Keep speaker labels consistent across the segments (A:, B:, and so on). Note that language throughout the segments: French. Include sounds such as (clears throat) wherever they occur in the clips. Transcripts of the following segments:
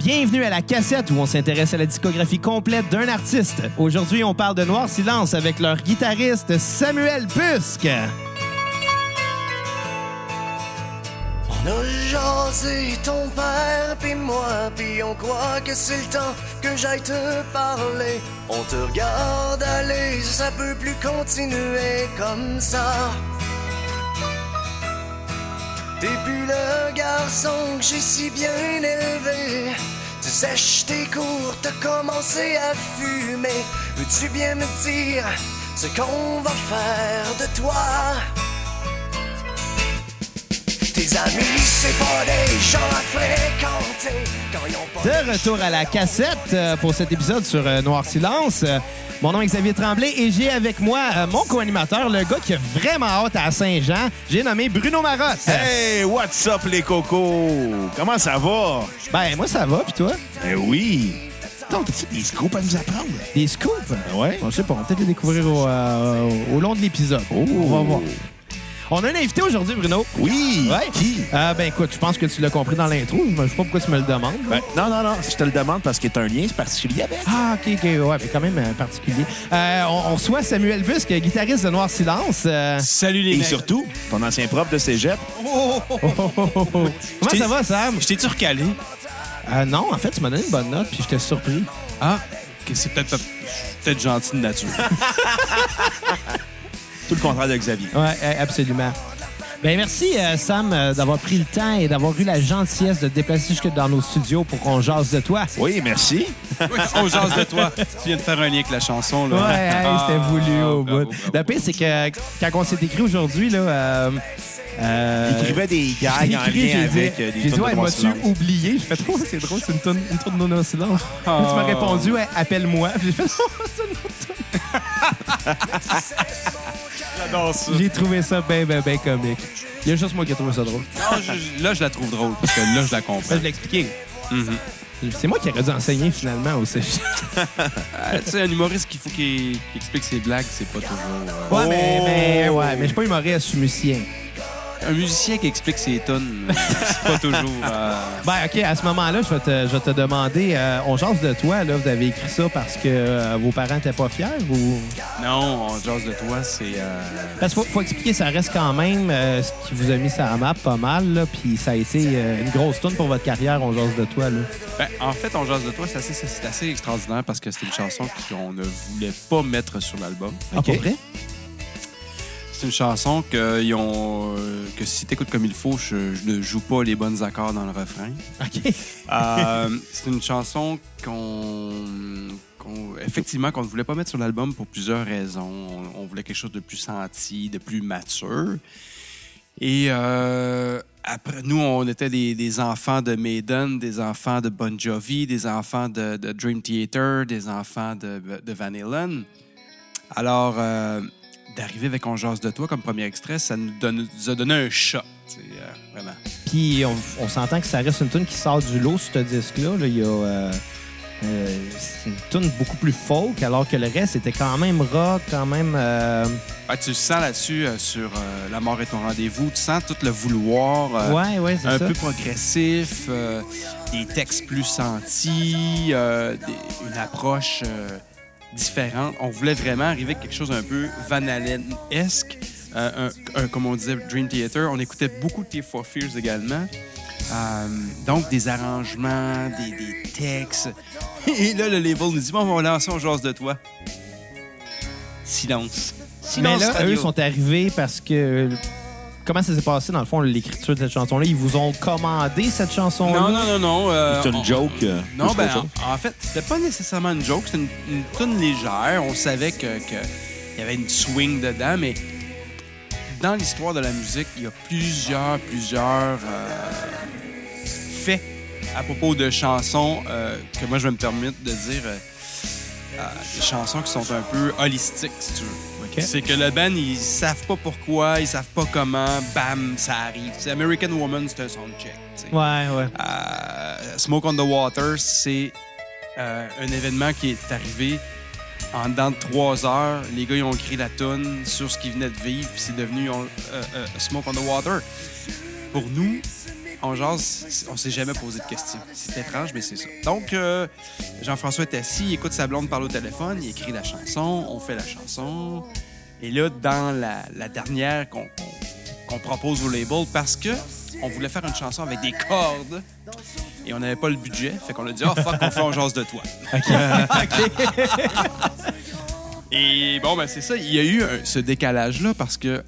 A: Bienvenue à la cassette où on s'intéresse à la discographie complète d'un artiste. Aujourd'hui, on parle de Noir Silence avec leur guitariste Samuel Busque.
B: On a jasé ton père puis moi puis on croit que c'est le temps que j'aille te parler. On te regarde aller, ça peut plus continuer comme ça. T'es plus le garçon que j'ai si bien élevé. Tu sèches tes cours, t'as commencé à fumer. Veux-tu bien me dire ce qu'on va faire de toi? Tes amis, c'est pas des gens à fréquenter quand ils ont pas
A: De retour à la cassette euh, pour cet épisode sur euh, Noir Silence. Euh, Mon nom est Xavier Tremblay et j'ai avec moi euh, mon co-animateur, le gars qui a vraiment hâte à Saint-Jean. J'ai nommé Bruno Marotte.
C: Hey, what's up les cocos? Comment ça va?
A: Ben, moi, ça va, puis toi?
C: Ben oui. Donc, t'as-tu des scoops à nous apprendre?
A: Des scoops?
C: Ouais.
A: Bon, je sais pas, on va peut-être les découvrir au, euh, au long de l'épisode.
C: Oh.
A: On va voir. On a un invité aujourd'hui, Bruno.
C: Oui.
A: Ouais.
C: Qui?
A: Ah, ben écoute, je pense que tu l'as compris dans l'intro. Je sais pas pourquoi tu me le demandes.
C: Ben, non, non, non. Si je te le demande parce que t'as un lien particulier avec.
A: Ah, OK, OK. Ouais, mais quand même euh, particulier. Euh, on, on reçoit Samuel Busque, guitariste de Noir Silence. Euh,
D: Salut les
C: Et
D: mecs.
C: surtout, ton ancien prof de cégep. Oh,
A: Comment ça va, Sam?
D: Ah, Je t'ai-tu recalé?
A: Euh, non, en fait, tu m'as donné une bonne note, puis j'étais surpris.
D: Ah, ok, c'est peut-être peut gentil de
C: (laughs)
D: nature.
C: Tout le contraire de Xavier.
A: Ouais, euh, absolument. Ben merci, euh, Sam, euh, d'avoir pris le temps et d'avoir eu la gentillesse de te déplacer jusque dans nos studios pour qu'on jase de toi.
C: Oui, merci.
D: Oui, on jase de toi. Tu viens de faire un lien avec la chanson. Là.
A: Ouais, hey, c'était
D: Ah,
A: voulu au
D: bravo,
A: bout.
D: bravo.
A: Le pire, c'est que quand on s'est écrit aujourd'hui, là. Euh, euh,
C: Il écrivait des
A: j'ai
C: gags en
A: écrit,
C: lien
A: j'ai dit-
C: avec euh, des
A: J'ai dit,
C: tunes de
A: ouais,
C: Noir
A: m'as-tu
C: Silence.
A: oublié? Je fais trop, c'est drôle, c'est une tourne une tourne de Noir Silence.
D: Ah.
A: Tu m'as répondu, ouais, appelle-moi. Puis J'ai fait, non, c'est une autre (laughs)
D: J'adore ça.
A: toune. J'ai trouvé ça ben, ben, ben comique. Il y a juste moi qui ai trouvé ça drôle.
D: Ah, je- là, je la trouve drôle parce que là, je la
A: Ça,
D: comprends.
A: Ben, je l'ai expliqué. C'est moi qui aurais dû enseigner finalement au cégep.
D: Ah, tu sais, un humoriste qu'il faut qu'il qu'il explique ses blagues, c'est pas toujours. euh,
A: Ouais, mais, mais, ouais, mais je suis pas humoriste, je suis musicien.
D: Un musicien qui explique ses tonnes, c'est pas toujours. euh,
A: Ben, OK, à ce moment-là, je vais te, je vais te demander, euh, on chance de toi, là, vous avez écrit ça parce que euh, vos parents étaient pas fiers ou.
D: Non, on jase de toi, c'est. euh,
A: Parce qu'il faut, faut expliquer, ça reste quand même euh, ce qui vous a mis sur la map pas mal, là, puis ça a été euh, une grosse tourne pour votre carrière, on jase de toi, là.
D: Ben, en fait, On jase de toi, c'est assez, c'est assez extraordinaire parce que c'est une chanson qu'on ne voulait pas mettre sur l'album.
A: Ah, pour
C: OK.
A: vrai?
D: C'est une chanson que, ils ont, euh, que si t'écoutes comme il faut, je, je ne joue pas les bonnes accords dans le refrain.
A: OK.
D: Euh, c'est une chanson qu'on, qu'on- effectivement, qu'on ne voulait pas mettre sur l'album pour plusieurs raisons. On, on voulait quelque chose de plus senti, de plus mature. Et euh, après, nous, on était des, des enfants de Maiden, des enfants de Bon Jovi, des enfants de, de Dream Theater, des enfants de, de Van Halen. Alors, euh, d'arriver avec On jase de toi comme premier extrait, ça nous, donne- nous a donné un choc. tu sais, euh, vraiment.
A: Puis on, on s'entend que ça reste une tune qui sort du lot sur ce disque-là. là. Il y a, euh, euh, c'est une tune beaucoup plus folk, alors que le reste était quand même rock, quand même. euh,
D: Ah, tu le sens là-dessus, euh, sur euh, La mort est au rendez-vous, tu sens tout le vouloir euh,
A: ouais, ouais, c'est
D: un
A: ça.
D: peu progressif, euh, des textes plus sentis, euh, des- une approche euh, différente. On voulait vraiment arriver avec quelque chose un peu Van Halen-esque, euh, un- un- comme on disait, Dream Theater. On écoutait beaucoup de Tears for Fears également. Euh, donc, des arrangements, des, des textes. (laughs) Et là, le label nous dit, bon, on va lancer On jase de toi. Silence.
A: Mais
D: Silence
A: là,
D: radio.
A: eux sont arrivés parce que. Comment ça s'est passé, dans le fond, l'écriture de cette chanson-là? Ils vous ont commandé cette chanson-là?
D: Non, non, non, non. euh,
C: C'est une
D: on-
C: joke. euh,
D: Non,
C: plus
D: ben,
C: qu'autre chose.
D: en, en fait, c'était pas nécessairement une joke. C'était une, une toune légère. On savait que que il y avait une swing dedans, mais dans l'histoire de la musique, il y a plusieurs, plusieurs euh, faits à propos de chansons euh, que moi, je vais me permettre de dire... euh, euh, des chansons qui sont un peu holistiques, si tu veux.
A: OK.
D: C'est que le band, ils savent pas pourquoi, ils savent pas comment, bam, ça arrive. C'est American Woman, c'est un soundcheck. tu sais.
A: Ouais, ouais.
D: Euh, Smoke on the Water, c'est euh, un événement qui est arrivé en dedans de trois heures. Les gars, ils ont écrit la toune sur ce qu'ils venaient de vivre, puis c'est devenu on- euh, euh, Smoke on the Water. Pour nous, on jase, on s'est jamais posé de questions. C'est étrange, mais c'est ça. Donc, euh, Jean-François est assis, il écoute sa blonde parler au téléphone, il écrit la chanson, on fait la chanson. Et là, dans la, la dernière qu'on qu'on- qu'on propose au label, parce que on voulait faire une chanson avec des cordes et on n'avait pas le budget, fait qu'on a dit, oh fuck, on fait on jase de toi. Euh, (laughs) Et bon, ben c'est ça, il y a eu un- ce décalage-là parce que, euh,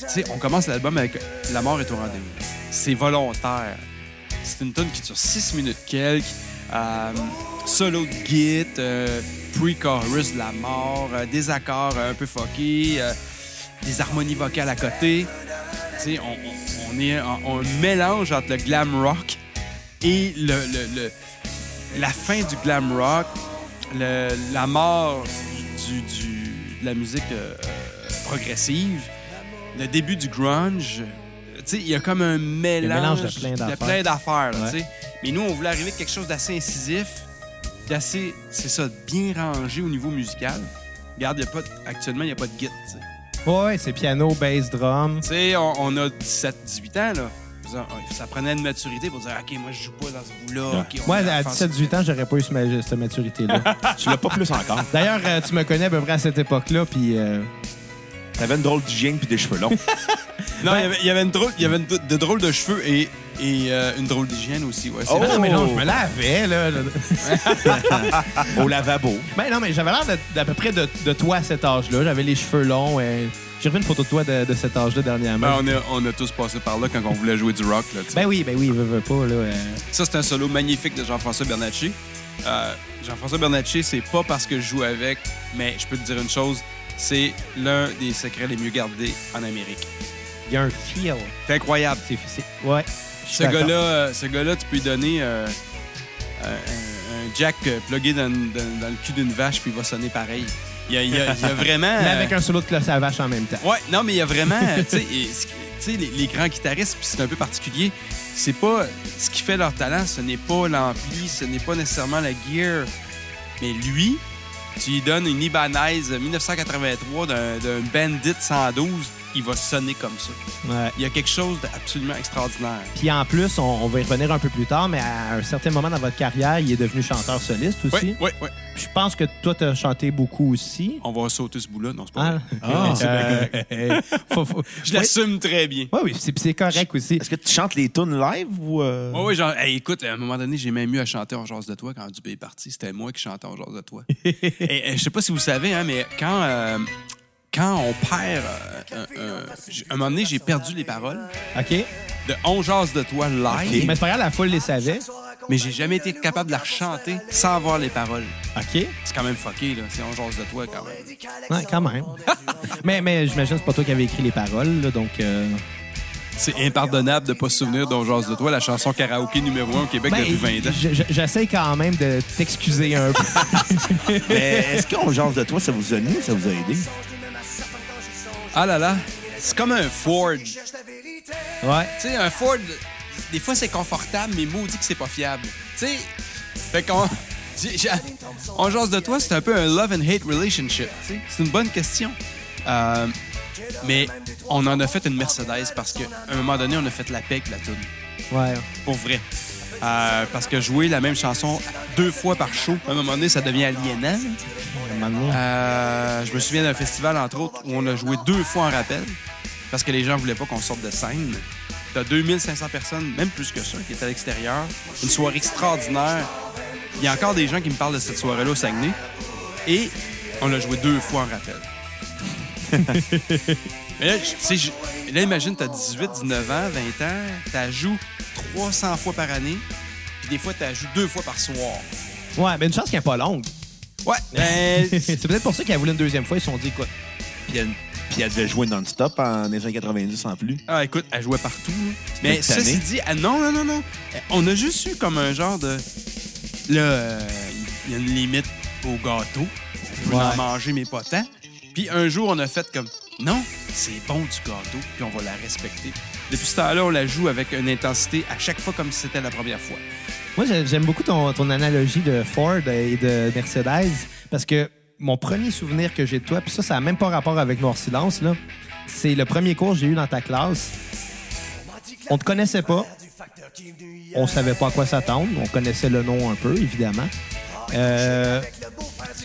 D: tu sais, on commence l'album avec La mort est au rendez-vous. C'est volontaire. C'est une tonne qui dure 6 minutes quelques. euh, solo de git, euh, pre-chorus de la mort, euh, des accords euh, un peu fuckés, euh, des harmonies vocales à côté. Tu sais, on, on- on est en- on mélange entre le glam rock et le- le- le, la fin du glam rock, le- la mort du, du- de la musique euh, euh, progressive, le début du grunge. Tu sais, il y a comme un mélange,
A: mélange de plein d'affaires.
D: plein d'affaires, là,
A: Ouais.
D: tu sais. Mais nous, on voulait arriver à quelque chose d'assez incisif, d'assez, c'est ça, bien rangé au niveau musical. Regarde, il y a pas, de- actuellement, il n'y a pas de guide. tu sais.
A: Ouais, c'est piano, bass, drum.
D: Tu sais, on, on a 17, 18 ans, là. Ça- Ça prenait une maturité pour dire, OK, moi, je joue pas dans ce bout-là. OK, on
A: Moi,
D: va
A: à
D: faire
A: 17-18 ans, j'aurais pas eu ce ma- cette
D: (laughs)
A: maturité-là.
C: Tu l'as pas plus encore.
A: D'ailleurs, euh, tu me connais à peu près à cette époque-là, puis... euh,
C: T'avais une drôle d'hygiène puis des cheveux longs.
D: Non, il y avait- il y avait une drôle, il y avait une d- de drôles de cheveux et, et euh, une drôle d'hygiène aussi. Ouais, c'est
C: Oh!
D: vrai.
A: Non, mais non, je me lavais, là.
C: Au lavabo.
A: Ben non, mais j'avais l'air de- d'à peu près de, de toi à cet âge-là. J'avais les cheveux longs. et J'ai revu une photo de toi de, de cet âge-là
D: Ben,
A: dernièrement.
D: on, a, on a tous passé par là quand on voulait jouer du rock. Là, tu sais.
A: Ben oui, ben oui, il veut, veut pas, là. euh.
D: Ça, c'est un solo magnifique de Jean-François Bernacci. Euh, Jean-François Bernacci, c'est pas parce que je joue avec, mais je peux te dire une chose, c'est l'un des secrets les mieux gardés en Amérique.
A: Il y a un feel.
D: C'est incroyable.
A: C'est- c'est- Ouais. Je suis
D: Ce
A: d'accord.
D: gars-là, euh, ce gars-là, tu peux lui donner euh, un, un- un jack euh, plugué dans, dans- dans le cul d'une vache, puis il va sonner pareil. Il y a, il y
A: (laughs)
D: a- il y a vraiment... euh,
A: Mais avec un solo de cloche à vache en même temps.
D: Ouais, non, mais il y a vraiment, euh, tu sais, et ce qui- tu sais, les, les grands guitaristes, puis c'est un peu particulier, c'est pas ce qui fait leur talent, ce n'est pas l'ampli, ce n'est pas nécessairement la gear, mais lui, tu lui donnes une Ibanez 1983 d'un d'un Bandit 112, il va sonner comme ça.
A: Ouais.
D: Il y a quelque chose d'absolument extraordinaire.
A: Puis en plus, on, on va y revenir un peu plus tard, mais à un certain moment dans votre carrière, il est devenu chanteur soliste aussi.
D: Oui, oui, oui.
A: Puis Je pense que toi, t'as chanté beaucoup aussi.
D: On va sauter ce bout-là, non, c'est pas
A: Hein?
D: vrai.
C: Ah.
A: Euh, (laughs) faut- faut-
D: Je l'assume très bien.
A: Ouais, oui, c'est c'est correct aussi.
C: Est-ce que tu chantes les tunes live ou. euh?
D: Oui, oui, genre, hey, écoute, à un moment donné, j'ai même eu à chanter En jase de toi quand Dubé est parti. C'était moi qui chantais En jase de (laughs) toi. et, et je sais pas si vous savez, hein, mais quand, euh, quand on perd. euh, un- un- j- un moment donné, j'ai perdu les paroles
A: OK?
D: de On jase de toi live,
A: Mais c'est pas grave, la foule les savait.
D: mais j'ai jamais été capable de la rechanter sans avoir les paroles.
A: OK?
D: C'est quand même fucké, là. C'est On jase de toi quand même.
A: Ouais, quand même. (laughs) mais mais j'imagine que c'est pas toi qui avais écrit les paroles, là, donc... euh,
D: C'est impardonnable de pas se souvenir d'On jase de toi, la chanson karaoké numéro 1 au Québec
A: ben,
D: depuis 20 ans.
A: je- je- J'essaie quand même de t'excuser un peu. (laughs)
C: Mais Ben, est-ce qu'on genre de toi, ça vous a mis, ça vous a aidé?
D: Ah là là, c'est comme un Ford.
A: ouais.
D: Tu sais, un Ford, des fois c'est confortable, mais maudit que c'est pas fiable. Tu sais, fait qu'on. (laughs) j'ai- j'ai- On jase de toi, c'est un peu un love and hate relationship. tu sais. C'est une bonne question. Euh, mais on en a fait une Mercedes parce qu'à un moment donné, on a fait la paix avec la tune.
A: Ouais.
D: Pour vrai. Euh, parce que jouer la même chanson deux fois par show, à un moment donné, ça devient aliénant.
A: à un moment donné.
D: Euh, je me souviens d'un festival, entre autres, où on a joué deux fois en rappel parce que les gens voulaient pas qu'on sorte de scène. T'as 2500 personnes, même plus que ça, qui étaient à l'extérieur. Une soirée extraordinaire. Il y a encore des gens qui me parlent de cette soirée-là au Saguenay. Et on l'a joué deux fois en rappel. Mais là, tu sais, je- là, imagine, t'as 18, 19 ans, 20 ans, t'as joues 300 fois par année, puis des fois, t'as joues deux fois par soir.
A: Ouais, mais une chance qu'elle n'est pas longue.
D: Ouais, ben,
A: (laughs) c'est peut-être pour ça qu'elle voulait une deuxième fois. Ils se sont dit, écoute,
C: Puis elle, puis elle devait jouer non-stop en les années 90 en plus.
D: Ah, écoute, elle jouait partout. là. Mais
C: veux
D: ceci
C: tanner?
D: dit, ah, non, non, non, non. Euh, On a juste eu comme un genre de. Là, euh, il y a une limite au gâteau. On peut
A: Ouais.
D: en manger, mais pas tant. Puis un jour, on a fait comme. Non, c'est bon du gâteau, puis on va la respecter. Depuis ce temps-là, on la joue avec une intensité à chaque fois comme si c'était la première fois.
A: Moi, j'ai- j'aime beaucoup ton, ton analogie de Ford et de Mercedes parce que mon premier souvenir que j'ai de toi, puis ça, ça n'a même pas rapport avec Noir Silence, là. C'est le premier cours que j'ai eu dans ta classe. On te connaissait pas. on savait pas à quoi s'attendre. On connaissait le nom un peu, évidemment. Euh,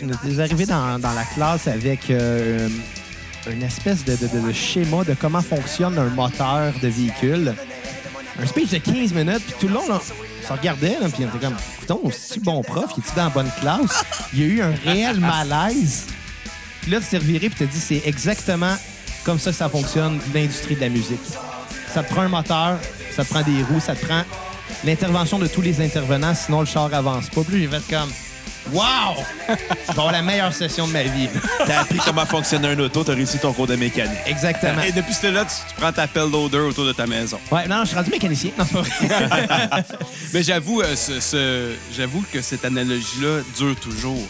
A: on est arrivé dans, dans la classe avec euh, une espèce de, de- de- de schéma de comment fonctionne un moteur de véhicule. Un speech de 15 minutes, puis tout le long, là, on se regardait, là, puis on était comme, putain, c'est bon prof, il est dans la bonne classe? Il y a eu un réel malaise. Puis là, tu t'es reviré, puis t'as dit, c'est exactement comme ça que ça fonctionne l'industrie de la musique. Ça te prend un moteur, ça te prend des roues, ça te prend l'intervention de tous les intervenants, sinon le char avance pas. Plus j'ai fait comme, wow! Je vais avoir la meilleure session de ma vie.
C: T'as appris comment fonctionne un auto, t'as réussi ton cours de mécanique.
A: Exactement.
D: Et depuis ce là tu, tu prends ta pelle d'odeur autour de ta maison.
A: Ouais, non, je suis rendu mécanicien. Non, c'est pas vrai.
D: Mais j'avoue, euh, ce- ce- j'avoue que cette analogie-là dure toujours.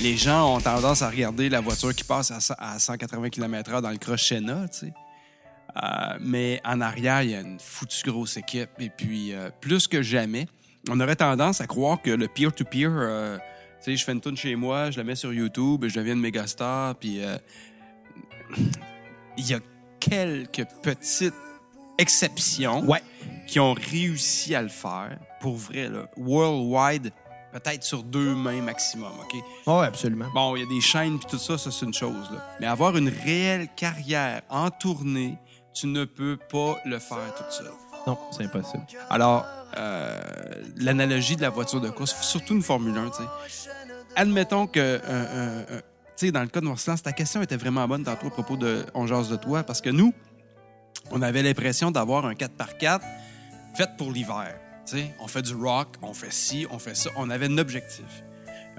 D: Les gens ont tendance à regarder la voiture qui passe à, 100 à 180 km/h dans le Crescena, tu sais. Euh, mais en arrière, il y a une foutue grosse équipe. Et puis, euh, plus que jamais, on aurait tendance à croire que le peer-to-peer, euh, tu sais, je fais une tune chez moi, je la mets sur YouTube, et je deviens une méga star, puis euh, il y a quelques petites exceptions
A: Ouais.
D: qui ont réussi à le faire, pour vrai, là, worldwide, peut-être sur deux mains maximum, OK?
A: Ouais, absolument.
D: Bon, il y a des chaînes puis tout ça, ça, c'est une chose, là. Mais avoir une réelle carrière en tournée, tu ne peux pas le faire tout seul.
A: Non, c'est impossible.
D: Alors, euh, l'analogie de la voiture de course, surtout une Formule 1, tu sais. Admettons que, euh, euh, euh, tu sais, dans le cas de Noircelance, ta question était vraiment bonne tantôt à propos de On jase de toi, parce que nous, on avait l'impression d'avoir un 4x4 fait pour l'hiver. Tu sais, on fait du rock, on fait ci, on fait ça. On avait un objectif.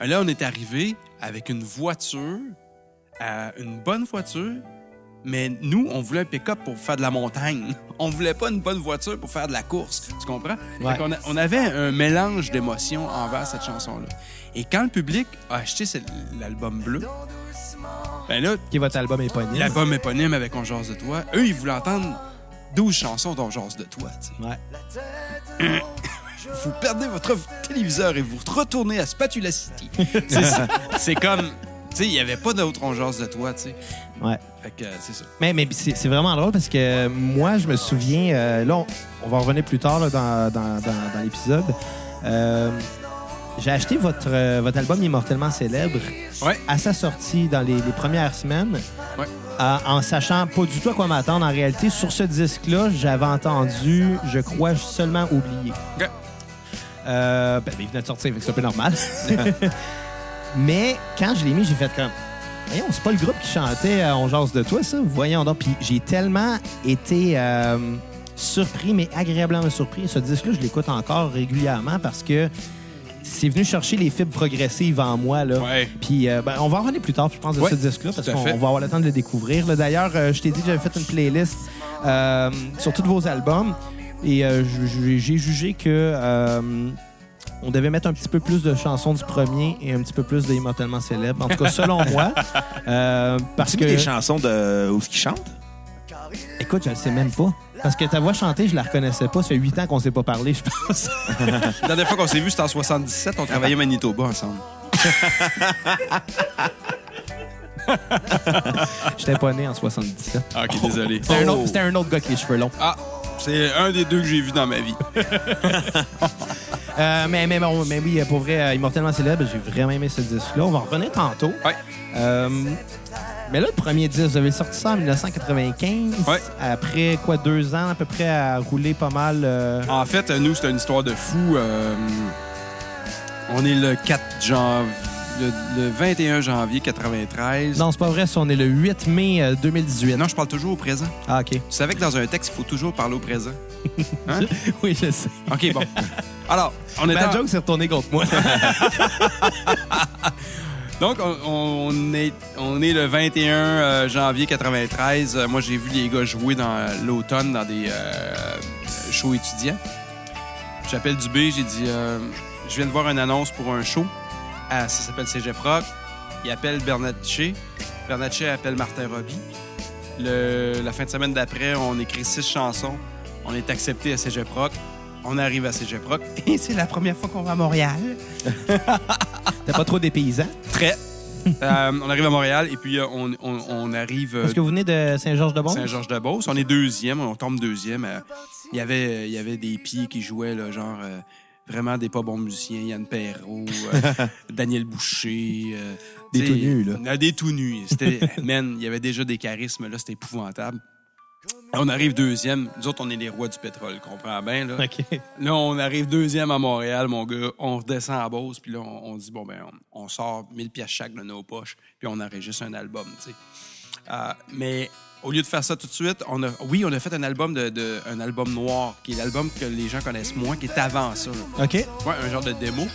D: Euh, Là, on est arrivé avec une voiture, euh, une bonne voiture, mais nous, on voulait un pick-up pour faire de la montagne. (laughs) On voulait pas une bonne voiture pour faire de la course. Tu comprends?
A: Ouais.
D: on, on avait un mélange d'émotions envers cette chanson-là. Et quand le public a acheté ce- l'album bleu, ben là,
A: Qui est votre album éponyme?
D: l'album éponyme avec On jase de toi, eux, ils voulaient entendre 12 chansons d'On jase de toi. tu sais.
A: Ouais.
D: Vous perdez votre téléviseur et vous retournez à
A: (laughs)
D: Spatula City. C'est ça. C'est comme... Tu sais, il n'y avait pas d'autre On jase de toi, tu sais.
A: Ouais.
D: Fait que euh, c'est ça.
A: Mais, mais c'est c'est vraiment drôle parce que moi, je me souviens, euh, là, on, on va en revenir plus tard là, dans, dans- dans- dans l'épisode. Euh, J'ai acheté votre, euh, votre album Immortellement Célèbre
D: Ouais.
A: à sa sortie dans les, les premières semaines.
D: Ouais.
A: euh, en sachant pas du tout à quoi m'attendre. En réalité, sur ce disque-là, j'avais entendu, je crois, seulement oublié.
D: Ok.
A: Euh, ben, il venait de sortir, fait que c'est un peu
D: (laughs)
A: normal. Mais quand je l'ai mis, j'ai fait comme. Voyons, c'est pas le groupe qui chantait euh, On jase de toi, ça. Voyons donc. Puis j'ai tellement été euh, surpris, mais agréablement surpris. Ce disque-là, je l'écoute encore régulièrement parce que c'est venu chercher les fibres progressives en moi. Là.
D: Ouais.
A: Puis euh, ben, on va en revenir plus tard, je pense, de
D: Ouais,
A: ce disque-là, parce
D: tout à
A: qu'on
D: fait.
A: on va avoir le temps de le découvrir. là. D'ailleurs, euh, je t'ai dit que j'avais fait une playlist euh, sur tous vos albums. Et euh, j- j- j'ai jugé que euh, on devait mettre un petit peu plus de chansons du premier et un petit peu plus de Immortellement Célèbre. En tout cas,
D: (laughs)
A: selon moi. Euh, parce
C: Tu
A: que.
C: mets des chansons de où qui chante?
A: Écoute, je le sais même pas. Parce que ta voix chantée, je la reconnaissais pas. Ça fait huit ans qu'on s'est pas parlé, je (laughs) pense.
D: La dernière fois qu'on s'est vu, c'était en 77. On travaillait à Manitoba ensemble.
A: J'étais pas né en 77.
D: Ah, ok, désolé.
A: C'était un, autre- c'était un autre gars avec les cheveux longs.
D: Ah, c'est un des deux que j'ai vu dans ma vie.
A: Euh, mais, mais, bon, mais oui, pour vrai, euh, Immortellement Célèbre, j'ai vraiment aimé ce disque-là. On va en revenir tantôt.
D: Ouais.
A: Euh, mais là, le premier disque, vous avez sorti ça en 1995.
D: Ouais.
A: Après, quoi, deux ans à peu près à rouler pas mal. euh,
D: En fait, nous, c'est une histoire de fou. Euh, on est le 4 janvier, le, le 21 janvier 93.
A: Non, c'est pas vrai, ça, on est le 8 mai euh, 2018.
D: Non, je parle toujours au présent.
A: Ah, OK. (laughs)
D: Tu savais que dans un texte, il faut toujours parler au présent.
A: oui, je sais.
D: OK, bon. Alors, on est
A: Ma Ben, joke s'est retournée contre (laughs) moi.
D: Donc, on, on est, on est le 21 euh, janvier 93. Euh, moi, j'ai vu les gars jouer dans euh, l'automne dans des euh, shows étudiants. J'appelle Dubé, j'ai dit euh, Je viens de voir une annonce pour un show. Ah, ça s'appelle Cégep Rock. Il appelle Bernatchez. Bernatchez appelle Martin Robbie. Le- la fin de semaine d'après, on écrit six chansons. On est accepté à Cégep Rock. On arrive à Cégep Rock. Et c'est la première fois qu'on va à (laughs) Montréal.
A: T'es pas trop des paysans.
D: Très. Euh, on arrive à Montréal et puis euh, on, on- on arrive euh,
A: Est-ce que vous venez de Saint-Georges-de-Beauce?
D: Saint-Georges-de-Beauce. On est deuxième, on tombe deuxième à Il y avait, euh, il y avait des pieds qui jouaient, là, genre, euh, vraiment des pas bons musiciens. Yann Perrault,
A: (laughs)
D: euh, Daniel Boucher. euh,
A: Des
D: tu
A: tout
D: sais,
A: nus, là.
D: euh, des tout nus. C'était, (laughs) man, il y avait déjà des charismes, là, c'était épouvantable. On arrive deuxième. Nous autres, on est les rois du pétrole, comprends bien, là.
A: OK.
D: Là, on arrive deuxième à Montréal, mon gars. On redescend à Beauce, puis là, on, on dit, bon, ben, on, on sort 1000 piastres chaque de nos poches, puis on enregistre un album, tu sais. Euh, mais au lieu de faire ça tout de suite, on a, oui, on a fait un album, de, de- un album noir, qui est l'album que les gens connaissent moins, qui est avant ça. là.
A: OK.
D: Ouais, un genre de démo.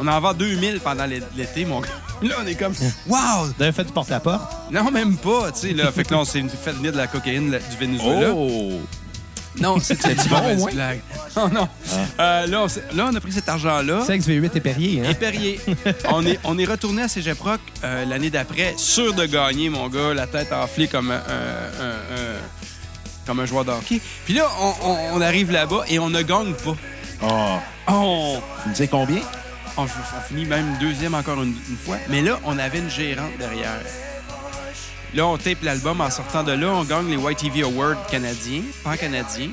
D: On en vend 2000 pendant l'é- l'été, mon gars. (laughs) Là, on est comme, wow!
A: Vous avez fait du porte-à-porte.
D: Non, même pas, tu sais, là. Fait que là, on s'est fait venir de la cocaïne là, du Venezuela.
C: Oh!
D: Non, c'était une mauvaise
A: ouais.
D: blague. (laughs) Non, non. Euh, là, on, s'est- là, on a pris cet argent-là.
A: Sex V8 et Perrier, hein?
D: Et Perrier. (laughs) on, est, on est retourné à Cégep Rock euh, l'année d'après, sûr de gagner, mon gars, la tête enflée comme un, un- un- un- comme un joueur de hockey. Puis là, on, on- on arrive là-bas et on ne gagne pas.
C: Ah!
D: On,
C: Tu me dis combien?
D: Oh! on- on finit même deuxième encore une, une fois. Mais là, on avait une gérante derrière. Là, on tape l'album en sortant de là. On gagne les YTV Awards canadiens, pan-canadiens.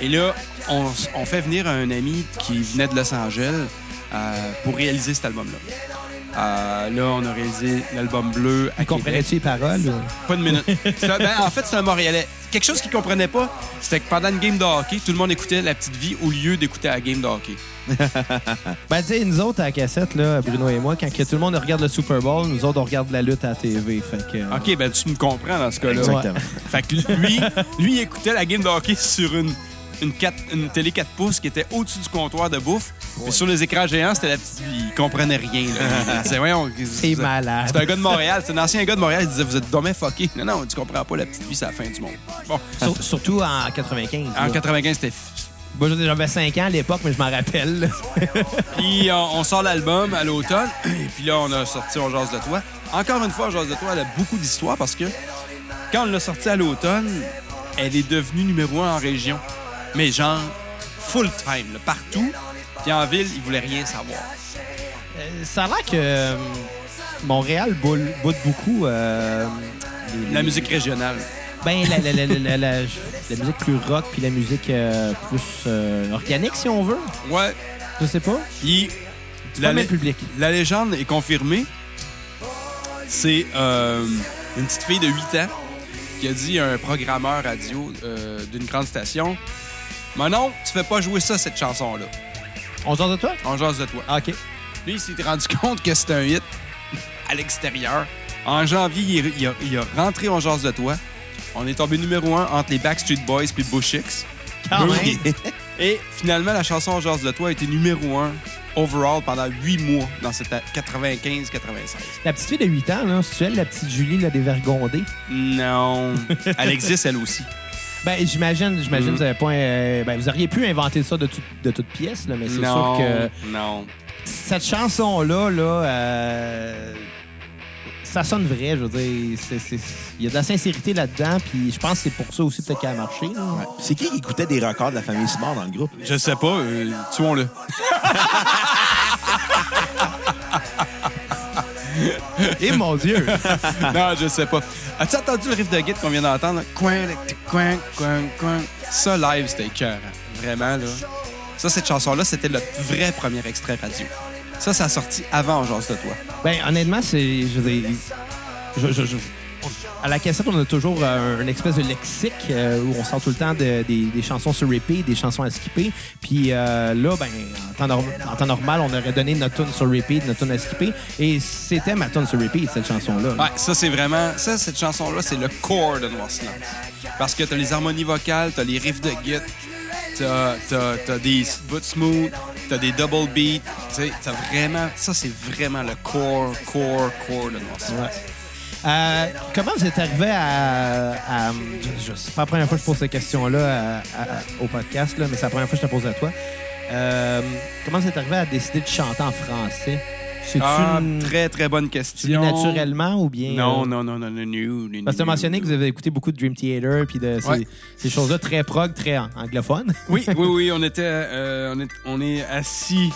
D: Et là, on, s- on fait venir un ami qui venait de Los Angeles euh, pour réaliser cet album-là. Euh, là, on a réalisé l'album bleu à
A: Vous
D: Québec.
A: comprenez-tu les paroles? ou-
D: Pas de minute. C'est un- ben, en fait, c'est un Montréalais. Quelque chose qu'il comprenait pas, c'était que pendant une game de hockey, tout le monde écoutait La Petite Vie au lieu d'écouter la game de hockey.
A: Ben, tu sais, nous autres, à la cassette, là, Bruno et moi, quand que tout le monde regarde le Super Bowl, nous autres, on regarde la lutte à la TV. Fait que... euh,
D: OK, ben tu me comprends dans ce cas-là.
C: Exactement. (laughs)
D: Fait que lui, lui il écoutait la game de hockey sur une, une, quatre- une télé 4 pouces qui était au-dessus du comptoir de bouffe. Puis sur les écrans géants, c'était la petite. Il comprenait
A: (laughs)
D: rien. Là. Il disait, voyons,
A: C'est
D: vous-
A: malade.
D: C'est un gars de Montréal, c'est un ancien gars de Montréal. Il disait, vous êtes dommage fucké. Non, non, tu comprends pas, la petite vie, c'est la fin du monde. Bon,
A: sur- surtout en 95.
D: en
A: là.
D: 95, c'était
A: Moi, j'avais 5 ans à l'époque, mais je m'en rappelle.
D: (laughs)
A: là.
D: Puis on, on sort l'album à l'automne. (clears throat) Et puis là, on a sorti On jase de toi. Encore une fois, On jase de toi, elle a beaucoup d'histoires parce que quand on l'a sorti à l'automne, elle est devenue numéro un en région. Mais genre, full time, là, partout. Puis en ville, ils voulaient rien savoir.
A: Euh, ça a l'air que euh, Montréal boule- boude beaucoup euh, les-
D: La musique régionale.
A: Ben, la, la- la- la- la- la- la musique plus rock, puis la musique euh, plus euh, organique, si on veut.
D: Ouais.
A: Je sais pas.
D: Puis
A: C'est pas
D: la,
A: le même
D: lé-
A: public.
D: la légende est confirmée. C'est euh, une petite fille de 8 ans qui a dit à un programmeur radio euh, d'une grande station Mais non, tu fais pas jouer ça, cette chanson-là.
A: On se de toi?
D: On jase de toi.
A: Ah, OK.
D: Lui, il s'est rendu (laughs) compte que c'était un hit à l'extérieur. En janvier, il, est- il a, il a rentré On jase de toi. On est tombé numéro un entre les Backstreet Boys puis Bush X.
A: Quand
D: Oui.
A: même.
D: Et finalement, la chanson On jase de toi a été numéro un overall pendant huit mois dans cette a- 95-96.
A: La petite fille de 8 ans, là, si tu es la petite Julie, la dévergondée. (laughs)
D: Non. Elle existe, elle aussi.
A: Ben, j'imagine, j'imagine,
D: Mhm.
A: vous avez pas. euh, ben, vous auriez pu inventer ça de, tout- de toute pièce, là, mais c'est sûr
D: non.
A: que
D: Non.
A: cette chanson-là, là, euh, ça sonne vrai, je veux dire. C'est- c'est- Il y a de la sincérité là-dedans, puis je pense que c'est pour ça aussi peut-être qu'elle a marché. là.
C: C'est qui qui écoutait des records de la famille Simard dans le groupe?
D: Je sais pas. euh,
A: (laughs)
D: Tuons-le.
A: Eh mon Dieu!
D: non, je sais pas. As-tu entendu le riff de guide qu'on vient d'entendre? là? Coin, tic, tic, coin, coin, coin. Ça, live, c'était cœur. Vraiment, là. Ça, cette chanson-là, c'était le vrai premier extrait radio. Ça, ça a sorti avant Jazz de toi.
A: Ben, honnêtement, c'est. Je veux dire, je- je- je- on- à la cassette, on a toujours euh, une espèce de lexique euh, où on sort tout le temps de- des, des chansons sur repeat, des chansons à skipper. Puis euh, là, ben, en temps, norm- en temps normal, on aurait donné notre tune sur repeat, notre tune à skipper. Et c'était ma tune sur repeat, cette chanson-là.
D: Ouais, ça, c'est vraiment. Ça, cette chanson-là, c'est le core de Noir Silence. Parce que t'as les harmonies vocales, t'as les riffs de guide, t'as t'as- t'as des bouts smooth, t'as des double beats. Tu sais, t'as vraiment. Ça, c'est vraiment le core, core, core de Noir Silence.
A: Euh, comment vous êtes arrivé à. à- je, je- c'est pas la première fois que je pose cette question-là à- à- au podcast, là, mais c'est la première fois que je te pose à toi. Euh, comment vous êtes arrivé à décider de chanter en français? C'est-tu
D: Ah,
A: une-
D: très, très bonne
A: Tu lis
D: question.
A: naturellement ou bien. euh,
D: Non, non, non, non, non, non, non.
A: Parce que tu as mentionné que vous avez écouté beaucoup de Dream Theater puis de ces,
D: Ouais.
A: ces choses-là très prog, très an- anglophones.
D: Oui, oui, oui, on était, euh, on est, on est assis.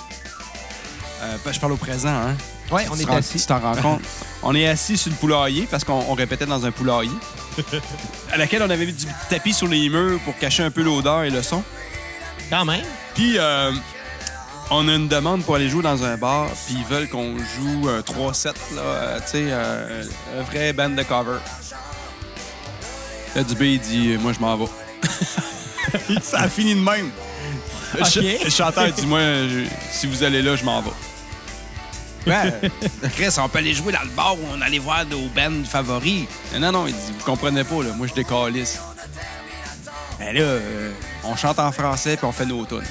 D: Euh, ben, je parle au présent, hein.
A: Ouais,
D: (laughs) Tu t'en- Tu t'en rends compte. on est assis sur le poulailler parce qu'on on répétait dans un poulailler. à laquelle on avait mis du tapis sur les murs pour cacher un peu l'odeur et le son.
A: Quand même.
D: Puis, euh, on a une demande pour aller jouer dans un bar, puis ils veulent qu'on joue un 3-7, là, euh, tu sais, euh, un vrai band de cover. Là, Dubé, il dit Moi, je m'en vais. (laughs) Ça a fini de même. Le ch-
A: Ok.
D: Le chanteur dit Moi, je- si vous allez là, je m'en vais. Ouais, (laughs) Chris, on peut aller jouer dans le bar où on allait voir nos bands favoris. Non, non, il dit Vous comprenez pas, là, moi, je décalisse. Ben là, euh, on chante en français puis on fait nos tunes.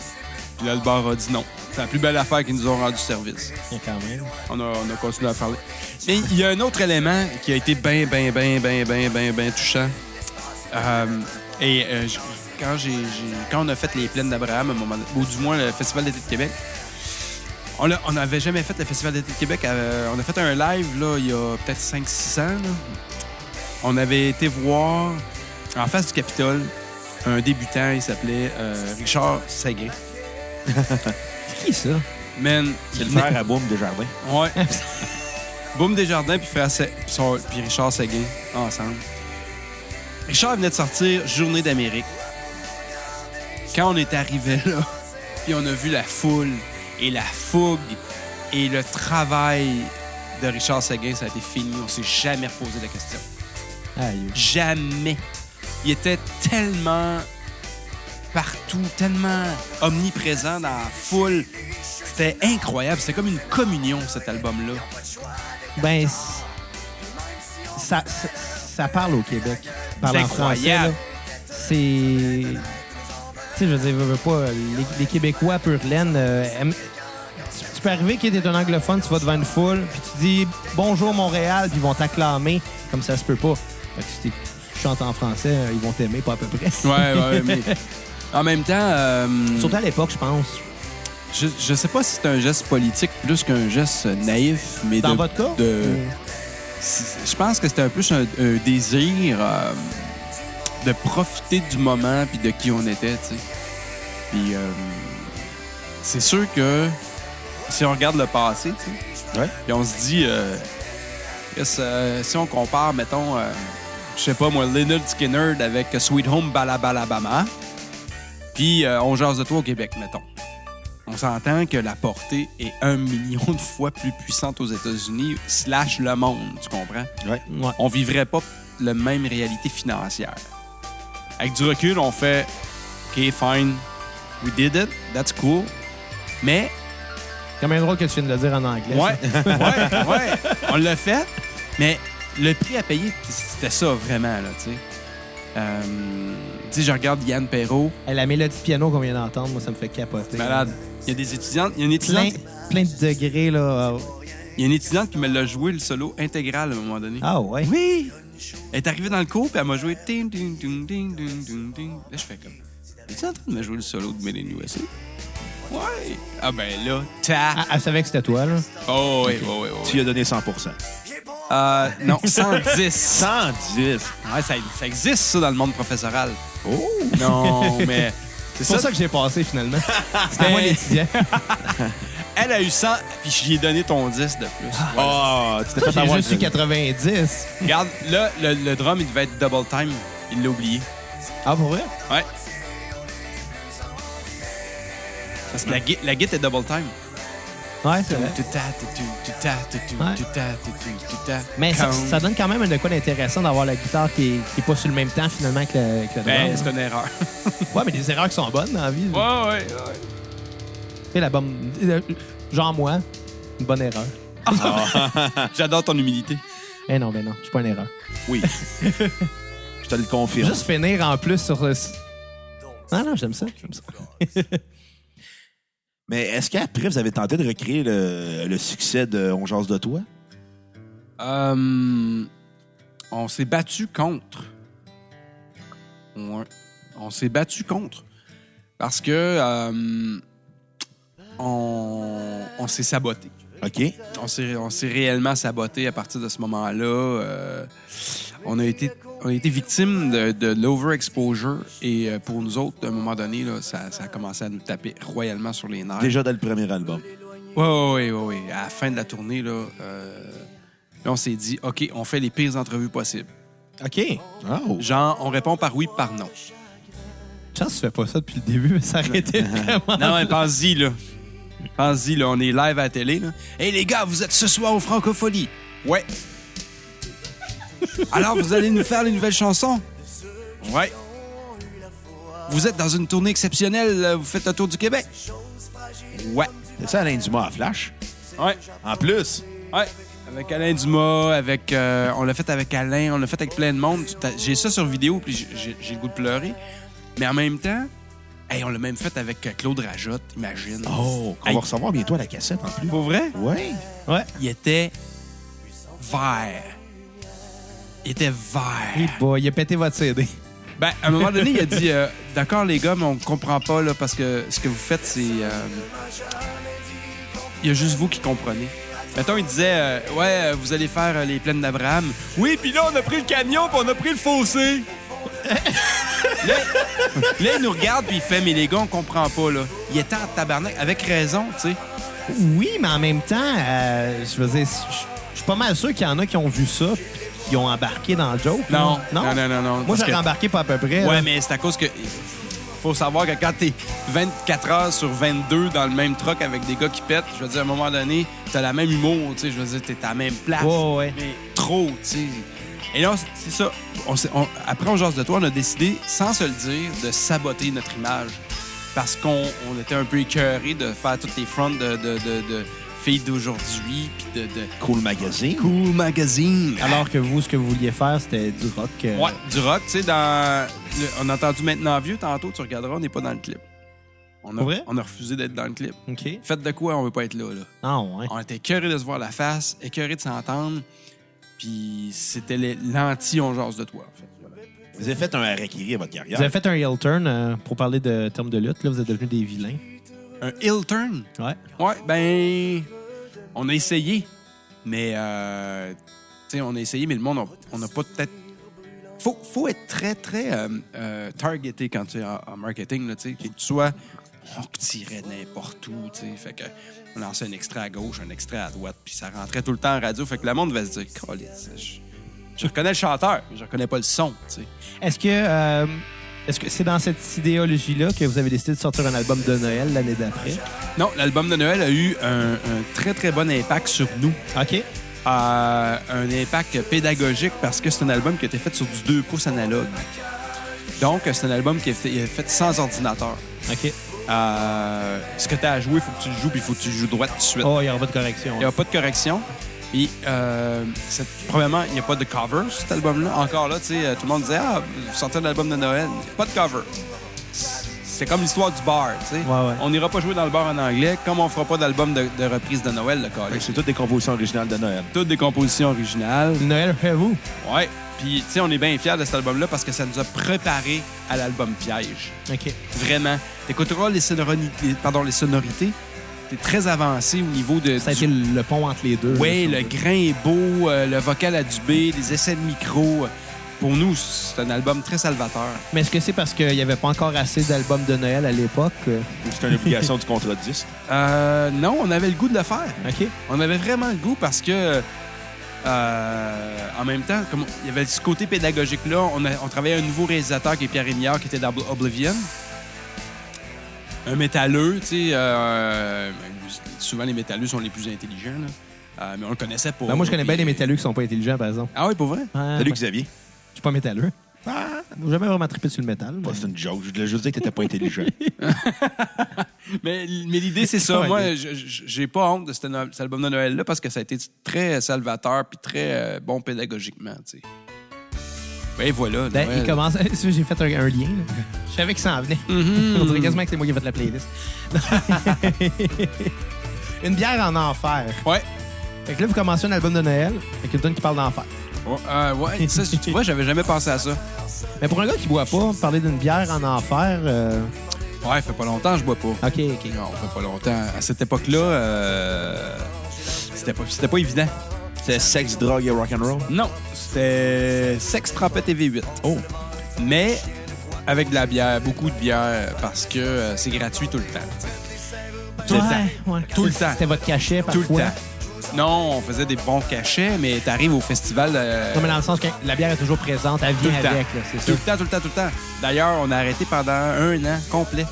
D: Puis là, le bar a dit non. C'est la plus belle affaire qu'ils nous ont rendu service.
A: Mais quand même.
D: On a, on a continué à parler. Mais il y a un autre élément qui a été bien, bien, bien, bien, bien, bien, bien touchant. Euh, et euh, j- quand, j'ai, j'ai- quand on a fait les Plaines d'Abraham, à un moment donné, ou du moins le Festival d'été de Québec, on l'a- on n'avait jamais fait le Festival d'été de Québec. euh, on a fait un live là, il y a peut-être 5-6 ans. là. On avait été voir, en face du Capitole, un débutant, il s'appelait euh, Richard Seguin.
A: Qui ça?
D: Man,
C: C'est le
D: il-
C: frère à Boum de Jardin.
D: (laughs) Ouais. Boum Desjardins puis, frère Se- puis son- puis Richard Seguin ensemble. Richard venait de sortir Journée d'Amérique. Quand on est arrivé là, (laughs) puis on a vu la foule et la fougue et le travail de Richard Seguin, ça a été fini. On s'est jamais reposé la question.
A: Aïe.
D: Jamais. Il était tellement partout, tellement omniprésent dans la foule. C'était incroyable. C'était comme une communion, cet album-là.
A: Ben, c- ça, ça, ça parle au Québec. Parle
D: C'est
A: en français,
D: incroyable.
A: là. C'est. Tu sais, je veux dire, veux, veux pas, les, les Québécois pur laine euh, aiment- Tu, tu peux arriver que t'es un anglophone, tu vas devant une foule, puis tu dis bonjour Montréal, puis ils vont t'acclamer, comme ça se peut pas. Fait que si t'es- tu chantes en français, euh, ils vont t'aimer pas à peu près.
D: Ouais, ouais,
A: (laughs)
D: mais en même temps, euh,
A: Surtout à l'époque, je pense.
D: je, je sais pas si c'est un geste politique plus qu'un geste naïf, mais
A: Dans
D: de-
A: votre cas?
D: de-
A: ou-
D: c'est- je pense que c'était un plus un, un désir euh, de profiter du moment puis de qui on était, tu sais. Puis euh, c'est sûr que si on regarde le passé, tu sais,
C: Ouais.
D: puis on se dit, euh, yes, euh, si on compare, mettons, euh, je sais pas moi, Leonard Skinner avec Sweet Home Balabalabama, puis euh, on jase de toi au Québec, mettons. On s'entend que la portée est un million de fois plus puissante aux États-Unis, slash le monde, tu comprends?
A: Ouais.
D: on vivrait pas la même réalité financière. Avec du recul, on fait OK, fine, we did it, that's cool. Mais,
A: Quand même drôle que tu viennes de le dire en anglais.
D: ouais, ouais, ouais, on l'a fait, mais le prix à payer, pis c'était ça vraiment, là, tu sais. Euh, tu sais, je regarde Yann Perrault,
A: ça. Hey, La mélodie de piano qu'on vient d'entendre, moi, ça me fait capoter.
D: malade. Il y a des étudiantes, il y a une
A: plein,
D: étudiante,
A: plein de degrés, là.
D: il y a une étudiante qui me l'a joué le solo intégral à un moment donné.
A: Ah ouais?
D: Oui! Elle est arrivée dans le cours, puis elle m'a joué. Ding, ding, ding, ding, ding, ding, ding. Là, je fais comme. Es-tu en train de me jouer le solo de Made in USA? Ouais! Ah, ben là,
A: Elle,
D: ta!
A: Ah, elle savait que c'était toi, là.
D: Oh, oui, oui, oui.
C: Tu lui as donné 100
D: Euh, (laughs) non, 110.
C: 110
D: Ouais, ça, ça existe, ça, dans le monde professoral.
C: Oh!
D: (laughs) Non, mais. C'est
A: C'est
D: ça,
A: pour ça que j'ai passé, finalement. (laughs) C'était moi l'étudiant.
D: Elle a eu 100, puis je lui ai donné ton 10 de plus. Ouais.
C: Ah, tu t'es fait
A: J'ai
C: avoir
A: juste eu 90.
D: Regarde, là, le, le drum, il devait être double time. Il l'a oublié.
A: Ah, pour vrai?
D: Ouais. Parce que la, gui- la guitare est double time.
A: Ouais, c'est vrai. Ouais. Mais ça, ça donne quand même un de quoi d'intéressant d'avoir la guitare qui est, qui est pas sur le même temps, finalement, que le, que le
D: Ben,
A: drum.
D: c'est une erreur.
A: Ouais, mais des erreurs qui sont bonnes dans la vie.
D: ouais, ouais.
A: Tu sais, la bombe... euh, Genre moi, une bonne erreur.
C: Ah,
D: J'adore ton humilité.
A: Eh non, ben non, je suis pas une erreur.
C: Oui. Je te le confirme.
A: Juste finir en plus sur... le- Ah Non, non, j'aime ça, j'aime (laughs) ça.
C: Mais est-ce qu'après, vous avez tenté de recréer le, le succès de On jase de toi?
D: Euh, on s'est battu contre. Ouais. On s'est battu contre. Parce que euh, on, on s'est saboté.
C: OK.
D: On s'est, on s'est réellement saboté à partir de ce moment-là. Euh, on, a été, on a été victime de, de l'overexposure et euh, pour nous autres, à un moment donné, là, ça, ça a commencé à nous taper royalement sur les nerfs.
C: Déjà dans le premier album.
D: Oui, oui, oui. À la fin de la tournée, là, euh, là, on s'est dit, OK, on fait les pires entrevues possibles.
A: OK.
C: Oh.
D: Genre, on répond par oui, par non.
A: Chance, tu fais pas ça depuis le début, mais ça aurait (laughs) été vraiment...
D: Non, mais pense-y, là. Pense-y, là, on est live à la télé, là. Hey, les gars, vous êtes ce soir au Francophonie. Ouais. (laughs) Alors, vous allez nous faire les nouvelles chansons? Ouais. Vous êtes dans une tournée exceptionnelle, euh, vous faites le tour du Québec? Ouais.
C: C'est ça Alain Dumas à Flash?
D: Ouais.
C: En plus,
D: Ouais. Avec Alain Dumas, avec. euh, on l'a fait avec Alain, on l'a fait avec plein de monde. T'as- J'ai ça sur vidéo, puis j'ai- j'ai j'ai le goût de pleurer. Mais en même temps, hey, on l'a même fait avec euh, Claude Rajotte, imagine.
C: oh, qu'on
D: Hey.
C: va recevoir bientôt à la cassette en plus.
D: Pour vrai?
C: Oui.
A: Ouais.
D: Il était vert. Il était vert.
A: Hey boy, il a pété votre CD.
D: Ben, à un moment donné, il a dit euh, D'accord, les gars, mais on comprend pas, là, parce que ce que vous faites, c'est. euh, Il y a juste vous qui comprenez. Mettons, il disait euh, Ouais, euh, vous allez faire euh, les plaines d'Abraham. Oui, puis là, on a pris le camion, puis on a pris le fossé. (laughs) là, là, il nous regarde, puis il fait Mais les gars, on comprend pas, là. Il était en tabarnak, avec raison, tu sais.
A: Oui, mais en même temps, euh, je veux dire, je- je suis pas mal sûr qu'il y en a qui ont vu ça puis qui ont embarqué dans le joke.
D: Non.
A: là.
D: Non, non, non, non.
A: Moi,
D: Parce
A: j'aurais
D: que-
A: embarqué pas à peu près. là.
D: Ouais, mais c'est à cause que. Faut savoir que quand t'es 24 heures sur 22 dans le même truck avec des gars qui pètent, je veux dire, à un moment donné, t'as la même humour, tu sais, je veux dire, t'es à la même place.
A: Ouais, ouais.
D: Mais trop, tu sais. Et là, c'est ça. On s'est- on- après, on jase de toi, on a décidé, sans se le dire, de saboter notre image. Parce qu'on on était un peu écœurés de faire toutes les fronts de, de- de- de filles d'aujourd'hui, puis de, de
C: Cool Magazine.
D: Cool Magazine.
A: Alors que vous, ce que vous vouliez faire, c'était du rock. euh,
D: Ouais, du rock, tu sais, dans. le- On a entendu maintenant vieux, tantôt, tu regarderas, on n'est pas dans le clip. On a,
A: Pour vrai?
D: on a refusé d'être dans le clip.
A: OK.
D: Faites de quoi, on veut pas être là, là.
A: Ah, ouais.
D: On était écœurés de se voir la face, écœurés de s'entendre, puis c'était les- l'anti on jase de toi, en fait. Voilà.
C: Vous avez fait un harakiri à votre carrière.
A: Vous avez fait un heel turn euh, pour parler de termes de lutte. Là, vous êtes devenus des vilains.
D: Un hill turn?
A: Ouais.
D: Ouais, ben. On a essayé, mais. euh, tu sais, on a essayé, mais le monde, on- on n'a pas peut-être. Faut, faut être très, très euh, euh, targeté quand tu es en, en marketing, là, tu sais. Faut que tu sois. On tirait n'importe où, tu sais. Fait que. On lançait un extrait à gauche, un extrait à droite, puis ça rentrait tout le temps en radio. Fait que le monde va se dire, Calisse, je, je reconnais le chanteur, mais je reconnais pas le son, tu sais.
A: Est-ce que euh, est-ce que c'est dans cette idéologie-là que vous avez décidé de sortir un album de Noël l'année d'après?
D: Non, l'album de Noël a eu un- un très, très bon impact sur nous.
A: OK.
D: à un impact pédagogique parce que c'est un album qui a été fait sur du 2 pouces analogue. Donc, c'est un album qui a été- il a été fait sans ordinateur.
A: OK.
D: Euh, ce que tu as à jouer, il faut que tu le joues, puis il faut que tu le joues droit tout de suite.
A: Oh, il y aura votre correction.
D: Il n'y a pas de correction. Puis, euh, c'est- premièrement, il n'y a pas de cover sur cet album-là. Encore là, tu sais, euh, tout le monde disait Ah, vous sortez l'album de Noël. Pas de cover. C'est comme l'histoire du bar, tu sais.
A: Ouais, ouais.
D: On n'ira pas jouer dans le bar en anglais, comme on fera pas d'album de, de reprise de Noël, le
C: Fait que
D: collège.
C: C'est toutes des compositions originales de Noël.
D: Toutes des compositions originales.
A: Noël, après vous.
D: Ouais. Puis, tu sais, on est bien fiers de cet album-là parce que ça nous a préparé à l'album Piège.
A: OK.
D: Vraiment. T'écouteras les, sonori- les- pardon, les sonorités. T'es très avancé au niveau de.
A: Ça a été le le pont entre les deux.
D: Oui,
A: là,
D: le grain est beau, euh, le vocal à dubé, les essais de micro. Pour nous, c'est un album très salvateur.
A: Mais est-ce que c'est parce qu'il n'y avait pas encore assez d'albums de Noël à l'époque? euh?
C: C'est une obligation du contrat de disque.
D: Euh, non, on avait le goût de le faire.
A: OK.
D: On avait vraiment le goût parce que, euh, en même temps, comme il y avait ce côté pédagogique-là, on, a- on travaillait un nouveau réalisateur qui est Pierre Rémillard, qui était dans Oblivion. Un métalleux, tu sais. euh, souvent, les métalleux sont les plus intelligents, là. Euh, mais on le connaissait pour.
A: Ben, moi, je connais bien les
D: puis-
A: métalleux qui sont pas intelligents, par exemple.
D: Ah oui, pour vrai?
A: Ah,
C: Salut
A: moi,
C: Xavier.
A: je suis pas métalleux.
C: Ah,
A: J'ai jamais vraiment trippé sur le métal. mais-
C: bah, c'est une joke. Je voulais juste dire que t'étais pas (laughs) intelligent.
D: Mais, mais
A: (laughs)
D: l'idée, c'est ça. Moi, je- je- j'ai pas honte de cet, no- cet album de Noël-là parce que ça a été très salvateur puis très euh, bon pédagogiquement, tu sais. Ben voilà.
A: Ben,
D: Noël.
A: il commence. (laughs) J'ai fait un, un lien. là. Je savais que ça en venait.
D: Hmm. Mm-hmm.
A: On dirait quasiment que c'est moi qui ai fait la
D: (laughs)
A: playlist. une bière en enfer.
D: Ouais.
A: Fait que là, vous commencez un album de Noël avec une tonne qui parle d'enfer.
D: Ouais, euh, ouais, ça, c'est- tu vois, j'avais jamais pensé à ça.
A: Mais pour un gars qui boit pas, parler d'une bière en enfer. euh,
D: Ouais, fait pas longtemps, je bois pas.
A: Ok, ok.
D: Non, fait pas longtemps. À cette époque-là, euh, c'était pas, c'était pas évident.
C: C'était sexe, drogue et rock'n'roll.
D: Non, c'était sexe, trompette et V8. Oh. Mais avec de la bière, beaucoup de bière, parce que euh, c'est gratuit tout le temps. tu sais. Tout le temps.
A: Ouais, ouais.
D: Tout le temps.
A: C'était votre cachet
D: Tout
A: parfois.
D: le temps. Non, on faisait des bons cachets, mais t'arrives au festival. euh,
A: Non, mais dans le sens que la bière est toujours présente, elle
D: tout
A: vient
D: le temps.
A: avec, là, c'est
D: tout
A: ça.
D: le temps, tout le temps, tout le temps. D'ailleurs, on a arrêté pendant un an complet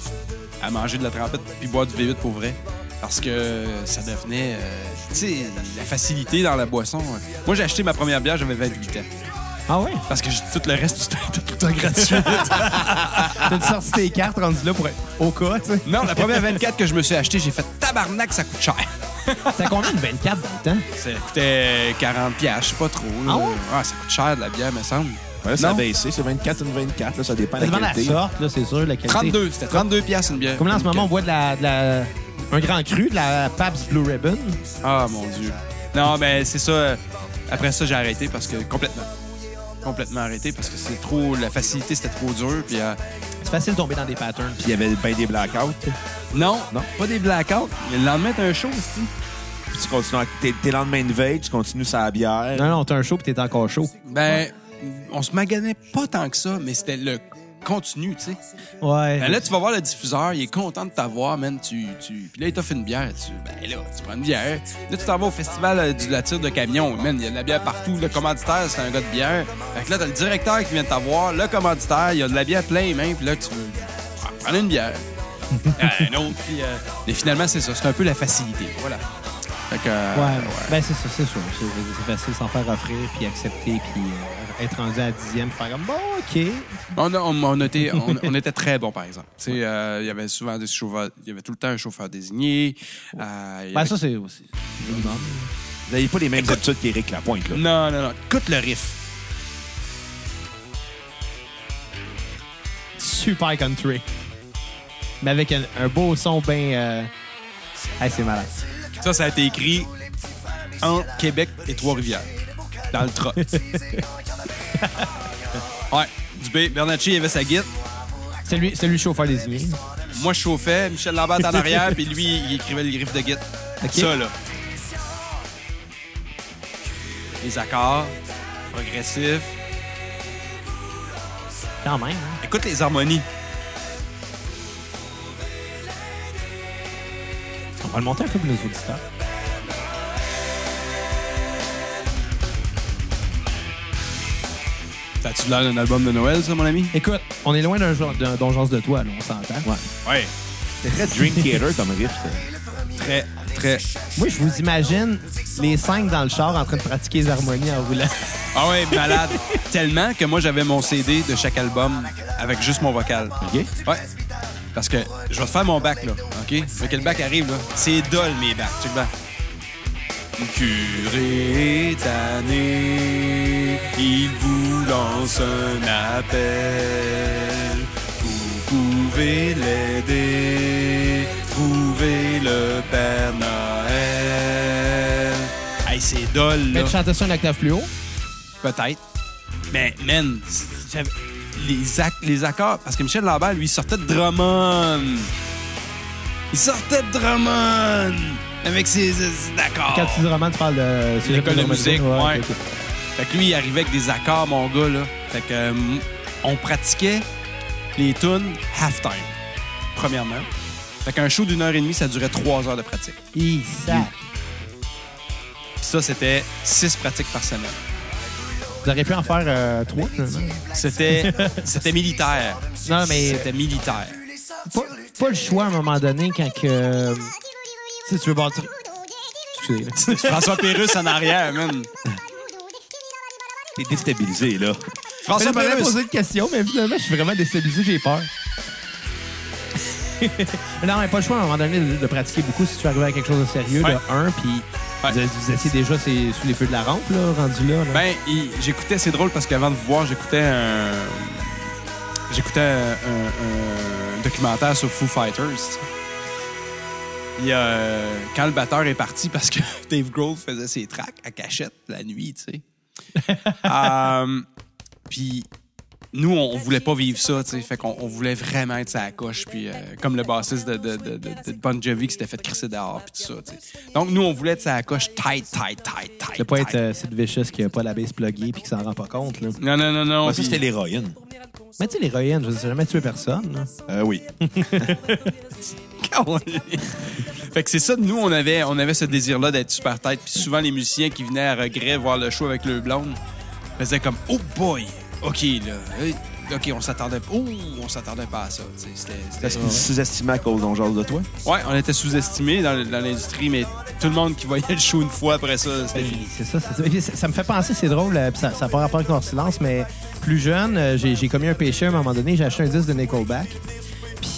D: à manger de la trempette puis boire du V8 pour vrai. Parce que ça devenait, euh, tu sais, la facilité dans la boisson. Moi, j'ai acheté ma première bière, j'avais 28 ans.
A: Ah ouais?
D: Parce que j'ai- tout le reste du temps était tout le temps gratuit.
A: (laughs) T'as sorti tes cartes rendues là pour au cas, tu sais.
D: non, la première 24 que je me suis achetée, j'ai fait tabarnak, ça coûte cher.
A: Ça combien de 24 dans le temps?
D: Ça coûtait 40 piastres, je sais pas trop. là.
A: Ah ouais?
D: ça coûte cher de la bière, me semble.
C: Ouais, là, ça a
D: Non.
C: baissé, c'est 24 une 24, là, ça dépend
A: Ça
C: de la
A: dépend de la
C: qualité.
A: sorte, là, c'est sûr, la qualité.
D: 32, c'était 32 piastres une bière.
A: Comme là, en ce
D: Une
A: moment, on boit de la, de la- un grand cru, de la Pabst Blue Ribbon.
D: Ah, mon Dieu. Non, mais c'est ça. Après ça, j'ai arrêté parce que complètement. Complètement arrêté parce que c'est trop. La facilité, c'était trop dur. Puis, euh,
A: C'est facile de tomber dans des patterns.
C: Puis il y avait ben des blackouts.
D: Non,
C: Non.
D: pas des blackouts. Mais le lendemain, t'as un show aussi.
C: Puis tu continues, à- t'es, t'es lendemain de veille, tu continues sa bière.
A: Non, non, t'as un show puis t'es encore chaud.
D: Ben, on se maganait pas tant que ça, mais c'était le continu, tu sais.
A: Ouais.
D: Ben là, tu vas voir le diffuseur, il est content de t'avoir, man. Tu, tu... Puis là, il t'offre une bière. Tu... Ben là, tu prends une bière. Là, tu t'en vas au festival euh, du, de la tire de camion. Man, il y a de la bière partout. Le commanditaire, c'est un gars de bière. Fait que là, t'as le directeur qui vient de t'avoir, le commanditaire, il y a de la bière plein les mains. Puis là, tu veux ah, prendre une bière. Ah, une autre. Puis, euh, Mais finalement, c'est ça. C'est un peu la facilité. Voilà. Fait que. euh,
A: Ouais,
D: ouais.
A: ben c'est ça, c'est sûr. C'est- C'est facile s'en faire offrir, puis accepter, puis euh, être rendu à la dixième, faire comme bon, ok.
D: On, a- on- on était, on, on était très bons, par exemple. Tu sais, euh, il y avait souvent des chauffeurs. Il y avait tout le temps un chauffeur désigné. Euh, il y
A: Ben
D: avait
A: ça, c'est aussi. minimum.
C: Vous n'avez pas les mêmes habitudes qu'Éric Lapointe, là.
D: Non, non, non. Écoute le riff.
A: Super country. Mais avec un, un beau son bien. Euh... hey, c'est malade.
D: Ça, ça a été écrit en Québec et Trois-Rivières. Dans le (laughs) trot. ouais. Dubé, Bernacchi, il avait sa guide.
A: C'est lui, c'est lui le chauffeur désigné.
D: Moi, je chauffais. Michel Lambert était en arrière. Puis lui, il écrivait le riff de guide.
A: Ok.
D: Ça, là. Les accords. Progressifs.
A: Quand même. hein.
D: Écoute les harmonies.
A: On va le monter un peu pour nos auditeurs.
D: T'as-tu l'air d'un album de Noël, ça, mon ami?
A: Écoute, on est loin d'un genre d'un donjance de toi, là, on s'entend.
D: Ouais.
C: C'est très Dream Theater comme riff. ça.
D: Très, très.
A: Moi, je vous imagine les cinq dans le char en train de pratiquer les harmonies en roulant.
D: Ah ouais, malade. Tellement que moi, j'avais mon CD de chaque album avec juste mon vocal.
C: OK?
D: Ouais. Parce que je vais te faire mon bac, là. OK? Fait que le bac arrive, là. C'est dol, mes bacs. Check bien. Curé tanné, il vous lance un appel. Vous pouvez l'aider, trouver le Père Noël. Hey, c'est dol, là.
A: Mais tu chantais ça un octave plus haut.
D: Peut-être. Mais, man, j'avais- les, ac- les accords. Parce que Michel Lambert, lui, il sortait de Drummond. Il sortait de Drummond avec ses, ses- ses accords.
A: Quand tu dis roman, tu parles de. c'est
D: Ah. L'école de
A: Roman
D: musique,
A: Roman,
D: ouais.
A: ok, ok.
D: Fait que lui, il arrivait avec des accords, mon gars, là. Fait que, euh, on pratiquait les tunes halftime, premièrement. Fait qu'un show d'une heure et demie, ça durait trois heures de pratique.
A: Hi, sac.
D: Puis ça, c'était six pratiques par semaine.
A: Vous auriez pu en faire euh, trois, finalement.
D: C'était c'était militaire.
A: Non, mais-
D: C'était militaire.
A: Pas, pas le choix à un moment donné quand que. euh, Si tu veux bâtir. Excusez, là.
D: François Pérusse en arrière, man.
C: T'es déstabilisé, là.
A: Je
D: François
A: voulais
D: Pérusse.
A: poser une question, mais finalement, je suis vraiment déstabilisé, j'ai peur. (laughs) non, mais pas le choix à un moment donné de, de pratiquer beaucoup si tu arrives à quelque chose de sérieux,
D: Ouais.
A: de un, puis
D: Ouais.
A: vous, vous étiez déjà c'est- sous les feux de la rampe, là, rendu là. là.
D: Ben, il- j'écoutais, c'est drôle parce qu'avant de vous voir, j'écoutais un. J'écoutais un, un- un documentaire sur Foo Fighters. Il y a, euh, quand le batteur est parti (laughs) parce que Dave Grohl faisait ses tracks à cachette la nuit, tu sais.
A: (laughs)
D: Euh, Puis nous, on, on voulait pas vivre ça, tu sais. Fait qu'on on voulait vraiment être sa coche. Puis euh, comme le bassiste de, de, de, de, de Bon Jovi qui s'était fait crisser dehors, puis tout ça, tu sais. Donc nous, on voulait être sa coche tight, tight, tight, tight.
A: de pas
D: tight.
A: être euh, Sid Vicious qui a pas la base pluggée puis qui s'en rend pas compte, là.
D: Non, non, non, non.
C: Moi, ça, c'était l'héroïne.
A: Mais tu sais, l'héroïne, je veux dire, ça a jamais tué personne, là.
D: (laughs)
C: Euh, oui.
D: On- fait que c'est ça, nous, on avait, on avait ce désir-là d'être super tête. Puis souvent, les musiciens qui venaient à regret voir le show avec le blonde faisaient comme Oh boy! OK, là. hey, OK, on s'attendait pas. ouh, on s'attendait pas à ça. tu sais, C'était. c'était-
C: Parce qu'il sous-estimait à cause d'on jase de toi.
D: Ouais, on était sous-estimés dans, dans l'industrie, mais tout le monde qui voyait le show une fois après ça, c'était fini.
A: C'est ça, c'est ça. Et ça. ça me fait penser, c'est drôle, euh, pis ça n'a pas rapport avec leur silence, mais plus jeune, euh, j'ai j'ai commis un péché à un moment donné, j'ai acheté un disque de Nickelback.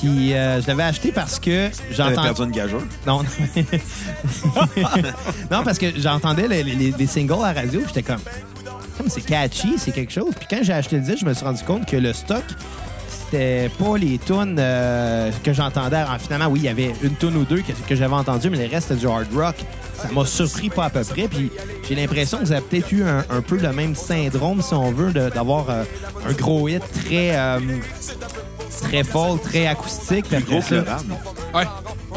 A: Puis euh, je l'avais acheté parce que
C: T'avais
A: j'entendais.
C: perdu une gageure.
A: Non, non. (laughs) non, parce que j'entendais les, les- les singles à la radio, j'étais comme, comme c'est catchy, c'est quelque chose. Puis quand j'ai acheté le disque, je me suis rendu compte que le stock, c'était pas les tunes euh, que j'entendais. Alors, finalement, oui, il y avait une tune ou deux que, que j'avais entendu, mais le reste, c'était du hard rock. Ça m'a surpris pas à peu près. Puis j'ai l'impression que vous avez peut-être eu un, un peu le même syndrome, si on veut, de- d'avoir euh, un gros hit très. euh, très folle, très acoustique. puis
C: Plus
A: après
C: gros que le
A: ça-
C: RAM.
D: Ouais,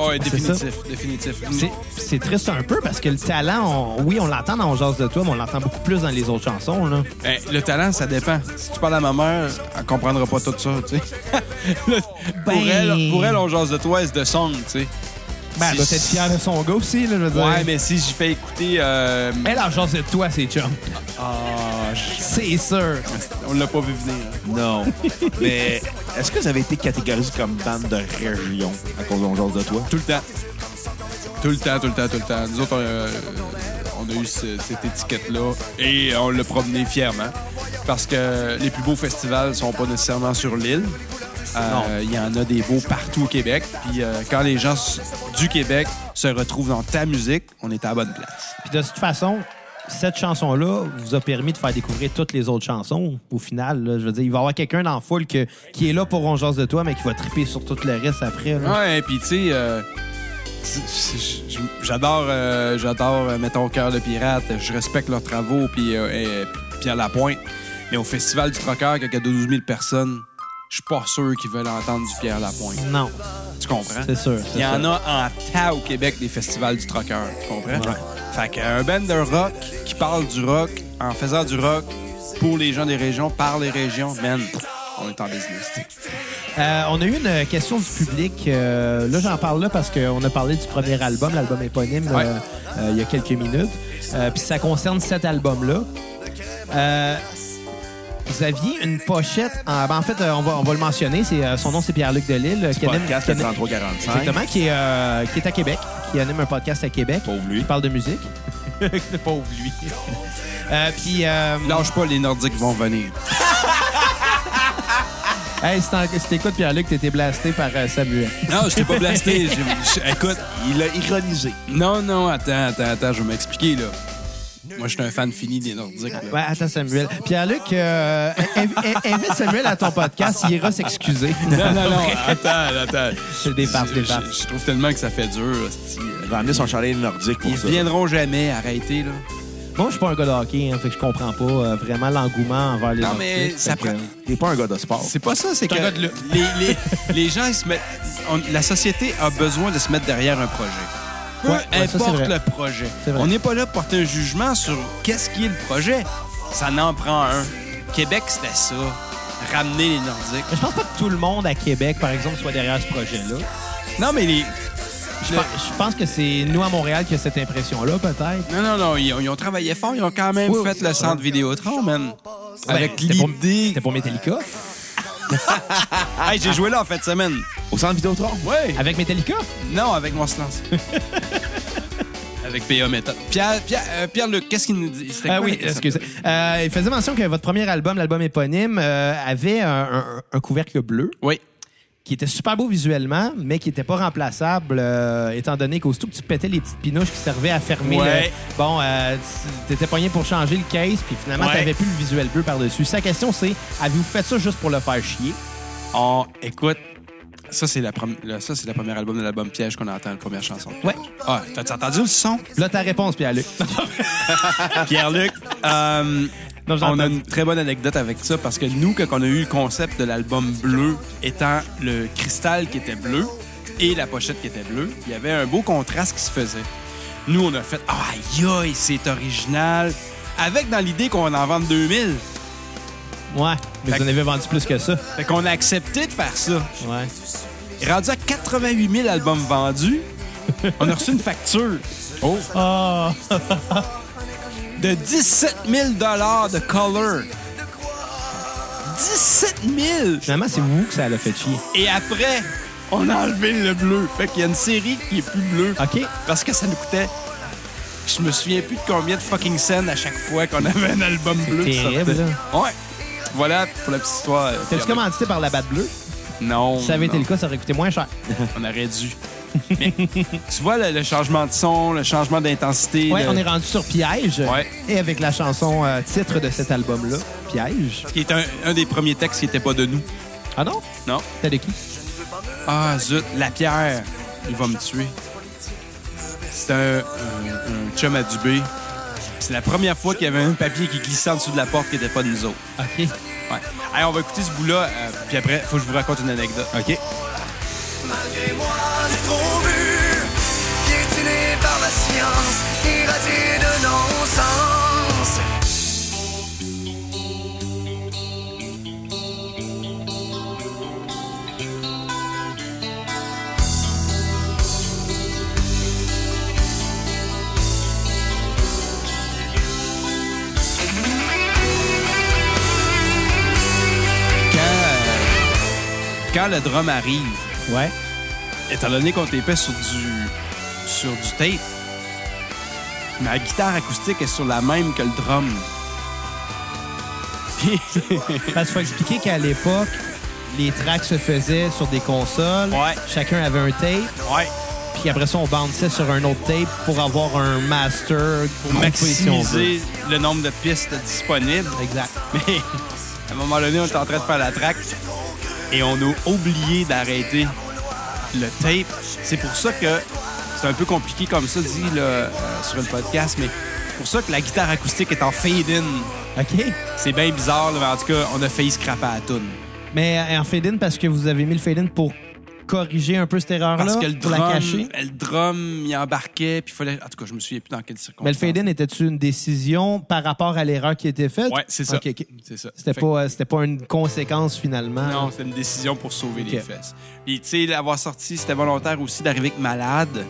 D: ouais,
A: c'est ça.
D: définitif, définitif.
A: c'est- c'est triste un peu parce que le talent, on- oui, on l'entend dans On jase de toi, mais on l'entend beaucoup plus dans les autres chansons. Là.
D: Ben, le talent, ça dépend. Si tu parles à ma mère, elle comprendra pas tout ça, tu sais. Le- pour,
A: Ben-
D: elle, pour elle, on jase de toi, c'est de son, tu sais.
A: Ben, elle doit
D: Si-
A: être fière de son gars aussi, là, je veux dire.
D: Ouais, mais si j'y fais écouter... euh,
A: Elle en jase de toi, c'est chum.
D: ah, je-
A: C'est sûr.
D: on l'a pas vu venir. hein.
C: Non. Mais est-ce que vous avez été catégorisé comme bande de région à cause d'on jase de toi?
D: Tout le temps. Tout le temps, tout le temps, tout le temps. Nous autres, euh, on a eu ce- cette étiquette-là et on l'a promené fièrement. Parce que les plus beaux festivals sont pas nécessairement sur l'île. Euh, Il y en a des beaux partout au Québec. Puis euh, quand les gens s- du Québec se retrouvent dans ta musique, on est à la bonne place.
A: Puis de toute façon, cette chanson-là vous a permis de faire découvrir toutes les autres chansons au final. là. je veux dire, il va y avoir quelqu'un dans la foule que- qui est là pour On jase de toi, mais qui va triper sur tout le reste après. là.
D: Ouais, puis tu sais, euh, c'est- c'est- j- j'adore, euh, j'adore, euh, mettons, Cœur de Pirate. Je respecte leurs travaux, puis euh, et- puis à la pointe. Mais au Festival du Trocœur, quand il y a 12 000 personnes, je suis pas sûr qu'ils veulent entendre du Pierre Lapointe.
A: Non,
D: Tu comprends?
A: c'est sûr.
D: Il y en a en tas au Québec des festivals du Trocœur. Tu comprends? Fait qu'un band de rock qui parle du rock en faisant du rock pour les gens des régions, par les régions, man, on est en business. tu sais.
A: Euh, on a eu une question du public. Euh, là, j'en parle là parce qu'on a parlé du premier album, l'album éponyme,
D: Ouais.
A: euh, euh, il y a quelques minutes. Euh, Puis ça concerne cet album-là. Euh, vous aviez une pochette. En, ben, en fait, euh, on va, on va le mentionner. C'est, euh, son nom, c'est Pierre-Luc Delille. qui anime-
C: Podcast
A: qui anime-
C: 3345.
A: exactement, qui est, euh, qui est à Québec, qui anime un podcast à Québec.
C: Pauvre lui.
A: Qui parle de musique.
D: Pauvre lui.
A: Euh, Puis, euh,
D: Lâche pas, les Nordiques vont venir.
A: hey, si t'en- si t'écoutes Pierre-Luc, t'étais blasté par euh, Samuel.
D: Non, je t'ai pas blasté. Je- je- écoute,
C: Il a ironisé.
D: non, non, attends, attends, attends, je vais m'expliquer, là. Moi, je suis un fan fini des Nordiques. là.
A: Ouais, attends, Samuel. Pierre-Luc, euh, inv- inv- invite Samuel à ton podcast. Il ira s'excuser.
D: Non, non, non, attends, attends.
A: Je dépasse, je
D: je,
A: dépasse.
D: je- je trouve tellement que ça fait dur. hostie. euh,
C: Il va amener son chalet nordique pour
D: Ils
C: ça.
D: viendront jamais arrêter, là.
A: Moi, je suis pas un gars de hockey, hein, fait que je comprends pas euh, vraiment l'engouement envers les
D: Non, mais
A: Nordiques,
D: ça
A: fait que,
D: prend-
C: T'es pas un gars de sport.
D: C'est pas ça, c'est que
A: un gars de lutte.
D: les, les- les gens, ils se mettent. on- la société a besoin de se mettre derrière un projet. Peu
A: Ouais, ouais, ça, c'est
D: importe
A: vrai.
D: le projet.
A: C'est vrai.
D: On n'est pas là pour porter un jugement sur qu'est-ce qui est le projet. Ça n'en prend un. Québec, c'était ça. Ramener les Nordiques.
A: Mais Je pense pas que tout le monde à Québec, par exemple, soit derrière ce projet-là.
D: Non, mais les.
A: Je,
D: Le-
A: pense- je pense que c'est nous à Montréal qui a cette impression-là, peut-être.
D: Non, non, non, ils ont, ils ont travaillé fort, ils ont quand même
A: Oui, oui,
D: fait le centre Vidéotron, man. Avec
A: c'était pour-
D: l'idée.
A: C'était pour Metallica.
D: Hey, j'ai joué là en fin de semaine.
C: Au centre Vidéotron?
D: Ouais.
A: Avec Metallica?
D: Non, avec mon silence. (laughs) avec PA Méthode. Pierre, Pierre, euh, Pierre-Luc, qu'est-ce qu'il nous dit? C'était
A: Ah
D: quoi
A: oui,
D: la question?
A: excusez. Euh, il faisait mention que votre premier album, l'album éponyme, euh, avait un- un- un couvercle bleu.
D: Oui.
A: qui était super beau visuellement, mais qui n'était pas remplaçable, euh, étant donné qu'aussitôt que tu pétais les petites pinouches qui servaient à fermer,
D: Ouais.
A: le- bon, euh, tu- t'étais pogné pour changer le case, puis finalement,
D: Ouais.
A: t'avais plus le visuel bleu par-dessus. Sa question, c'est, avez-vous fait ça juste pour le faire chier?
D: On écoute. Ça, c'est la, prom- le- ça, c'est le premier album de l'album Piège qu'on entend, la première chanson.
A: Ouais.
D: Ah, t'as entendu le son?
A: Là, ta réponse,
D: (laughs)
A: Pierre-Luc.
D: Pierre-Luc, euh,
A: Non, j'ai
D: on a
A: entendu.
D: une très bonne anecdote avec ça parce que nous, quand on a eu le concept de l'album bleu étant le cristal qui était bleu et la pochette qui était bleue, il y avait un beau contraste qui se faisait. Nous, on a fait Ah, aïe, aïe, c'est original, avec dans l'idée qu'on en vende 2000.
A: ouais, mais
D: Fait
A: vous en avez vendu plus que ça.
D: Fait qu'on a accepté de faire ça.
A: Ouais.
D: Rendu à 88 000 albums vendus, on a reçu une facture
A: Ah!
D: de 17 000 de Color. 17 000
A: Finalement, c'est vous que ça l'a fait chier.
D: Et après, on a enlevé le bleu. Fait qu'il y a une série qui est plus bleue.
A: OK.
D: Parce que ça nous coûtait. Je me souviens plus de combien de fucking cents à chaque fois qu'on avait un album bleu. qui
A: terrible,
D: sortait.
A: là.
D: Ouais. Voilà pour la petite histoire. euh,
A: T'as-tu commandité par la batte bleue?
D: Non.
A: Si ça avait été
D: non.
A: le cas, ça aurait coûté moins cher.
D: On aurait dû.
A: (laughs)
D: Mais tu vois le, le changement de son, le changement d'intensité.
A: Ouais,
D: le-
A: on est rendu sur Piège.
D: Ouais.
A: Et avec la chanson euh, titre de cet album-là, Piège.
D: Qui est un, un des premiers textes qui n'était pas de nous.
A: Ah non?
D: Non.
A: T'as de qui?
D: Ah zut, la pierre, il va me tuer. C'est un, un- un chum à Dubé. C'est la première fois qu'il y avait un papier qui glissait en dessous de la porte qui n'était pas de nous autres.
A: OK.
D: Ouais. Hey, on va écouter ce bout-là, euh, puis après, faut que je vous raconte une anecdote.
C: OK.
B: Malgré moi, j'ai trop bu, piétiné par la science, irradié de non-sens.
D: Quand, euh, quand le drum arrive,
A: Ouais.
D: étant donné qu'on tapait sur du, sur du tape, ma guitare acoustique est sur la même que le drum. (laughs)
A: Parce qu'il faut expliquer qu'à l'époque, les tracks se faisaient sur des consoles.
D: Ouais.
A: Chacun avait un tape.
D: Ouais.
A: Puis après ça, on bounçait sur un autre tape pour avoir un master
D: Pour
A: groupé, si on veut.
D: maximiser le nombre de pistes disponibles.
A: Exact.
D: Mais à un moment donné, on était en train de faire la track et on a oublié d'arrêter le tape. C'est pour ça que c'est un peu compliqué comme ça dit là, euh, sur le podcast, mais c'est pour ça que la guitare acoustique est en fade-in.
A: OK.
D: C'est bien bizarre, là, mais en tout cas, on a failli scraper à la toune.
A: Mais euh, en fade-in, parce que vous avez mis le fade-in pour corriger un peu cette erreur-là,
D: Parce que le
A: pour la
D: drum,
A: cacher.
D: le drum, il embarquait, puis il fallait... En tout cas, je me souviens plus dans quelles
A: Mais le
D: circonstances.
A: fade-in, était-tu une décision par rapport à l'erreur qui était faite?
D: Ouais, c'est ça.
A: OK, OK.
D: C'est ça.
A: C'était
D: Fait-
A: pas, euh, c'était pas une conséquence, finalement.
D: Non, c'était une décision pour sauver les
A: Ok.
D: fesses. Puis, tu sais, avoir sorti, c'était volontaire aussi d'arriver avec malade.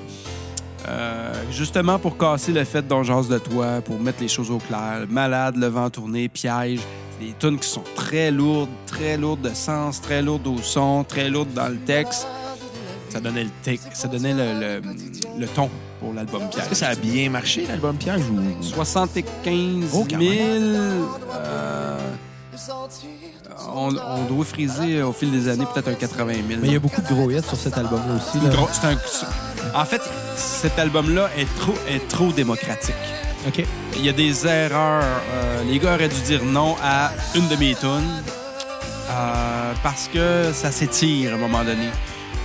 D: Euh, justement pour casser le fait d'on jase de toi, pour mettre les choses au clair. Malade, le vent tourné, piège. C'est Des tunes qui sont très lourdes, très lourdes de sens, très lourdes au son, très lourdes dans le texte. Ça donnait le, tic- ça donnait le, le- le ton pour l'album
C: Est-ce que
D: Piège.
C: ça a bien marché, l'album Piège, ou...
D: 75 000.
C: Oh, quand même.
D: euh, on, on doit friser euh, au fil des années peut-être un 80 000.
A: Mais il y a beaucoup de gros hits sur cet album-là aussi. là.
D: Gros, c'est un- c'est- En fait, cet album-là est trop, est trop démocratique.
A: OK.
D: Il y a des erreurs. Euh, les gars auraient dû dire non à une de mes tunes euh, parce que ça s'étire à un moment donné.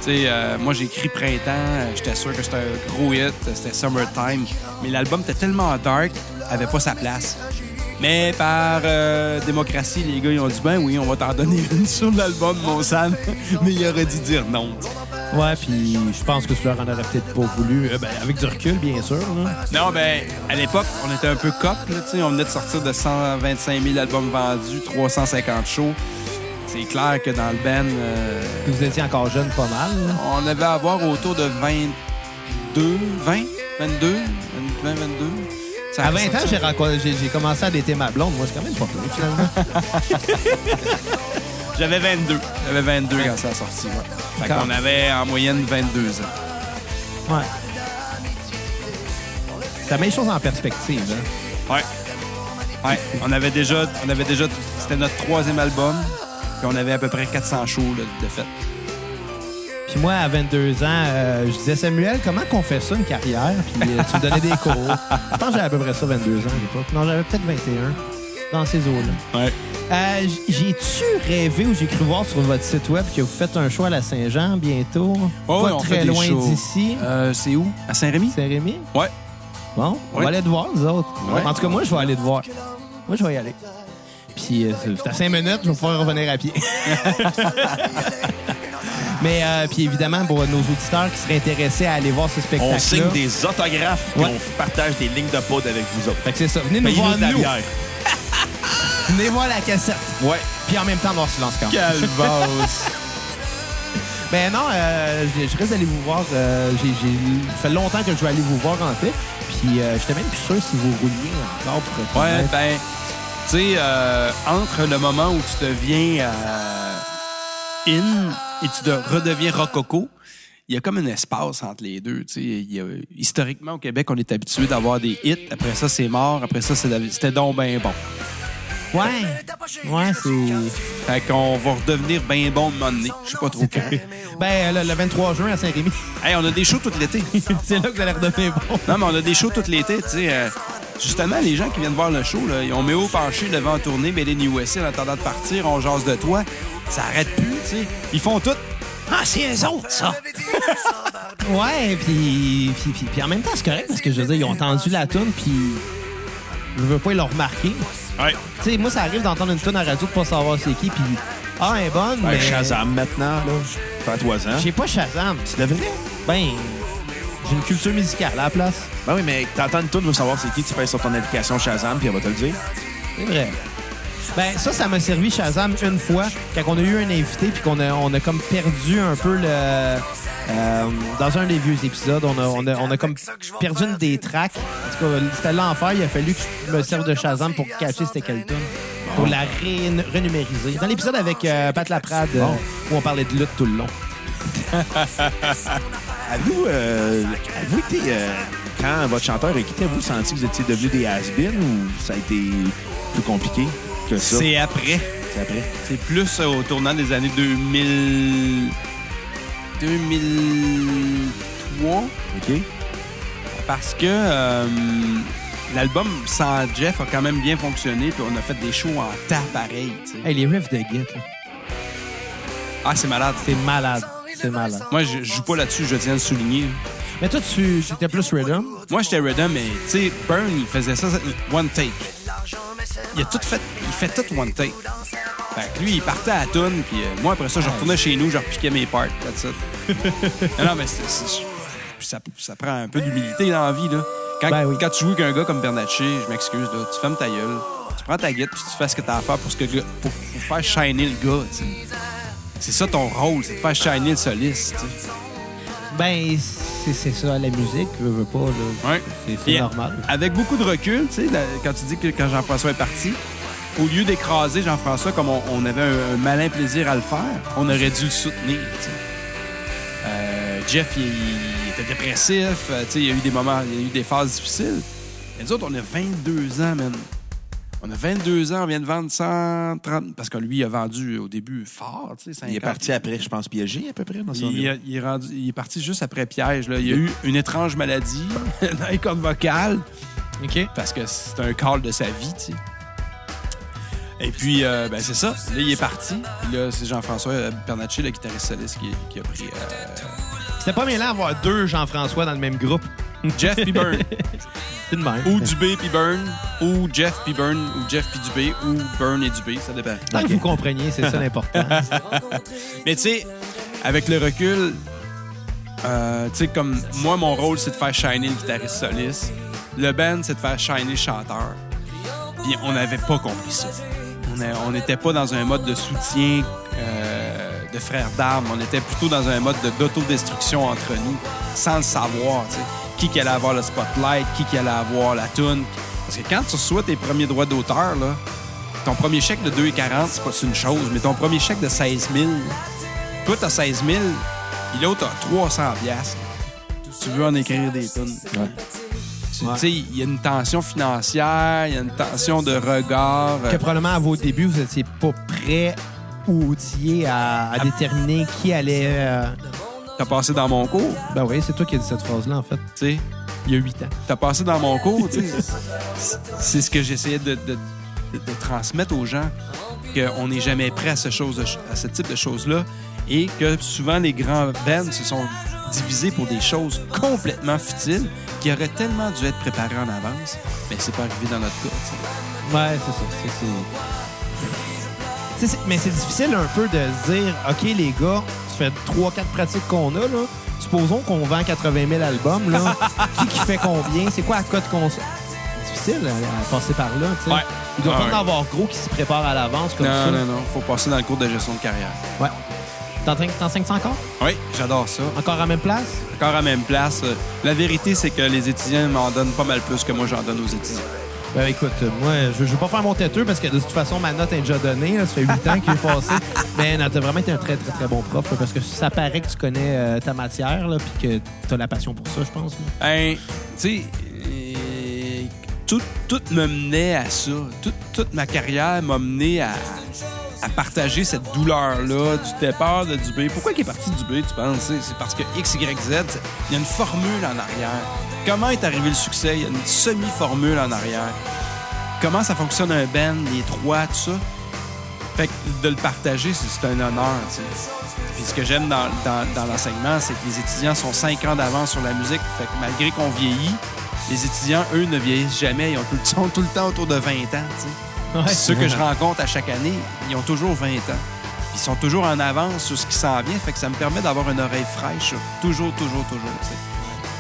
D: Tu sais, euh, moi, j'ai écrit Printemps. euh, J'étais sûr que c'était un gros hit. C'était Summertime. Mais l'album était tellement dark, avait pas sa place. Mais par euh, démocratie, les gars, ils ont dit « Ben oui, on va t'en donner une sur l'album, mon Sam. » (laughs) Mais il aurait dû dire non.
A: Ouais, puis je pense que tu leur en aurais peut-être pas voulu. Euh, ben, avec du recul, bien sûr. là.
D: Non, ben, à l'époque, on était un peu cop, là, tu sais, on venait de sortir de 125 000 albums vendus, 350 shows. C'est clair que dans le band, euh,
A: Puis vous étiez encore jeune pas mal. là.
D: on avait à avoir autour de 22, 20, 22, 20, 22. Ça
A: À
D: a
A: 20 ans,
D: sorti-
A: j'ai rencontré- j'ai j'ai commencé à dater ma blonde. Moi, c'est quand même pas peu, finalement.
D: J'avais 22. J'avais 22 quand ça a sorti, ouais. Fait
A: Quand-
D: qu'on avait en moyenne 22 ans.
A: Ouais. Ça met les choses en perspective. hein.
D: Ouais. Ouais, on avait déjà... On avait déjà C'était notre troisième album, puis on avait à peu près 400 shows, là, de fait.
A: Puis moi, à 22 ans, euh, je disais, Samuel, comment qu'on fait ça, une carrière? Puis euh, tu me donnais des
D: (laughs)
A: cours. Je pense que j'avais à peu près ça, 22 ans à l'époque. Non, j'avais peut-être 21 dans ces eaux-là.
D: Ouais.
A: Euh, j- J'ai-tu rêvé ou j'ai cru voir sur votre site web que vous faites un choix à la Saint-Jean bientôt?
D: Oh,
A: pas
D: oui, on
A: très
D: fait des
A: loin
D: shows.
A: d'ici.
D: Euh, c'est où? À Saint-Rémy?
A: C'est Rémi?
D: Ouais.
A: Bon, on va
D: Ouais.
A: aller te voir, nous autres.
D: Ouais.
A: En tout cas, moi, je vais aller te voir. Moi, je vais y aller. Puis, euh, c'est- c'est à cinq minutes, je vais pouvoir revenir à pied. (laughs) Mais, euh, puis évidemment, pour nos auditeurs qui seraient intéressés à aller voir ce
C: On signe
A: spectacle-là.
C: des autographes et
A: Ouais.
C: on partage des lignes de poudre avec vous autres.
A: Fait que c'est ça. Venez nous
C: Payez-nous
A: voir,
C: de la
A: nous.
C: bière.
A: Venez voir la cassette.
D: Ouais.
A: Puis en même temps, Noir Silence quand même.
D: Calvasse.
A: Ben non, euh, je, je reste allé vous voir. euh, j'ai, j'ai- ça fait longtemps que je vais aller vous voir en fait. Puis euh, j'étais même plus sûr si vous rouliez encore pour être
D: (laughs) Ouais,
A: honnête.
D: ben, tu sais, euh, entre le moment où tu deviens euh, in et tu de- redeviens rococo, il y a comme un espace entre les deux. tu sais. Il y a- historiquement, au Québec, on est habitué d'avoir des hits. Après ça, c'est mort. Après ça, c'est de- c'était donc bien bon.
A: Ouais. Ouais, c'est.
D: Fait qu'on va redevenir bien bon de donné. Je sais pas trop quand.
A: Ben le, le 23 juin à Saint-Rémy, (laughs)
D: hey, on a des shows tout l'été.
A: c'est là que vous allez redevenir bon.
D: Non, mais on a des shows tout l'été, tu sais. euh, justement, les gens qui viennent voir le show, là, ils ont mis haut penché devant la tournée Made in USA en attendant de partir, on jase de toi. Ça arrête plus, tu sais. Ils font tout. Ah, c'est eux autres, ça!
A: Ouais, puis, puis, puis, puis en même temps, c'est correct parce que je veux dire, ils ont entendu la tune, puis je veux pas ils l'ont remarqué.
C: Ouais.
A: Tu sais, moi, ça arrive d'entendre une tune à la radio de pas savoir c'est qui, puis ah, elle est bonne,
C: Ben,
A: mais.
C: Shazam hein? maintenant, là. Fais-toi ça.
A: J'ai pas Shazam.
C: Tu devrais.
A: Ben, j'ai une culture musicale à la place.
C: Ben oui, mais t'entends une tour, tu veux savoir c'est qui, tu passes sur ton application Shazam, puis elle va te le dire.
A: C'est vrai. Ben, ça, ça m'a servi Shazam une fois, quand on a eu un invité, puis qu'on a, on a comme perdu un peu le. euh, dans un des vieux épisodes, on a, on a, on a comme perdu une des tracks. En tout cas, c'était l'enfer. Il a fallu que je me serve de Shazam pour cacher c'était quelle tune, pour la ré- renumériser. Dans l'épisode avec euh, Pat Laprade, euh, où on parlait de lutte tout le long.
C: Avez-vous euh, avez-vous été, euh, quand votre chanteur a quitté, avez-vous senti que vous étiez devenu des has ou ça a été plus compliqué que ça?
D: C'est après.
C: C'est après.
D: C'est plus euh, au tournant des années 2000. 2003.
C: OK?
D: Parce que euh, l'album sans Jeff a quand même bien fonctionné, puis on a fait des shows en tas pareil, tu sais.
A: Hey, les riffs de Git, là,
D: Ah, c'est malade.
A: c'est malade. (laughs) C'est malade.
D: Moi, je je joue pas là-dessus, je tiens à le souligner.
A: Mais toi, tu étais plus rhythm.
D: Moi, j'étais Redum, mais tu sais, Burn, il faisait ça one take. Il a tout fait, il fait tout one take. Fait que lui, il partait à la toune, puis euh, moi, après ça, je retournais chez nous, je repiquais mes parts, that's it.
A: (laughs)
D: non, non, mais c'est- c'est- ça, ça prend un peu d'humilité dans la vie, là. Quand,
A: Ben oui.
D: quand tu joues avec un gars comme Bernatchez, je m'excuse, là, tu fermes ta gueule, tu prends ta guette, puis tu fais ce que t'as à faire pour, ce que, le gars- pour, pour faire shiner le gars, tu sais. C'est ça ton rôle, c'est de faire shiner le soliste, tu sais.
A: Ben, c'est c'est ça, la musique, je veux pas, là.
D: Ouais.
A: C'est- c'est
D: Et
A: normal.
D: Avec beaucoup de recul, tu sais, la- quand tu dis que quand Jean-François est parti, au lieu d'écraser Jean-François comme on, on avait un, un malin plaisir à le faire, on aurait dû le soutenir. tu sais. Euh, Jeff, il, il était dépressif, euh, tu sais, il y a eu des moments, il y a eu des phases difficiles. Mais nous autres, on a 22 ans, man. On a 22 ans, on vient de vendre 130... Parce que lui, il a vendu au début fort, tu sais, 50
C: Il est parti après, je pense, piégé à peu près dans son
D: il, il est rendu- il est parti juste après piège. là. Il y a eu une étrange maladie (laughs) dans les cordes vocales.
A: OK.
D: Parce que c'est un call de sa vie, tu sais. Et puis, euh, ben, c'est ça. Là, il est parti. Puis là, c'est Jean-François euh, Bernatchez, le guitariste soliste, qui, qui a pris euh,
A: C'était pas mêlant d'avoir deux Jean-François dans le même groupe.
D: Jeff P. Byrne.
A: C'est de même.
D: ou Dubé P. Byrne. Ou Jeff P. Byrne. Ou Jeff P. Dubé. Ou Byrne et Dubé. Ça dépend.
C: Ah,
A: Tant que vous compreniez, c'est (laughs) ça l'important.
D: Mais tu sais, avec le recul, euh, tu sais, comme moi, mon rôle, c'est de faire shiner le guitariste soliste. Le band, c'est de faire shiner le chanteur. Puis on n'avait pas compris ça. On a- On n'était pas dans un mode de soutien euh, de frères d'armes. On était plutôt dans un mode de- d'autodestruction entre nous, sans le savoir. tu sais. Qui qui allait avoir le spotlight, qui qui allait avoir la tune. Parce que quand tu reçois tes premiers droits d'auteur, là, ton premier chèque de 2,40, c'est pas c'est une chose, mais ton premier chèque de 16 000, toi, t'as 16 000, puis l'autre, t'as 300 piastres. Tu veux en écrire des tonnes. Tu tu sais, il y a une tension financière, il y a une tension de regard. euh,
A: que probablement, à vos débuts, vous étiez pas prêt ou outillé à, à déterminer qui allait... euh,
D: T'as passé dans mon cours,
A: Ben oui, c'est toi qui as dit cette phrase-là, en fait,
D: tu sais.
A: il y a huit ans.
D: T'as passé dans mon cours, tu sais. C'est- C'est ce que j'essayais de, de- de- de transmettre aux gens, qu'on n'est jamais prêt à ce, chose, à ce type de choses-là et que souvent les grands bands se sont divisés pour des choses complètement futiles qui auraient tellement dû être préparées en avance, mais c'est pas arrivé dans notre cas, tu sais.
A: Ouais, c'est ça. c'est- c'est- Tu sais, c'est- mais c'est difficile un peu de se dire, OK, les gars, ça fait 3-4 pratiques qu'on a, là. Supposons qu'on vend 80 000 albums,
D: (laughs)
A: là. qui, qui fait combien? C'est quoi la cote qu'on... s- difficile euh, à, à passer par là, tu sais.
D: Ouais.
A: Il doit
D: Ah
A: pas
D: ouais.
A: en avoir gros qui se prépare à l'avance comme
D: non,
A: ça.
D: non, non. faut passer dans le cours de gestion de carrière.
A: Ouais. T'en- T'enseignes ça encore?
D: Oui, j'adore ça.
A: Encore à la même place?
D: Encore à la même place. euh, La vérité, c'est que les étudiants m'en donnent pas mal plus que moi j'en donne aux étudiants.
A: Ben écoute, euh, moi, je, je veux pas faire mon têteux parce que de toute façon, ma note est déjà donnée. là. Ça fait 8 ans qu'il est
D: (laughs)
A: passé. Mais non, t'as vraiment été un très, très, très bon prof là, parce que ça paraît que tu connais euh, ta matière là, puis que t'as la passion pour ça, je pense. là.
D: Hein, tu sais, euh, tout, tout me menait à ça. Tout- toute ma carrière m'a mené à, à partager cette douleur-là du départ de Dubé. Pourquoi il est parti Dubé, tu penses? C'est- C'est parce que X, Y, Z, il y a une formule en arrière. Comment est arrivé le succès? Il y a une semi-formule en arrière. Comment ça fonctionne un band, les trois, tout ça? Fait que de le partager, c'est c'est un honneur. tu sais. Puis ce que j'aime dans, dans- dans l'enseignement, c'est que les étudiants sont cinq ans d'avance sur la musique. Fait que malgré qu'on vieillit, les étudiants, eux, ne vieillissent jamais. Ils ont tout le, sont tout le temps autour de 20 ans. tu sais. Puis Ceux que je rencontre à chaque année, ils ont toujours 20 ans. Puis Ils sont toujours en avance sur ce qui s'en vient. Fait que ça me permet d'avoir une oreille fraîche. sur Toujours, toujours, toujours. tu sais.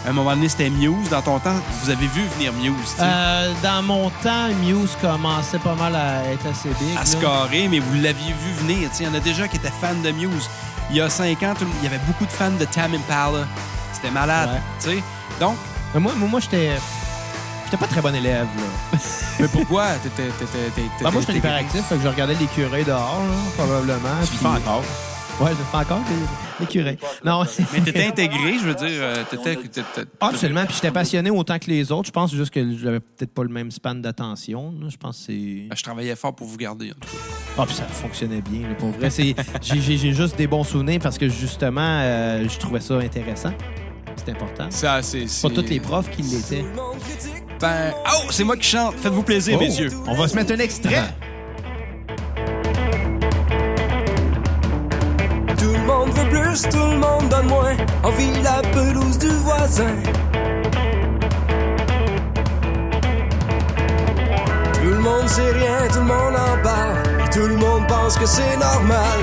D: À un moment donné, c'était Muse. Dans ton temps, vous avez vu venir Muse. tu sais.
A: Euh, dans mon temps, Muse commençait pas mal à être assez big.
D: à
A: là.
D: se carrer, mais vous l'aviez vu venir. Tu sais, Il y en a déjà qui étaient fans de Muse. Il y a cinq ans, tout le- il y avait beaucoup de fans de Tam Impala. C'était malade.
A: Ouais.
D: tu sais. Donc,
A: Mais Moi, moi, moi, j'étais. J'étais pas très bon élève, là.
D: mais pourquoi? T'étais- t'étais- t'étais-
A: Ben, moi, j'étais
D: t'étais-
A: hyperactif, fait que je regardais les curés dehors, là, probablement.
C: Tu le fais encore.
A: Ouais, je le fais encore, les, les curés. Non, (laughs)
D: Mais t'étais intégré, je veux dire. euh, T'étais... t'étais-
A: Ah, Absolument. Puis j'étais passionné autant que les autres. Je pense juste que j'avais peut-être pas le même span d'attention. là. Je pense que c'est.
D: Je travaillais fort pour vous garder. en tout cas.
A: Ah, puis ça fonctionnait bien, là, pour vrai. (laughs) C'est- J'ai j'ai- j'ai juste des bons souvenirs parce que justement, euh, je trouvais ça intéressant. C'est important. C'est
D: Ça, c'est... c'est-
A: Pas tous les profs qui l'étaient.
D: Ben... Oh, c'est moi qui chante. Faites-vous plaisir,
A: Oh,
D: messieurs.
A: On va se mettre un extrait.
E: Tout le monde veut plus, tout le monde donne moins. Envie la pelouse du voisin. Tout le monde sait rien, tout le monde en parle. Et tout le monde pense que c'est normal.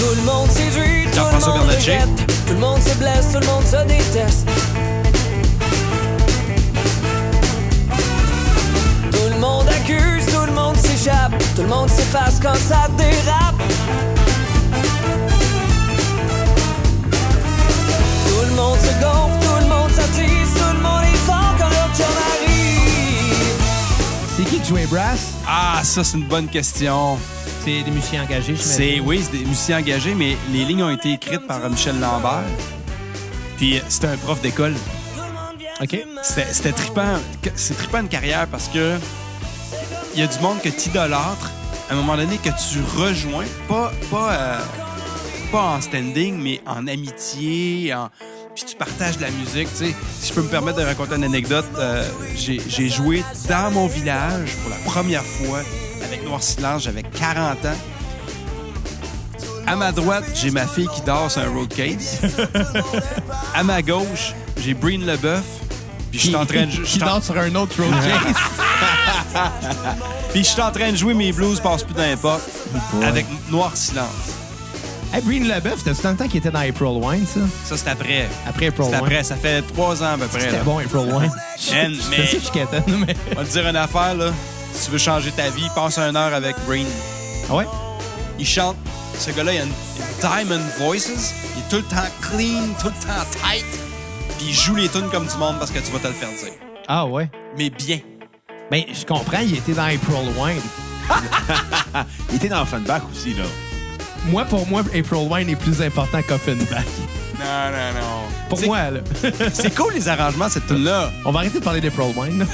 E: Tout le monde séduit, tout le
D: Jean-François
E: monde
D: Bernatchez.
E: regrette. Tout le monde se blesse, tout le monde se déteste. Tout le monde accuse, tout le monde s'échappe, tout le monde s'efface quand ça dérape. Tout le monde se gonfle, tout le monde s'attise, tout le monde est fort quand leur job arrive.
A: C'est qui qui jouait brass?
D: Ah, ça, c'est une bonne question.
A: C'est des musiciens engagés, je
D: C'est oui, c'est des musiciens engagés, mais les lignes ont été écrites par Michel Lambert. Puis euh, c'était un prof d'école.
A: OK.
D: C'était c'était trippant. Que- C'est trippant une carrière parce que il y a du monde que tu idolâtres à un moment donné que tu rejoins, pas, pas, euh, pas en standing, mais en amitié, en- puis tu partages de la musique. tu sais. Si je peux me permettre de raconter une anecdote, euh, j'ai j'ai joué dans mon village pour la première fois avec Noir Silence, j'avais 40 ans. À ma droite, j'ai ma fille qui dort sur un
A: (laughs)
D: road case. à ma gauche, j'ai Breen Leboeuf. Puis je suis en train de je
A: Qui
D: suis en-
A: danse sur un autre
D: (laughs)
A: road case.
D: puis je suis en train de jouer mes blues, passe plus n'importe, avec Noir Silence.
A: hey, Breen Leboeuf, c'était-tu dans le temps qu'il était dans April Wine, ça?
D: Ça, c'est après.
A: Après April
D: C'est
A: Wine.
D: après, ça fait trois ans à peu près.
A: C'était
D: là.
A: bon, April Wine.
D: Man,
A: Je- je
D: mais-
A: sais que je quétaine, mais...
D: On va te dire une affaire, là. Si tu veux changer ta vie, passe une heure avec Green.
A: Ah ouais?
D: Il chante. Ce gars-là, il a une, une diamond voices. Il est tout le temps clean, tout le temps tight. Puis il joue les tunes comme du monde parce que tu vas te le faire dire.
A: Ah ouais?
D: Mais bien.
A: Ben, je comprends, il était dans April Wine.
C: Il était dans Funback aussi, là.
A: Moi, pour moi, April Wine est plus important qu'Offenbach.
D: Non, non, non.
A: Pour
D: C'est-
A: moi, là. (laughs)
D: C'est cool, les arrangements, cette tune-là.
A: On va arrêter de parler d'April Wine.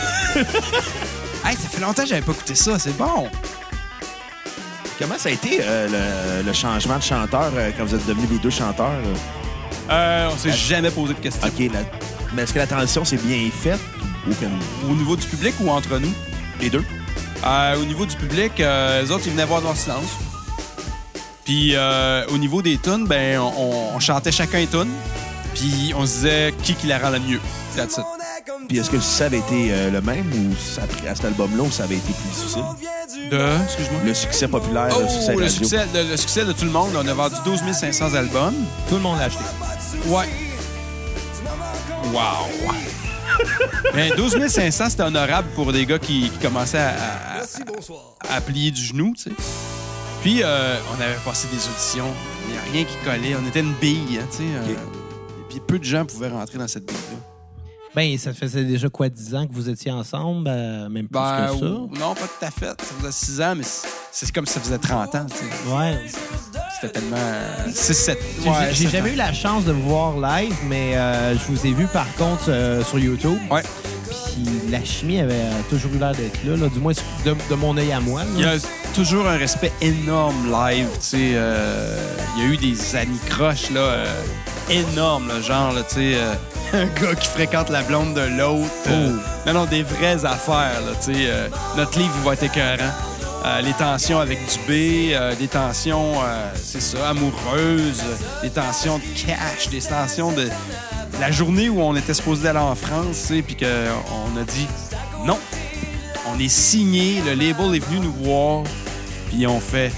D: Hey, ça fait longtemps que j'avais pas écouté ça. C'est bon.
C: Comment ça a été euh, le, le changement de chanteur euh, quand vous êtes devenus les deux chanteurs? là?
D: Euh, on s'est jamais posé de questions.
C: OK, la- mais est-ce que la transition s'est bien faite ou que-
D: Au niveau du public ou entre nous?
C: les deux?
D: Euh, au niveau du public, euh, les autres, ils venaient voir Noir Silence. Puis euh, au niveau des tunes, ben, on, on chantait chacun une tune. Puis on se disait qui qui la rend la mieux. That's it.
C: Puis est-ce que le succès avait été euh, le même ou ça a pris- à cet album-là ou ça avait été plus difficile?
D: De, excuse-moi.
C: Le succès populaire,
D: Oh,
C: Euh, le succès
D: le
C: radio.
D: succès, le, le succès de tout le monde. On a vendu 12 500 albums.
A: Tout le monde l'a acheté.
D: (laughs) Ouais. Wow. Mais 12 500, c'était honorable pour des gars qui, qui commençaient à, à- à plier du genou, tu sais. Puis, euh, on avait passé des auditions. Il n'y a rien qui collait. On était une bille, hein, tu sais. euh, et puis, peu de gens pouvaient rentrer dans cette bille-là.
A: Ben, ça faisait déjà quoi, 10 ans que vous étiez ensemble? euh, même plus
D: Ben,
A: que
D: ou- non, pas tout à fait. Ça faisait 6 ans, mais c'est- c'est comme si ça faisait 30 ans, tu sais.
A: ça? Ouais.
D: C'était tellement... euh, 6, 7...
A: J'ai- J'ai jamais eu la chance de vous voir live, mais euh, je vous ai vu par contre euh, sur YouTube.
D: Ouais.
A: Puis la chimie avait euh, toujours eu l'air d'être là, là, du moins de, de mon œil à moi. là.
D: Il y a toujours un respect énorme live, tu sais. euh, il y a eu des anicroches, là, euh, énormes, là, genre, là, tu sais, euh, (laughs) un gars qui fréquente la blonde de l'autre. euh, non, non, des vraies affaires, là, tu sais. euh, notre livre, il va être écœurant. Euh, les tensions avec Dubé, euh, des tensions, euh, c'est ça, amoureuses, euh, des tensions de cash, des tensions de la journée où on était supposé aller en France, tu sais, puis qu'on a dit non, on est signé, le label est venu nous voir, puis ils ont fait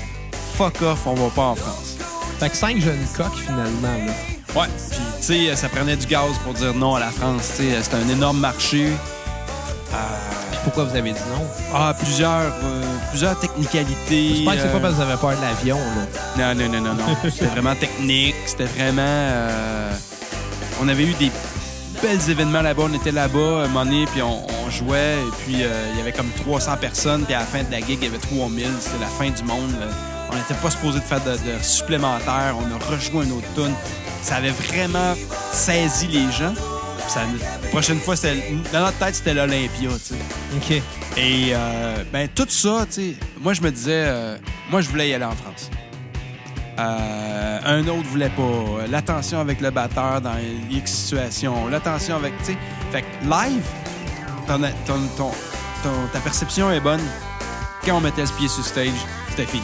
D: fuck off, on va pas en France.
A: Fait que cinq jeunes coqs finalement. là.
D: Ouais, puis tu sais, ça prenait du gaz pour dire non à la France, tu sais, c'était un énorme marché.
A: Puis pourquoi vous avez dit non?
D: Ah, plusieurs, euh, plusieurs technicalités.
A: J'espère que c'est pas
D: euh,
A: parce que vous avez peur de l'avion. là.
D: Non, non, non, non, non. C'était vraiment technique. C'était vraiment. euh, On avait eu des belles événements là-bas. On était là-bas à un moment donné, puis on, on jouait. Et puis, euh, il y avait comme 300 personnes. Puis à la fin de la gig, il y avait 3000. C'était la fin du monde. là. On n'était pas supposé de faire de, de supplémentaires. On a rejoint une autre tune. Ça avait vraiment saisi les gens. Puis ça- la prochaine fois, c'était- dans notre tête, c'était l'Olympia, tu sais.
A: OK.
D: Et euh, ben tout ça, tu sais, moi je me disais, euh, moi je voulais y aller en France. Euh, un autre voulait pas. La tension avec le batteur dans X situation. La tension avec, tu sais, fait que live, ton, ton- ton- ton- ta perception est bonne. Quand on mettait le pied sur stage, c'était fini.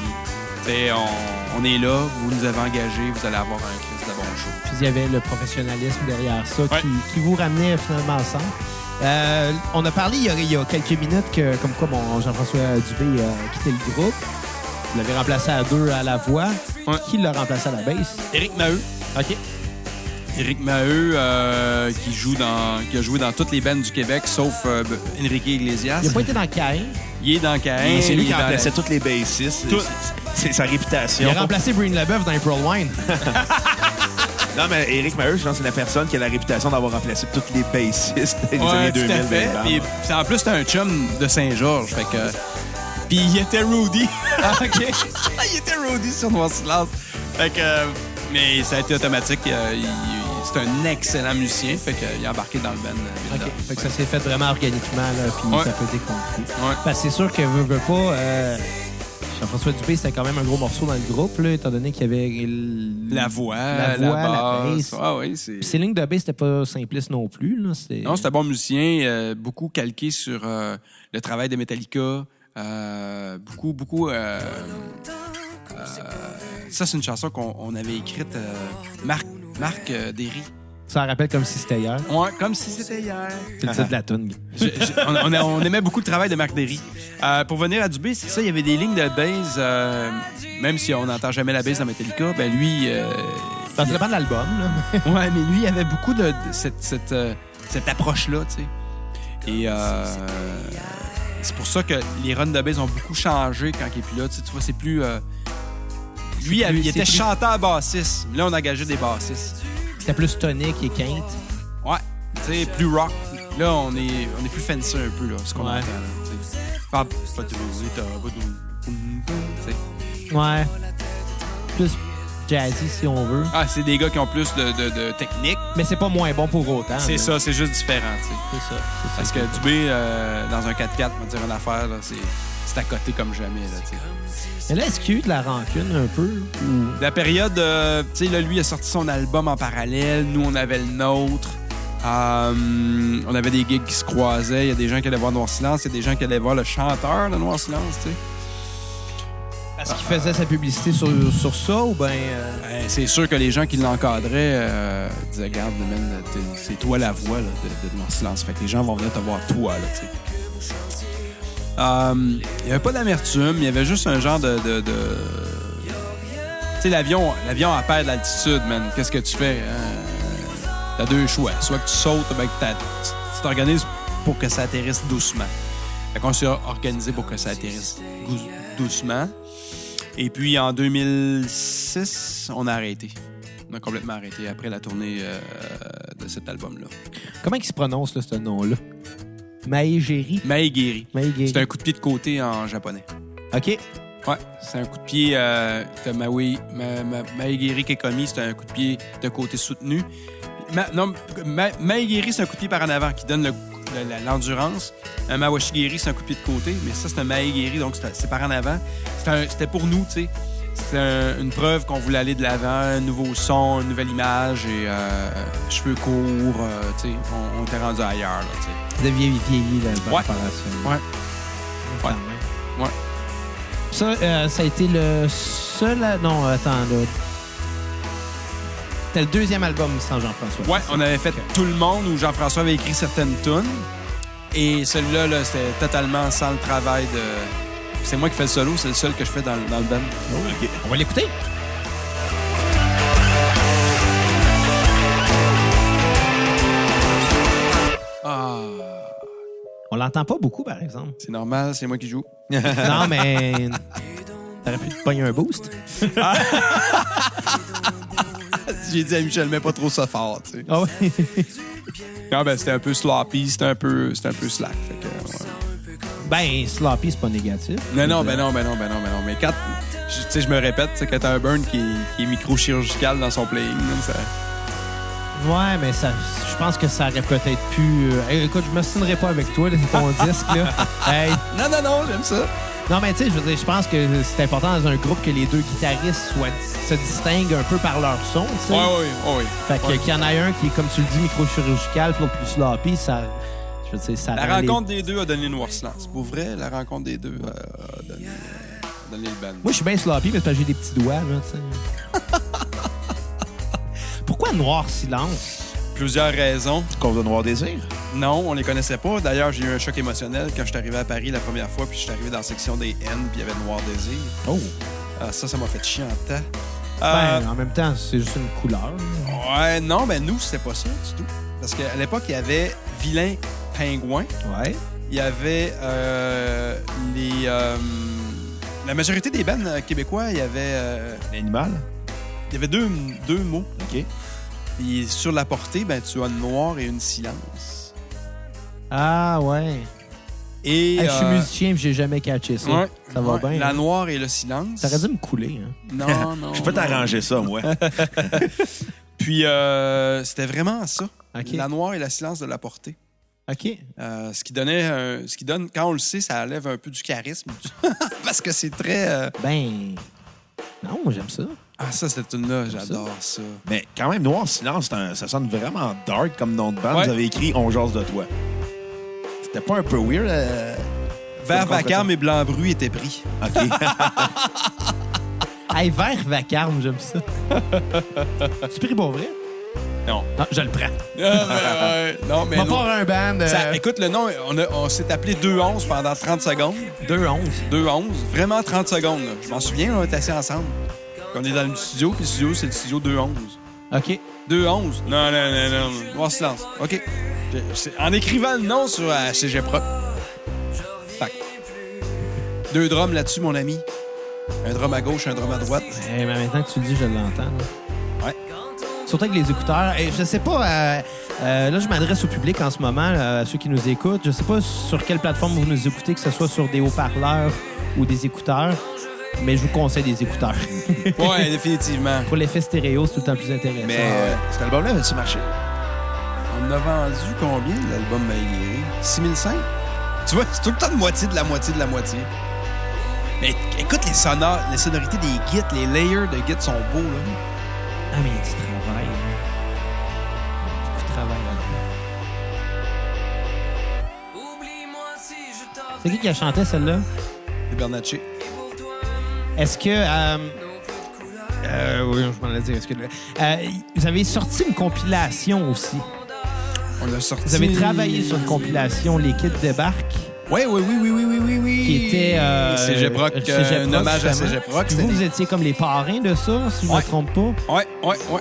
D: Tu sais, on, on est là, vous nous avez engagés, vous allez avoir un Christ de bon show.
A: Puis il y avait le professionnalisme derrière ça
D: Ouais.
A: qui, qui vous ramenait finalement ensemble. Euh, on a parlé il y a, il y a quelques minutes que, comme quoi mon Jean-François Dubé a quitté le groupe. Vous l'avez remplacé à deux à la voix.
D: Ouais.
A: Qui l'a remplacé à la basse?
D: Éric Maheu,
A: OK.
D: Éric Maheu, euh, qui, joue dans, qui a joué dans toutes les bandes du Québec, sauf euh, Enrique Iglesias.
A: Il n'a pas été dans Caïn.
D: Il est dans Caïn.
C: Et c'est lui qui
D: il est dans-
C: remplaçait toutes les bassistes.
D: Tout.
C: C'est- C'est sa
A: Il
C: réputation.
A: a remplacé Breen Leboeuf dans April Wine.
C: Non, mais Eric Maheu, je pense que c'est la personne qui a la réputation d'avoir remplacé toutes les bassistes des
D: Ouais,
C: années
D: tout
C: 2000.
D: à fait.
C: dans le
D: Puis,
C: band.
D: puis en plus, t'es un chum de Saint-Georges. Fait que. Puis il était Rudy. OK. (laughs) il était Rudy sur Noir Silence. Fait que. euh, Mais ça a été automatique. euh, il- il- C'est un excellent musicien. Fait qu'il a embarqué dans le band. euh,
A: OK. Fait que ça s'est fait vraiment organiquement, là, puis
D: Ouais.
A: ça peut être compris.
D: Ouais.
A: Parce que c'est sûr que veut, veut pas. euh, Jean-François Dupé, c'était quand même un gros morceau dans le groupe, là, étant donné qu'il y avait. l-
D: La voix,
A: La
D: la,
A: voix, la
D: basse.
A: basse.
D: ah oui, c'est.
A: Puis ses lignes de bass, c'était pas simpliste non plus. Là. C'était-
D: Non, c'est un bon musicien, euh, beaucoup calqué sur euh, le travail de Metallica. euh, beaucoup, beaucoup. euh, euh, ça, c'est une chanson qu'on on avait écrite, euh, Marc, Marc euh, Derry.
A: Ça en rappelle comme si c'était hier.
D: Ouais, comme si c'était hier.
A: C'est le titre de la toune.
D: (laughs) Je- je- on, on a- on aimait beaucoup le travail de Marc Derry. Euh, pour venir à Dubé, c'est ça, il y avait des lignes de base. euh, même si on n'entend jamais la base dans Metallica, ben lui. euh,
A: Ça dépend de l'album. Là.
D: Ouais, mais lui, il avait beaucoup de, de cette, cette, euh, cette approche-là, tu sais. Et euh,
A: euh,
D: c'est pour ça que les runs de base ont beaucoup changé quand il est plus là. Tu sais, tu vois, c'est plus. euh, lui,
A: C'est plus-
D: il était
A: c'est plus-
D: chanteur-bassiste. Là, on a engagé des bassistes.
A: c'était plus tonique et quinte.
D: Ouais, tu sais, plus rock. Là, on est, on est plus fancy un peu, là, ce qu'on
A: Ouais.
D: entend. Là, tu sais. Pas- pas de musique, t'as pas de- tu sais.
A: Ouais. Plus jazzy, si on veut.
D: Ah, c'est des gars qui ont plus de, de- de technique.
A: Mais c'est pas moins bon pour autant.
D: C'est
A: là.
D: ça, c'est juste différent, tu sais.
A: C'est ça. c'est
D: Parce
A: ça.
D: que Dubé, euh, dans un 4x4, me dire une affaire, là, c'est, c'est à côté comme jamais. Là, tu sais.
A: Mais là, est-ce qu'il y a eu de la rancune un peu? Ou...
D: la période, euh, tu sais, là, lui a sorti son album en parallèle, nous, on avait le nôtre. Euh, on avait des gigs qui se croisaient, il y a des gens qui allaient voir Noir Silence, il y a des gens qui allaient voir le chanteur de Noir Silence, tu sais.
A: Parce qu'il faisait sa publicité sur, sur ça ou ben. euh,
D: Ben, c'est sûr que les gens qui l'encadraient euh, disaient Garde, man, t'es- c'est toi la voix là, de, de mon silence. Fait que les gens vont venir te voir toi. Là, tu sais. Euh, Il n'y avait pas d'amertume, il y avait juste un genre de. de, de- Tu sais, l'avion, l'avion à perdre l'altitude, man. Qu'est-ce que tu fais? hein? T'as deux choix. Soit que tu sautes, ben, que t'as- tu- t'organises pour que ça atterrisse doucement. Fait qu'on s'est organisé pour que ça atterrisse gou- doucement. Et puis en 2006, on a arrêté. On a complètement arrêté après la tournée euh, de cet album-là.
A: Comment il se prononce, là, ce nom-là? Maégérie?
D: Maegiri.
A: Maégérie.
D: C'est un coup de pied de côté en japonais.
A: OK.
D: Ouais, c'est un coup de pied euh, de Maui, Ma, Ma, Maegiri Kekomi, c'est un coup de pied de côté soutenu. Ma- non, Ma- Maegiri, c'est un coup de pied par en avant qui donne le- le- la- l'endurance. Un Mawashigiri, c'est un coup de pied de côté, mais ça, c'est un Maegiri, donc c'est c'est par en avant. C'est un- C'était pour nous, tu sais. C'était un- une preuve qu'on voulait aller de l'avant, un nouveau son, une nouvelle image et euh, cheveux courts, euh, tu sais. On, on était rendu ailleurs, là, tu sais.
A: Vous aviez vieilli là, par
D: Ouais.
A: rapport à ça.
D: Ouais.
A: Quand
D: Ouais.
A: même.
D: Ouais.
A: Ça, euh, ça a été le seul... à- Non, attends, là. C'était le deuxième album sans Jean-François.
D: Ouais, on avait fait tout le monde où Jean-François avait écrit certaines tunes. Et celui-là, là, c'était totalement sans le travail de. C'est moi qui fais le solo, c'est le seul que je fais dans, le- dans le band.
A: On va l'écouter.
D: Ah,
A: On l'entend pas beaucoup, par
D: (laughs)
A: exemple.
D: c'est normal, c'est moi qui joue. (laughs)
A: non, mais... T'aurais pu te pogner un boost.
D: J'ai dit à Michel, mais pas trop ça fort, tu sais.
A: Ah oui.
D: Non, ben c'était un peu sloppy, c'était un peu, c'était un peu slack. fait que, ouais.
A: (laughs) Ben, sloppy, c'est pas négatif.
D: Non, non, ben non, ben non, ben non, ben non. Mais quand, je- tu sais, je me répète, tu sais, quand t'as un burn qui, est- qui est micro-chirurgical dans son playing, là, ça...
A: Ouais, mais ça, je pense que ça aurait peut-être pu. euh, hey, écoute, je m'astinerai pas avec toi, là, c'est
D: (laughs)
A: ton disque, là. Hey,
D: Non, non, non, j'aime ça.
A: Non, mais tu sais, je veux dire, je pense que c'est important dans un groupe que les deux guitaristes soient, se distinguent un peu par leur son, tu sais.
D: Ouais, ouais, ouais, ouais.
A: Fait que
D: Ouais.
A: qu'il y en a un qui est, comme tu le dis, microchirurgical, puis l'autre plus sloppy, ça. Je veux dire, ça.
D: La
A: rend les-
D: rencontre des deux a donné une Lance. Pour vrai, la rencontre des deux euh, a donné, a donné le ban.
A: Moi, je suis bien sloppy mais c'est parce que j'ai des petits doigts, là, tu sais.
D: (laughs)
A: Pourquoi noir silence?
D: Plusieurs raisons.
C: Qu'on veut Noir Désir.
D: Non, on les connaissait pas. D'ailleurs, j'ai eu un choc émotionnel quand je suis arrivé à Paris la première fois, puis je suis arrivé dans la section des N, puis il y avait Noir Désir.
A: Oh!
D: Ah, ça, ça m'a fait chier en temps. Euh,
A: Ben, en même temps, c'est juste une couleur. là.
D: ouais, non, ben nous, c'était pas ça du tout. Parce qu'à l'époque, il y avait Vilain Pingouin.
A: Ouais.
D: il y avait euh, les. euh, la majorité des bands euh, québécois, il y avait, euh,
C: L'animal.
D: il y avait deux, deux mots.
C: OK.
D: Puis sur la portée, ben, tu as une noire et une silence.
A: Ah, ouais.
D: Et,
A: Hey, Ah, je suis
D: euh,
A: musicien, puis j'ai jamais catché ça.
D: ouais,
A: ça va
D: ouais,
A: bien.
D: La
A: hein?
D: noire et le silence.
A: T'aurais dû me couler. Hein? (laughs)
D: Non, non.
C: Je peux
D: non.
C: t'arranger ça, moi.
D: Puis euh, c'était vraiment ça.
A: OK.
D: La noire et la silence de la portée.
A: OK.
D: Euh, ce qui donnait, un- ce qui donne, quand on le sait, ça enlève un peu du charisme. (laughs) Parce que c'est très. euh,
A: Ben. Non, moi, j'aime ça.
D: Ah, ça, cette tune-là, j'adore ça.
C: Mais quand même, Noir Silence, c'est un- ça sonne vraiment dark comme nom de band.
D: Ouais.
C: Vous avez écrit On jase de toi. C'était pas un peu weird? euh?
D: Vert
C: Complètement.
D: vacarme et blanc bruit étaient pris.
C: (laughs) OK.
A: Hey, vert vacarme, j'aime ça. (laughs) tu pris pour vrai?
D: Non.
A: Non, je le prends.
D: Ah, ben, ouais. (laughs) non, mais
A: On va
D: non.
A: pas un band. euh,
D: Ça- écoute, le nom, on, a- on s'est appelé 2-11 pendant 30 secondes.
A: 2-11.
D: 2-11, vraiment 30 secondes. là. Je m'en souviens, on était assis ensemble. Puis on est dans le studio, puis le studio, c'est le studio 2-11.
A: OK. Eh,
D: 2-11? Non, non, non, non. non. Noir silence. OK. Je- c'est- En écrivant le nom sur euh, CG Pro. Fait que- Deux drums là-dessus, mon ami. Un drum à gauche, un drum à droite.
A: Eh, mais maintenant que tu le dis, je l'entends. là.
D: Ouais.
A: Surtout avec les écouteurs. Et je sais pas, euh, euh, là, je m'adresse au public en ce moment, euh, à ceux qui nous écoutent. Je sais pas sur quelle plateforme vous nous écoutez, que ce soit sur des haut-parleurs ou des écouteurs, mais je vous conseille des écouteurs. (laughs)
D: Ouais, définitivement.
A: Pour l'effet stéréo, c'est tout le temps plus intéressant.
C: Mais euh, cet album-là avait-tu marché?
D: On a vendu combien de l'album Maïgué? 6005? Tu vois, c'est tout le temps de moitié de la moitié de la moitié. Mais écoute les sonores, les sonorités des guides, les layers de guides sont beaux, là. euh,
A: Ah, mais il y a du travail. hein. Il y a Beaucoup de travail hein. là-dedans. C'est qui qui a chanté celle-là?
D: Les Bernatchez.
A: Est-ce que. euh, euh, oui, je m'en allais dire. Est-ce que, euh, vous avez sorti une compilation aussi.
D: On a sorti...
A: Vous avez travaillé sur une compilation, Les Kids débarquent.
D: Oui, oui, oui, oui, oui, oui, oui, oui.
A: Qui était. Euh,
D: Cégep Rock, euh,
A: Cégep
D: un
A: Rock,
D: hommage à
A: justement.
D: Cégep Rock,
A: Puis Vous,
D: c'était-
A: vous étiez comme les parrains de ça, si je ne
D: Ouais.
A: me trompe pas.
D: Ouais, ouais, ouais.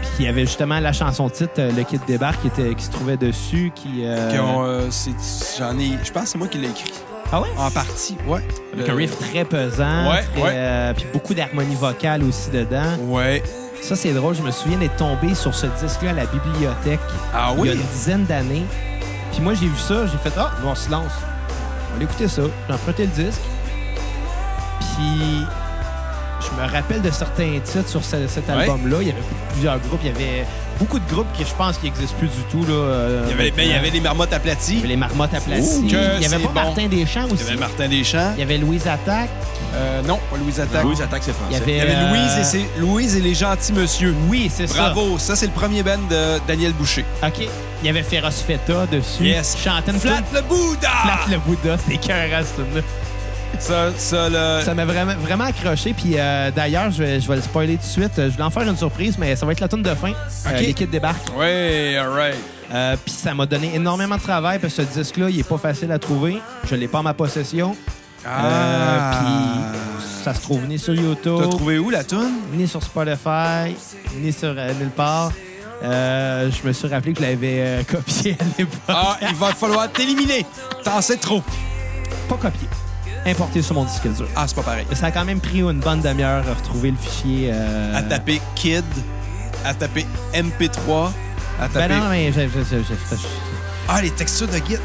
A: Puis qui avait justement la chanson titre, euh, Le Kid débarque, qui, était, qui se trouvait dessus, qui... euh,
D: Qui ont, euh, c'est- J'en ai. Je pense que c'est moi qui l'ai écrit.
A: Ah ouais?
D: En partie, ouais.
A: Avec
D: Le-
A: un riff très pesant,
D: Ouais,
A: très,
D: ouais.
A: euh, puis beaucoup d'harmonie vocale aussi dedans.
D: Ouais.
A: Ça, c'est drôle. Je me souviens d'être tombé sur ce disque-là à la bibliothèque
D: Ah
A: il y a
D: oui?
A: une dizaine d'années. Puis moi, j'ai vu ça, j'ai fait Ah, bon, on se lance. On va l'écouter ça. J'ai emprunté le disque. Puis je me rappelle de certains titres sur ce- cet
D: Ouais.
A: album-là. Il y avait plusieurs groupes. Il y avait beaucoup de groupes qui, je pense, qui n'existent plus du tout. Là, euh,
D: Il y avait, ben, il y avait les marmottes
A: Il y
D: aplaties.
A: avait les marmottes aplaties.
D: Ouh,
A: Il y
D: que
A: avait
D: c'est
A: pas
D: bon.
A: Martin Deschamps
D: Il
A: aussi.
D: y avait Martin Deschamps.
A: Il y avait Louise Attaque.
D: Euh, non, pas Louise Attaque.
C: Louise attaque, c'est français.
A: Il y avait,
D: Il y avait
A: euh,
D: Louise et, ses- Louise et les gentils monsieur.
A: Oui, c'est ça.
D: Bravo. Ça, c'est le premier band de Daniel Boucher.
A: OK. Il y avait Féroce Feta dessus.
D: Yes.
A: Chantait une Ah!
D: Flat
A: tune-
D: le Bouddha!
A: Flatte le Bouddha. C'est écœurant, ce tune-là.
D: Ça, ça, le...
A: Ça m'a vraiment, vraiment accroché. Puis euh, d'ailleurs, je vais, je vais le spoiler tout de suite. Euh, Je voulais en faire une surprise, mais ça va être la tune de fin. Euh, L'équipe débarque.
D: Ouais, alright.
A: Euh, puis ça m'a donné énormément de travail parce que ce disque-là, il est pas facile à trouver. Je l'ai pas en ma possession. Euh, puis ça se trouve ni sur YouTube,
D: Ah. T'as trouvé où la toune?
A: ni sur Spotify, ni sur euh, nulle part. Euh, je me suis rappelé que je l'avais euh, (laughs) copié à l'époque.
D: Ah, il va falloir t'éliminer. T'en sais trop.
A: Pas copié. Importé sur mon disque dur.
D: Ah, c'est pas pareil.
A: Mais Ça a quand même pris une bonne demi-heure à retrouver le fichier. euh,
D: À taper Kid, à taper MP3, à taper...
A: Ben non, mais j'ai- j'ai- j'ai- j'ai-
D: Ah, les textures de Git.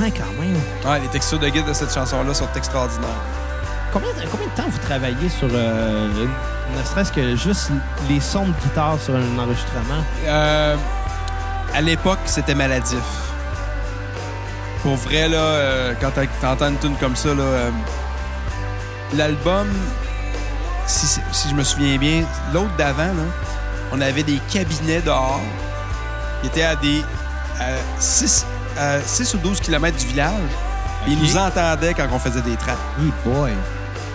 A: Ouais, quand même.
D: Ah, les textures de Git de cette chanson-là sont extraordinaires.
A: Combien, combien de temps vous travaillez sur, euh, une- ne serait-ce que juste les sons de guitare sur un enregistrement?
D: Euh, à l'époque, c'était maladif. Pour vrai, là, euh, quand t'as- t'entends une tune comme ça, là, euh, l'album, si, c'est- si je me souviens bien, l'autre d'avant, là, on avait des cabinets dehors qui étaient à des 6 ou 12 kilomètres du village. Et Ils nous entendaient quand on faisait des tracks.
A: Hey boy!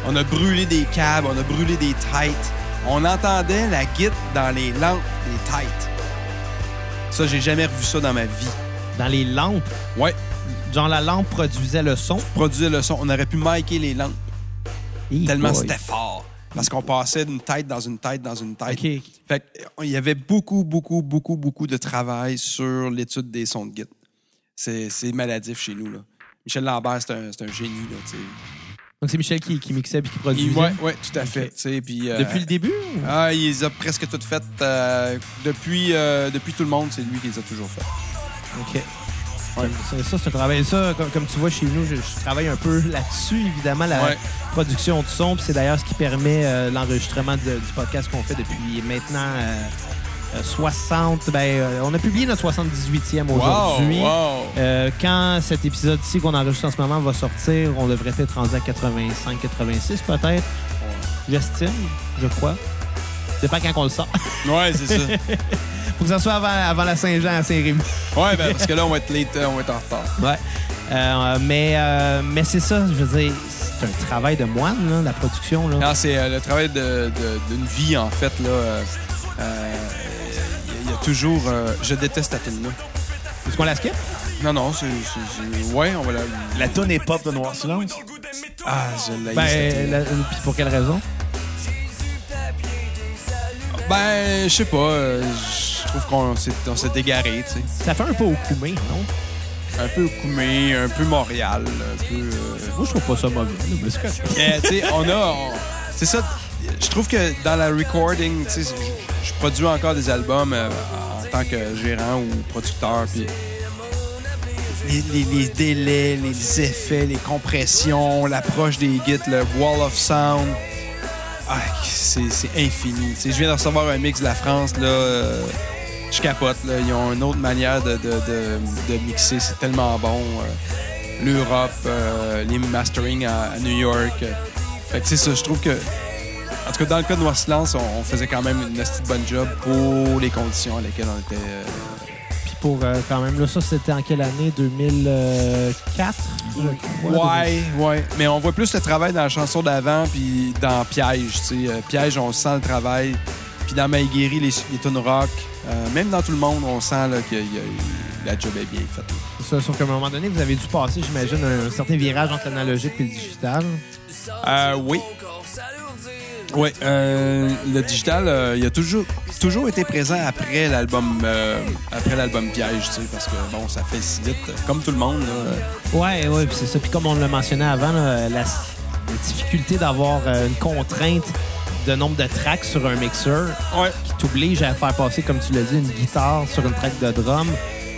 D: On a brûlé des câbles, on a brûlé des tights. On entendait la guite dans les lampes des tights. Ça, j'ai jamais revu ça dans ma vie.
A: Dans les lampes,
D: Ouais.
A: genre la lampe produisait le son.
D: Produire le son, on aurait pu micer les lampes.
A: Hey
D: tellement
A: boy.
D: c'était fort. Parce qu'on passait d'une tête dans une tête dans une tête.
A: OK.
D: Fait que, il y avait beaucoup, beaucoup, beaucoup, beaucoup de travail sur l'étude des sons de guide. C'est c'est maladif chez nous, là. Michel Lambert, c'est un, c'est un génie, là, tu sais.
A: Donc c'est Michel qui, qui mixait puis qui produisait.
D: Il- Ouais, ouais, tout à
A: OK.
D: fait. tu sais, puis, euh,
A: Depuis le début?
D: Ah, il les a presque toutes faites. euh, depuis, euh, depuis tout le monde, c'est lui qui les a toujours faites.
A: OK. Ça, ça, c'est un travail. Ça, comme, comme tu vois chez nous, je, je travaille un peu là-dessus, évidemment, la
D: Ouais.
A: production du son. Puis c'est d'ailleurs ce qui permet euh, l'enregistrement de- du podcast qu'on fait depuis maintenant euh, euh, 60. Ben, euh, on a publié notre 78e aujourd'hui. Euh, quand cet épisode-ci qu'on enregistre en ce moment va sortir, on devrait être rendu à 85, 86 peut-être. J'estime, je crois. Dépend quand on le sort. (laughs)
D: Ouais, c'est ça.
A: Faut que ça soit avant, avant la Saint-Jean à Saint-Rémy.
D: Ouais, ben, parce que là, on va être late, euh, on va être en retard.
A: Ouais. Euh, mais euh, mais c'est ça, je veux dire, c'est un travail de moine, là, la production. Là.
D: Non, c'est euh, le travail de- de- d'une vie, en fait, là. euh, euh, Il y, a toujours. euh, je déteste la tune là.
A: Est-ce qu'on la skip?
D: Non, non, c'est. c'est- c'est- Ouais, on va la.
C: La tonne est pop de Noir Silence.
D: Ah, je la
A: Ben, la- puis pour quelle raison?
D: ben je sais pas. euh, je trouve qu'on s'est on s'est égaré, tu sais.
A: Ça fait un peu au coumé, non?
D: Un peu Koumé, un peu Montréal, un peu. euh,
A: Moi, je trouve pas ça mauvais. là, mais c'est correct.
D: Mais, tu sais, on a. on- C'est ça. Je trouve que dans la recording, tu sais, je je produis encore des albums euh, en tant que gérant ou producteur. Puis les, les- les délais, les effets, les compressions, l'approche des gits, le wall of sound. Ah, c'est c'est infini. Tu sais, je viens de recevoir un mix de la France, là. euh, je capote, là. Ils ont une autre manière de, de- de- de mixer. C'est tellement bon. euh, L'Europe, euh, les mastering à, à New York. euh. Fait que c'est ça, je trouve que... En tout cas, dans le cas de Noir Silence, on, on faisait quand même une assez bonne job pour les conditions à lesquelles on était... euh,
A: Puis pour euh, quand même, là, ça, c'était en quelle année? 2004, je crois.
D: Ouais, ouais. Mais on voit plus le travail dans la chanson d'avant, puis dans Piège. Tu sais, Euh, Piège, on sent le travail. Puis dans Maïguéri, les, les tunes rock, euh, même dans tout le monde, on sent là, que y a- la job est bien faite.
A: Ça, sauf qu'à un moment donné, vous avez dû passer, j'imagine, un certain virage entre l'analogique et le digital.
D: Euh, oui. Euh, Oui, le digital, euh, il a toujours, toujours été présent après l'album euh, après l'album Piège, tu sais, parce que bon, ça fait si vite, euh, comme tout le monde. là.
A: Ouais, ouais, puis c'est ça. Puis comme on le mentionnait avant, là, la, la difficulté d'avoir euh, une contrainte de nombre de tracks sur un mixeur
D: Ouais.
A: qui t'oblige à faire passer, comme tu l'as dit, une guitare sur une track de drum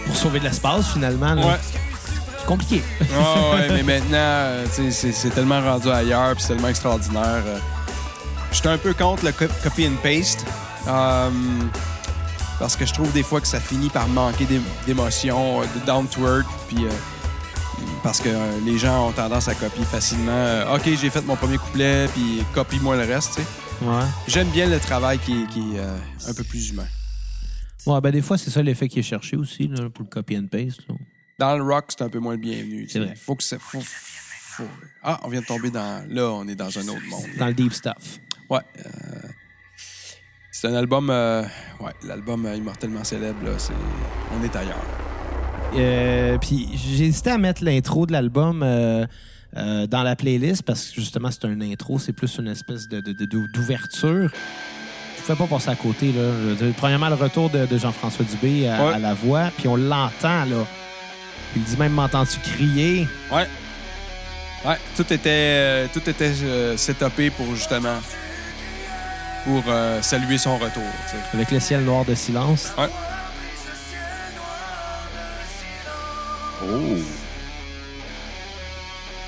A: pour sauver de l'espace finalement. là.
D: Ouais.
A: C'est compliqué.
D: Ouais, Ah ouais, mais maintenant, euh, tu sais, c'est c'est tellement rendu ailleurs, puis c'est tellement extraordinaire. euh. J'étais un peu contre le co- copy and paste, euh, parce que je trouve des fois que ça finit par manquer d'é- d'émotion, euh, de down to earth, puis euh, parce que euh, les gens ont tendance à copier facilement. euh, ok, j'ai fait mon premier couplet, puis copie-moi le reste. tu sais.
A: Ouais.
D: J'aime bien le travail qui, qui est euh, un peu plus humain.
A: Ouais, ben des fois, c'est ça l'effet qui est cherché aussi là, pour le copy and paste. là.
D: Dans le rock, c'est un peu moins le bienvenu. tu sais.
A: C'est vrai.
D: Faut que ça. faut- faut- Ah, on vient de tomber dans. Là, on est dans un autre monde.
A: Dans le deep stuff.
D: Ouais. euh, c'est un album, euh, ouais, l'album euh, immortellement célèbre. Là, c'est, on est ailleurs.
A: Euh, puis j'hésitais à mettre l'intro de l'album euh, euh, dans la playlist parce que justement c'est un intro, c'est plus une espèce de, de- de- de- d'ouverture. Je pouvais pas passer à côté. Là. Je veux dire, premièrement, le retour de, de Jean-François Dubé à,
D: Ouais.
A: à la voix, puis on l'entend là. Il dit même m'entends-tu crier
D: Ouais. Ouais, tout était, euh, tout était euh, setupé pour justement pour euh, saluer son retour. tu sais.
A: avec le ciel noir de silence.
D: Ouais.
C: Oh!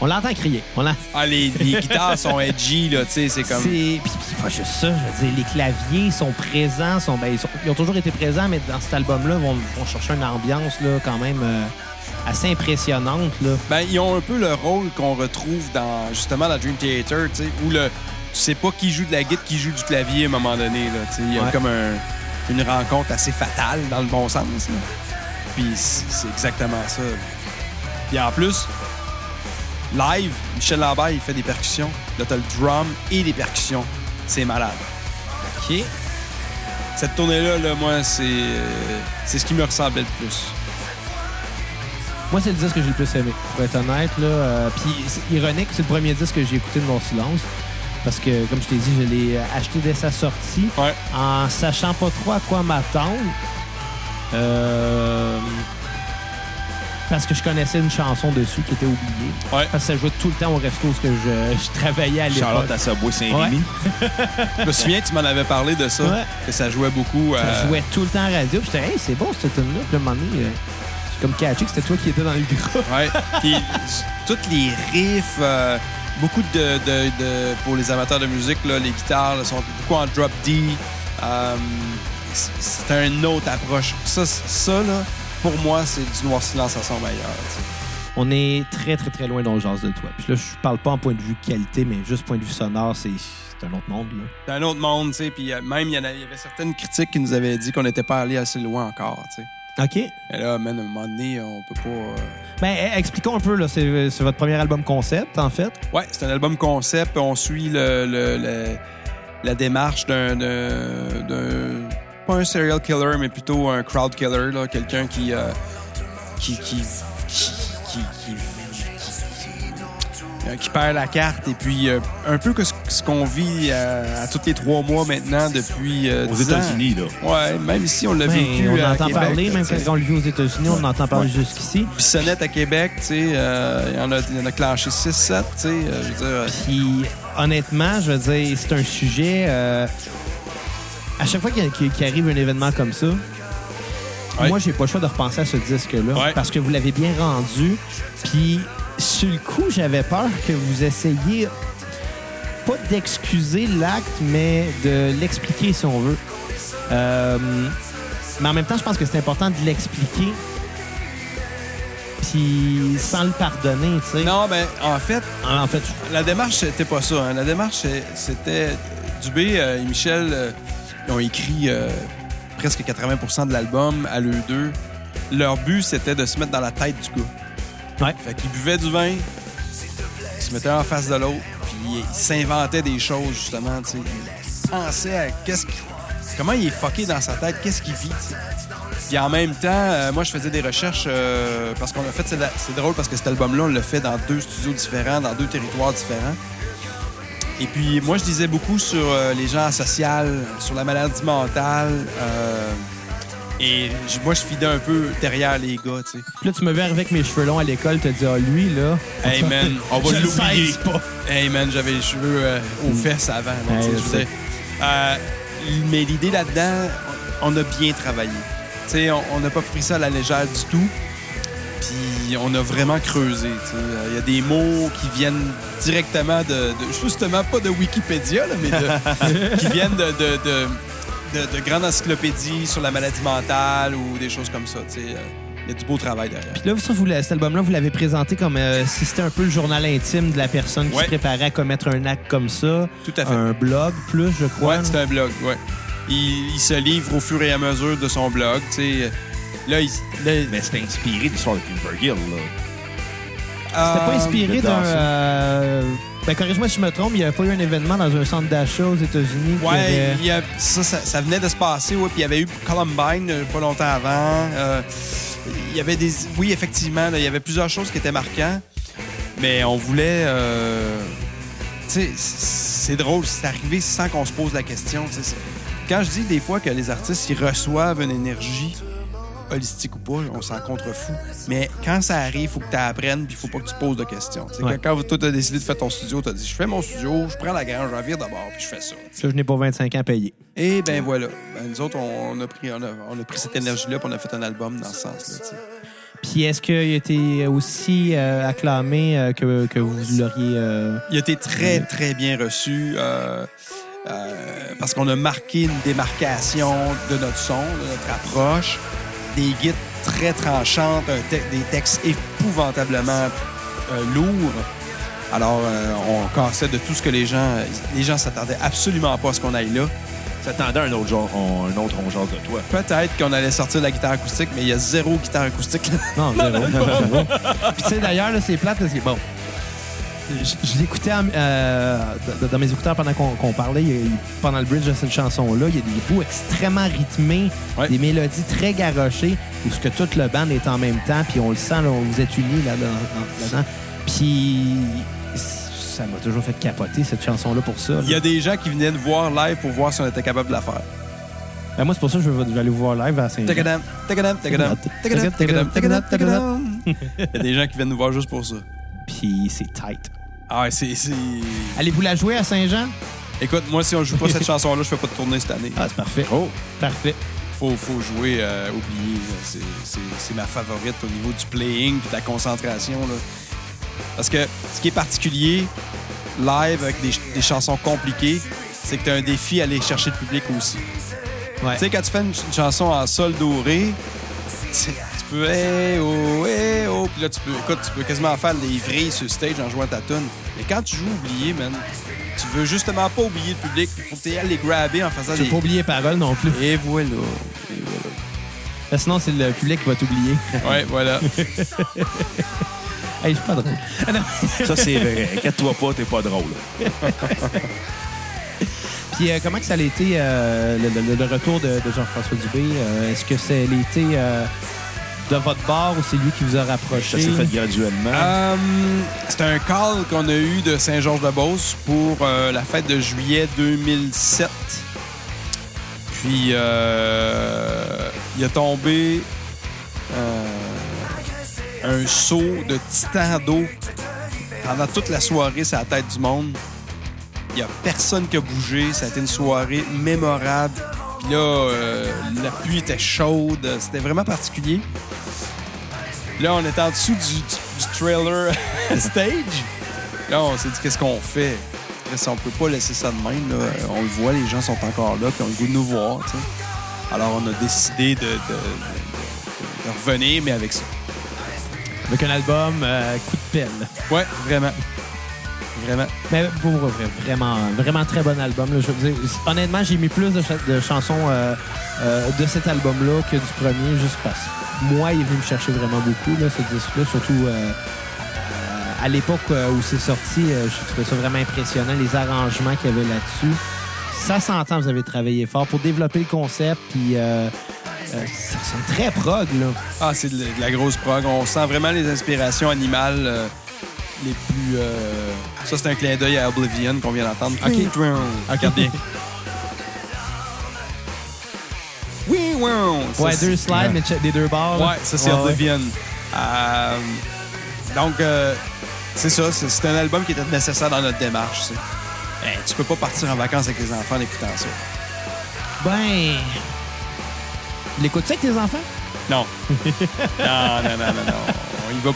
A: On l'entend crier. On l'en-
D: Ah, les, les guitares sont edgy là, tu sais, c'est
A: C'est
D: comme.
A: puis- puis c'est pas juste ça. Je veux dire, les claviers sont présents, sont, ben, ils, sont- ils ont toujours été présents, mais dans cet album-là, ils vont, vont chercher une ambiance là, quand même euh, assez impressionnante. Là.
D: Ben, ils ont un peu le rôle qu'on retrouve dans justement la Dream Theater, tu sais, où le tu sais pas qui joue de la guitare, qui joue du clavier à un moment donné. Là, tu sais. il y a
A: Ouais.
D: comme un- une rencontre assez fatale dans le bon sens. là. Puis c'est c'est exactement ça. Puis en plus, live, Michel Lambert, il fait des percussions. Là, t'as le drum et les percussions. C'est malade.
A: OK.
D: Cette tournée-là, là, moi, c'est euh, c'est ce qui me ressemblait le plus.
A: Moi, c'est le disque que j'ai le plus aimé, pour être honnête. Là, Euh, puis c'est ironique, c'est le premier disque que j'ai écouté de mon silence. Parce que, comme je t'ai dit, je l'ai euh, acheté dès sa sortie.
D: Ouais.
A: en sachant pas trop à quoi m'attendre. Euh, parce que je connaissais une chanson dessus qui était oubliée.
D: Ouais.
A: Parce que ça jouait tout le temps au resto où ce que je, (laughs) je travaillais à l'époque.
C: Charlotte à Subway Saint-Rémy.
D: Je me souviens, tu m'en avais parlé de ça,
A: Ouais.
D: que ça jouait beaucoup.
A: Ça
D: euh,
A: jouait tout le temps à la radio. Puis j'étais, hey, c'est bon cette tune-là. Puis à un moment donné, euh, j'ai comme catché que c'était toi qui étais dans le groupe. (laughs)
D: Ouais. (laughs) Puis toutes les riffs, euh, beaucoup de, de- de- pour les amateurs de musique, là, les guitares là, sont beaucoup en drop D. Euh, c'est- c'est une autre approche. Ça, c- ça là, pour moi, c'est du noir silence à son meilleur. tu sais.
A: On est très, très, très loin dans le genre de toi. Puis là, je parle pas en point de vue qualité, mais juste point de vue sonore, c'est c'est un autre monde. Là.
D: C'est un autre monde, tu sais. Puis euh, même, il y, en a- il y avait certaines critiques qui nous avaient dit qu'on n'était pas allé assez loin encore, tu sais.
A: OK.
D: Et là, man, à un moment donné, on peut pas. euh,
A: Ben, eh, expliquons un peu. là. C'est c'est votre premier album concept, en fait.
D: Ouais, c'est un album concept. On suit le, le- le- la démarche d'un, d'un- d'un- Pas un serial killer, mais plutôt un crowd killer, là, quelqu'un qui, euh, qui, qui, qui, qui, qui- euh, qui perd la carte. Et puis, euh, un peu que ce, ce qu'on vit euh, à tous les trois mois maintenant depuis. euh,
C: Aux
D: 10 ans.
C: États-Unis, là.
D: Ouais, même ici, on l'a
A: Ben,
D: vécu.
A: on
D: à
A: entend
D: Québec,
A: parler,
D: là,
A: même
D: tu sais.
A: quand on le vit aux États-Unis, on entend parler jusqu'ici.
D: Bissonnette à Québec, tu sais, euh, il y en a, il y en a clashé 6-7, tu sais. euh, je veux dire. euh,
A: Puis honnêtement, je veux dire, c'est un sujet. euh, à chaque fois qu'il qu'il- qu'il arrive un événement comme ça,
D: Ouais.
A: moi, j'ai pas le choix de repenser à ce disque-là
D: Ouais.
A: parce que vous l'avez bien rendu. Puis sur le coup, j'avais peur que vous essayiez pas d'excuser l'acte, mais de l'expliquer si on veut. Euh, mais en même temps, je pense que c'est important de l'expliquer. Puis sans le pardonner, tu sais.
D: Non, ben, en fait,
A: En fait, je-
D: la démarche, c'était pas ça. hein. La démarche, c'est- c'était. Dubé euh, et Michel euh, ils ont écrit euh, presque 80 de l'album à l'eux deux. Leur but, c'était de se mettre dans la tête du gars.
A: Ouais.
D: Fait qu'ils buvaient du vin, ils se mettaient en face de l'autre, puis ils s'inventaient des choses, justement. tu sais. Ils pensaient à qu'est-ce qui- Comment il est fucké dans sa tête, qu'est-ce qu'il vit, tu sais. Puis en même temps, euh, moi, je faisais des recherches euh, parce qu'on a fait. c'est la- C'est drôle parce que cet album-là, on l'a fait dans deux studios différents, dans deux territoires différents. Et puis, moi, je disais beaucoup sur euh, les gens sociales, sur la maladie mentale. euh, et j- moi, je fidais un peu derrière les gars, tu sais.
A: Puis Là, tu me verrais avec mes cheveux longs à l'école, te dis, ah, lui, là.
D: Hey, man, on va
A: je le
D: l'oublier.
A: sais pas.
D: Hey man, j'avais les cheveux euh, aux fesses avant.
A: Ouais,
D: là, tu sais,
A: je
D: je veux dire. Euh, mais l'idée là-dedans, on on a bien travaillé. Tu sais, on on n'a pas pris ça à la légère du tout. Puis on a vraiment creusé. tu sais. Euh, Il y a des mots qui viennent directement de, de- justement pas de Wikipédia, là, mais de- qui viennent de, de, de- de- de grandes encyclopédies sur la maladie mentale ou des choses comme ça. tu sais. Euh, Il y a du beau travail derrière.
A: Puis là, ça, vous, cet album-là, vous l'avez présenté comme euh, si c'était un peu le journal intime de la personne qui
D: Ouais.
A: se préparait à commettre un acte comme ça.
D: Tout à fait.
A: Un blog plus, je crois.
D: Ouais, c'est un blog, ouais. Il, il se livre au fur et à mesure de son blog, tu sais. Là, il... là,
C: Mais c'est inspiré de l'histoire de Kimbergill, là.
A: C'était pas inspiré
C: dedans,
A: d'un.
C: ça.
A: euh, Ben, corrige-moi si je me trompe, il n'y avait pas eu un événement dans un centre d'achat aux États-Unis. qui
D: Ouais,
A: avait-
D: il y a- ça, ça, ça venait de se passer, ouais. Puis il y avait eu Columbine euh, pas longtemps avant. Euh, il y avait des. Oui, effectivement, là, il y avait plusieurs choses qui étaient marquantes. Mais on voulait. euh, Tu sais, c'est drôle, c'est arrivé sans qu'on se pose la question. tu sais, c'est- Quand je dis des fois que les artistes, ils reçoivent une énergie holistique ou pas, on s'en contrefout. Mais quand ça arrive, il faut que tu apprennes, puis il faut pas que tu poses de questions. Tu sais,
A: Ouais.
D: Quand toi, tu as décidé de faire ton studio, tu as dit, je fais mon studio, je prends la garage, je vire d'abord, puis je fais ça.
A: Ça, je n'ai pas 25 ans à payer.
D: Et ben voilà. Ben, nous autres, on, on a pris, on a, on a pris cette énergie-là puis on a fait un album dans ce sens-là. tu sais.
A: Puis est-ce qu'il a été aussi euh, acclamé euh, que, que vous l'auriez. euh,
D: Il a été très, très bien reçu euh, euh, parce qu'on a marqué une démarcation de notre son, de notre approche, des guides très tranchantes, un te- des textes épouvantablement euh, lourds. Alors, euh, on cassait de tout ce que les gens... Les gens s'attendaient absolument pas à ce qu'on aille là.
C: T'attendais un autre genre, on- un autre on jase de toi.
D: Peut-être qu'on allait sortir de la guitare acoustique, mais il y a zéro guitare acoustique là. (laughs)
A: Non, zéro. zéro. (laughs) Puis tu sais, d'ailleurs, là, c'est plate parce que, bon, je, je l'écoutais en- euh, dans- dans mes écouteurs pendant qu'on qu'on parlait, il y a- il- pendant le bridge de cette chanson-là, il y a des bouts extrêmement rythmés,
D: Ouais.
A: des mélodies très garochées, où ce que tout le band est en même temps, puis on le sent, là, on vous est unis là- là- là- là-dedans. Puis ça m'a toujours fait capoter, cette chanson-là, pour ça. là.
D: Il y a des gens qui venaient nous voir live pour voir si on était capable de la faire.
A: Ben, moi, c'est pour ça que je veux, je vais aller vous voir live à saint
D: Tagadam, tagadam, tagadam, tagadam, tagadam, tagadam, tagadam. Il y a des gens qui viennent nous voir juste pour ça.
A: Puis c'est tight.
D: Ah, ouais, c'est. c'est-
A: Allez-vous la jouer à Saint-Jean?
D: Écoute, moi, si on joue pas cette chanson-là, je fais pas de tournée cette année.
A: Ah, c'est parfait.
C: Oh!
A: Parfait.
D: Faut, faut jouer, euh, oublier. là. C'est- C'est c'est ma favorite au niveau du playing et de la concentration. là. Parce que ce qui est particulier, live avec des, ch- des chansons compliquées, c'est que tu as un défi à aller chercher le public aussi.
A: Ouais.
D: Tu sais, quand tu fais une, ch- une chanson en sol doré, tu tu peux hey, oh, hey, oh, puis là, tu peux, écoute, tu peux quasiment faire des vrilles sur stage en jouant ta tune. Mais quand tu joues oublié, man, tu veux justement pas oublier le public, puis faut que tu ailles les grabber en faisant
A: Je
D: des.
A: vais pas oublier parole non plus.
D: Et voilà.
A: Parce que Sinon, c'est le public qui va
D: (laughs)
A: t'oublier.
D: Ouais, voilà.
A: hey, je suis pas drôle. Ah, non.
C: Ça, c'est vrai. Inquiète-toi pas, t'es pas drôle.
A: Puis euh, comment que ça a été euh, le, le- le retour de, de Jean-François Dubé? Euh, Est-ce que c'est l'été euh, de votre bar ou c'est lui qui vous a
C: Ça
A: rapproché?
C: s'est fait graduellement.
D: Euh, c'est un call qu'on a eu de Saint-Georges-de-Beauce pour euh, la fête de juillet 2007. Puis, euh, il a tombé euh, un seau de titan d'eau pendant toute la soirée sur la tête du monde. Il n'y a personne qui a bougé. Ça a été une soirée mémorable. Puis là, euh, la pluie était chaude. C'était vraiment particulier. Là, on était en dessous du, du trailer (laughs) stage. Là, on s'est dit, qu'est-ce qu'on fait? Chris, On peut pas laisser ça de même. là. On le voit, les gens sont encore là, puis on le goût de nous voir. tu sais. Alors, on a décidé de, de- de- de- de revenir, mais avec ça.
A: Avec un album euh, coup de pelle.
D: Ouais, vraiment. Vraiment.
A: Mais pour vrai, vraiment, vraiment très bon album. là. Je veux dire, honnêtement, j'ai mis plus de, cha- de chansons euh, euh, de cet album-là que du premier, juste parce que moi, il est venu me chercher vraiment beaucoup, là, ce disque-là, surtout euh, euh, à l'époque euh, où c'est sorti. euh, je trouvais ça vraiment impressionnant, les arrangements qu'il y avait là-dessus. Ça s'entend, vous avez travaillé fort pour développer le concept, puis euh, euh, ça sonne très prog, là.
D: Ah, c'est de, la- de la grosse prog. On sent vraiment les inspirations animales euh, les plus. euh, Ça, c'est un clin d'œil à Oblivion qu'on vient d'entendre. Ah,
A: Ok.
D: Regarde bien. Oui, wow! Ça,
A: Ouais,
D: c'est-
A: deux slides, mais check- des deux bords. là.
D: Ouais, ça, c'est
A: ouais.
D: Oblivion. Euh, donc, euh, c'est ça. C'est c'est un album qui était nécessaire dans notre démarche. tu sais. Eh, tu peux pas partir en vacances avec les enfants en écoutant ça.
A: Ben. L'écoutes-tu avec tes enfants? (laughs)
D: Non. non, non, non, non, non. Ils, vont-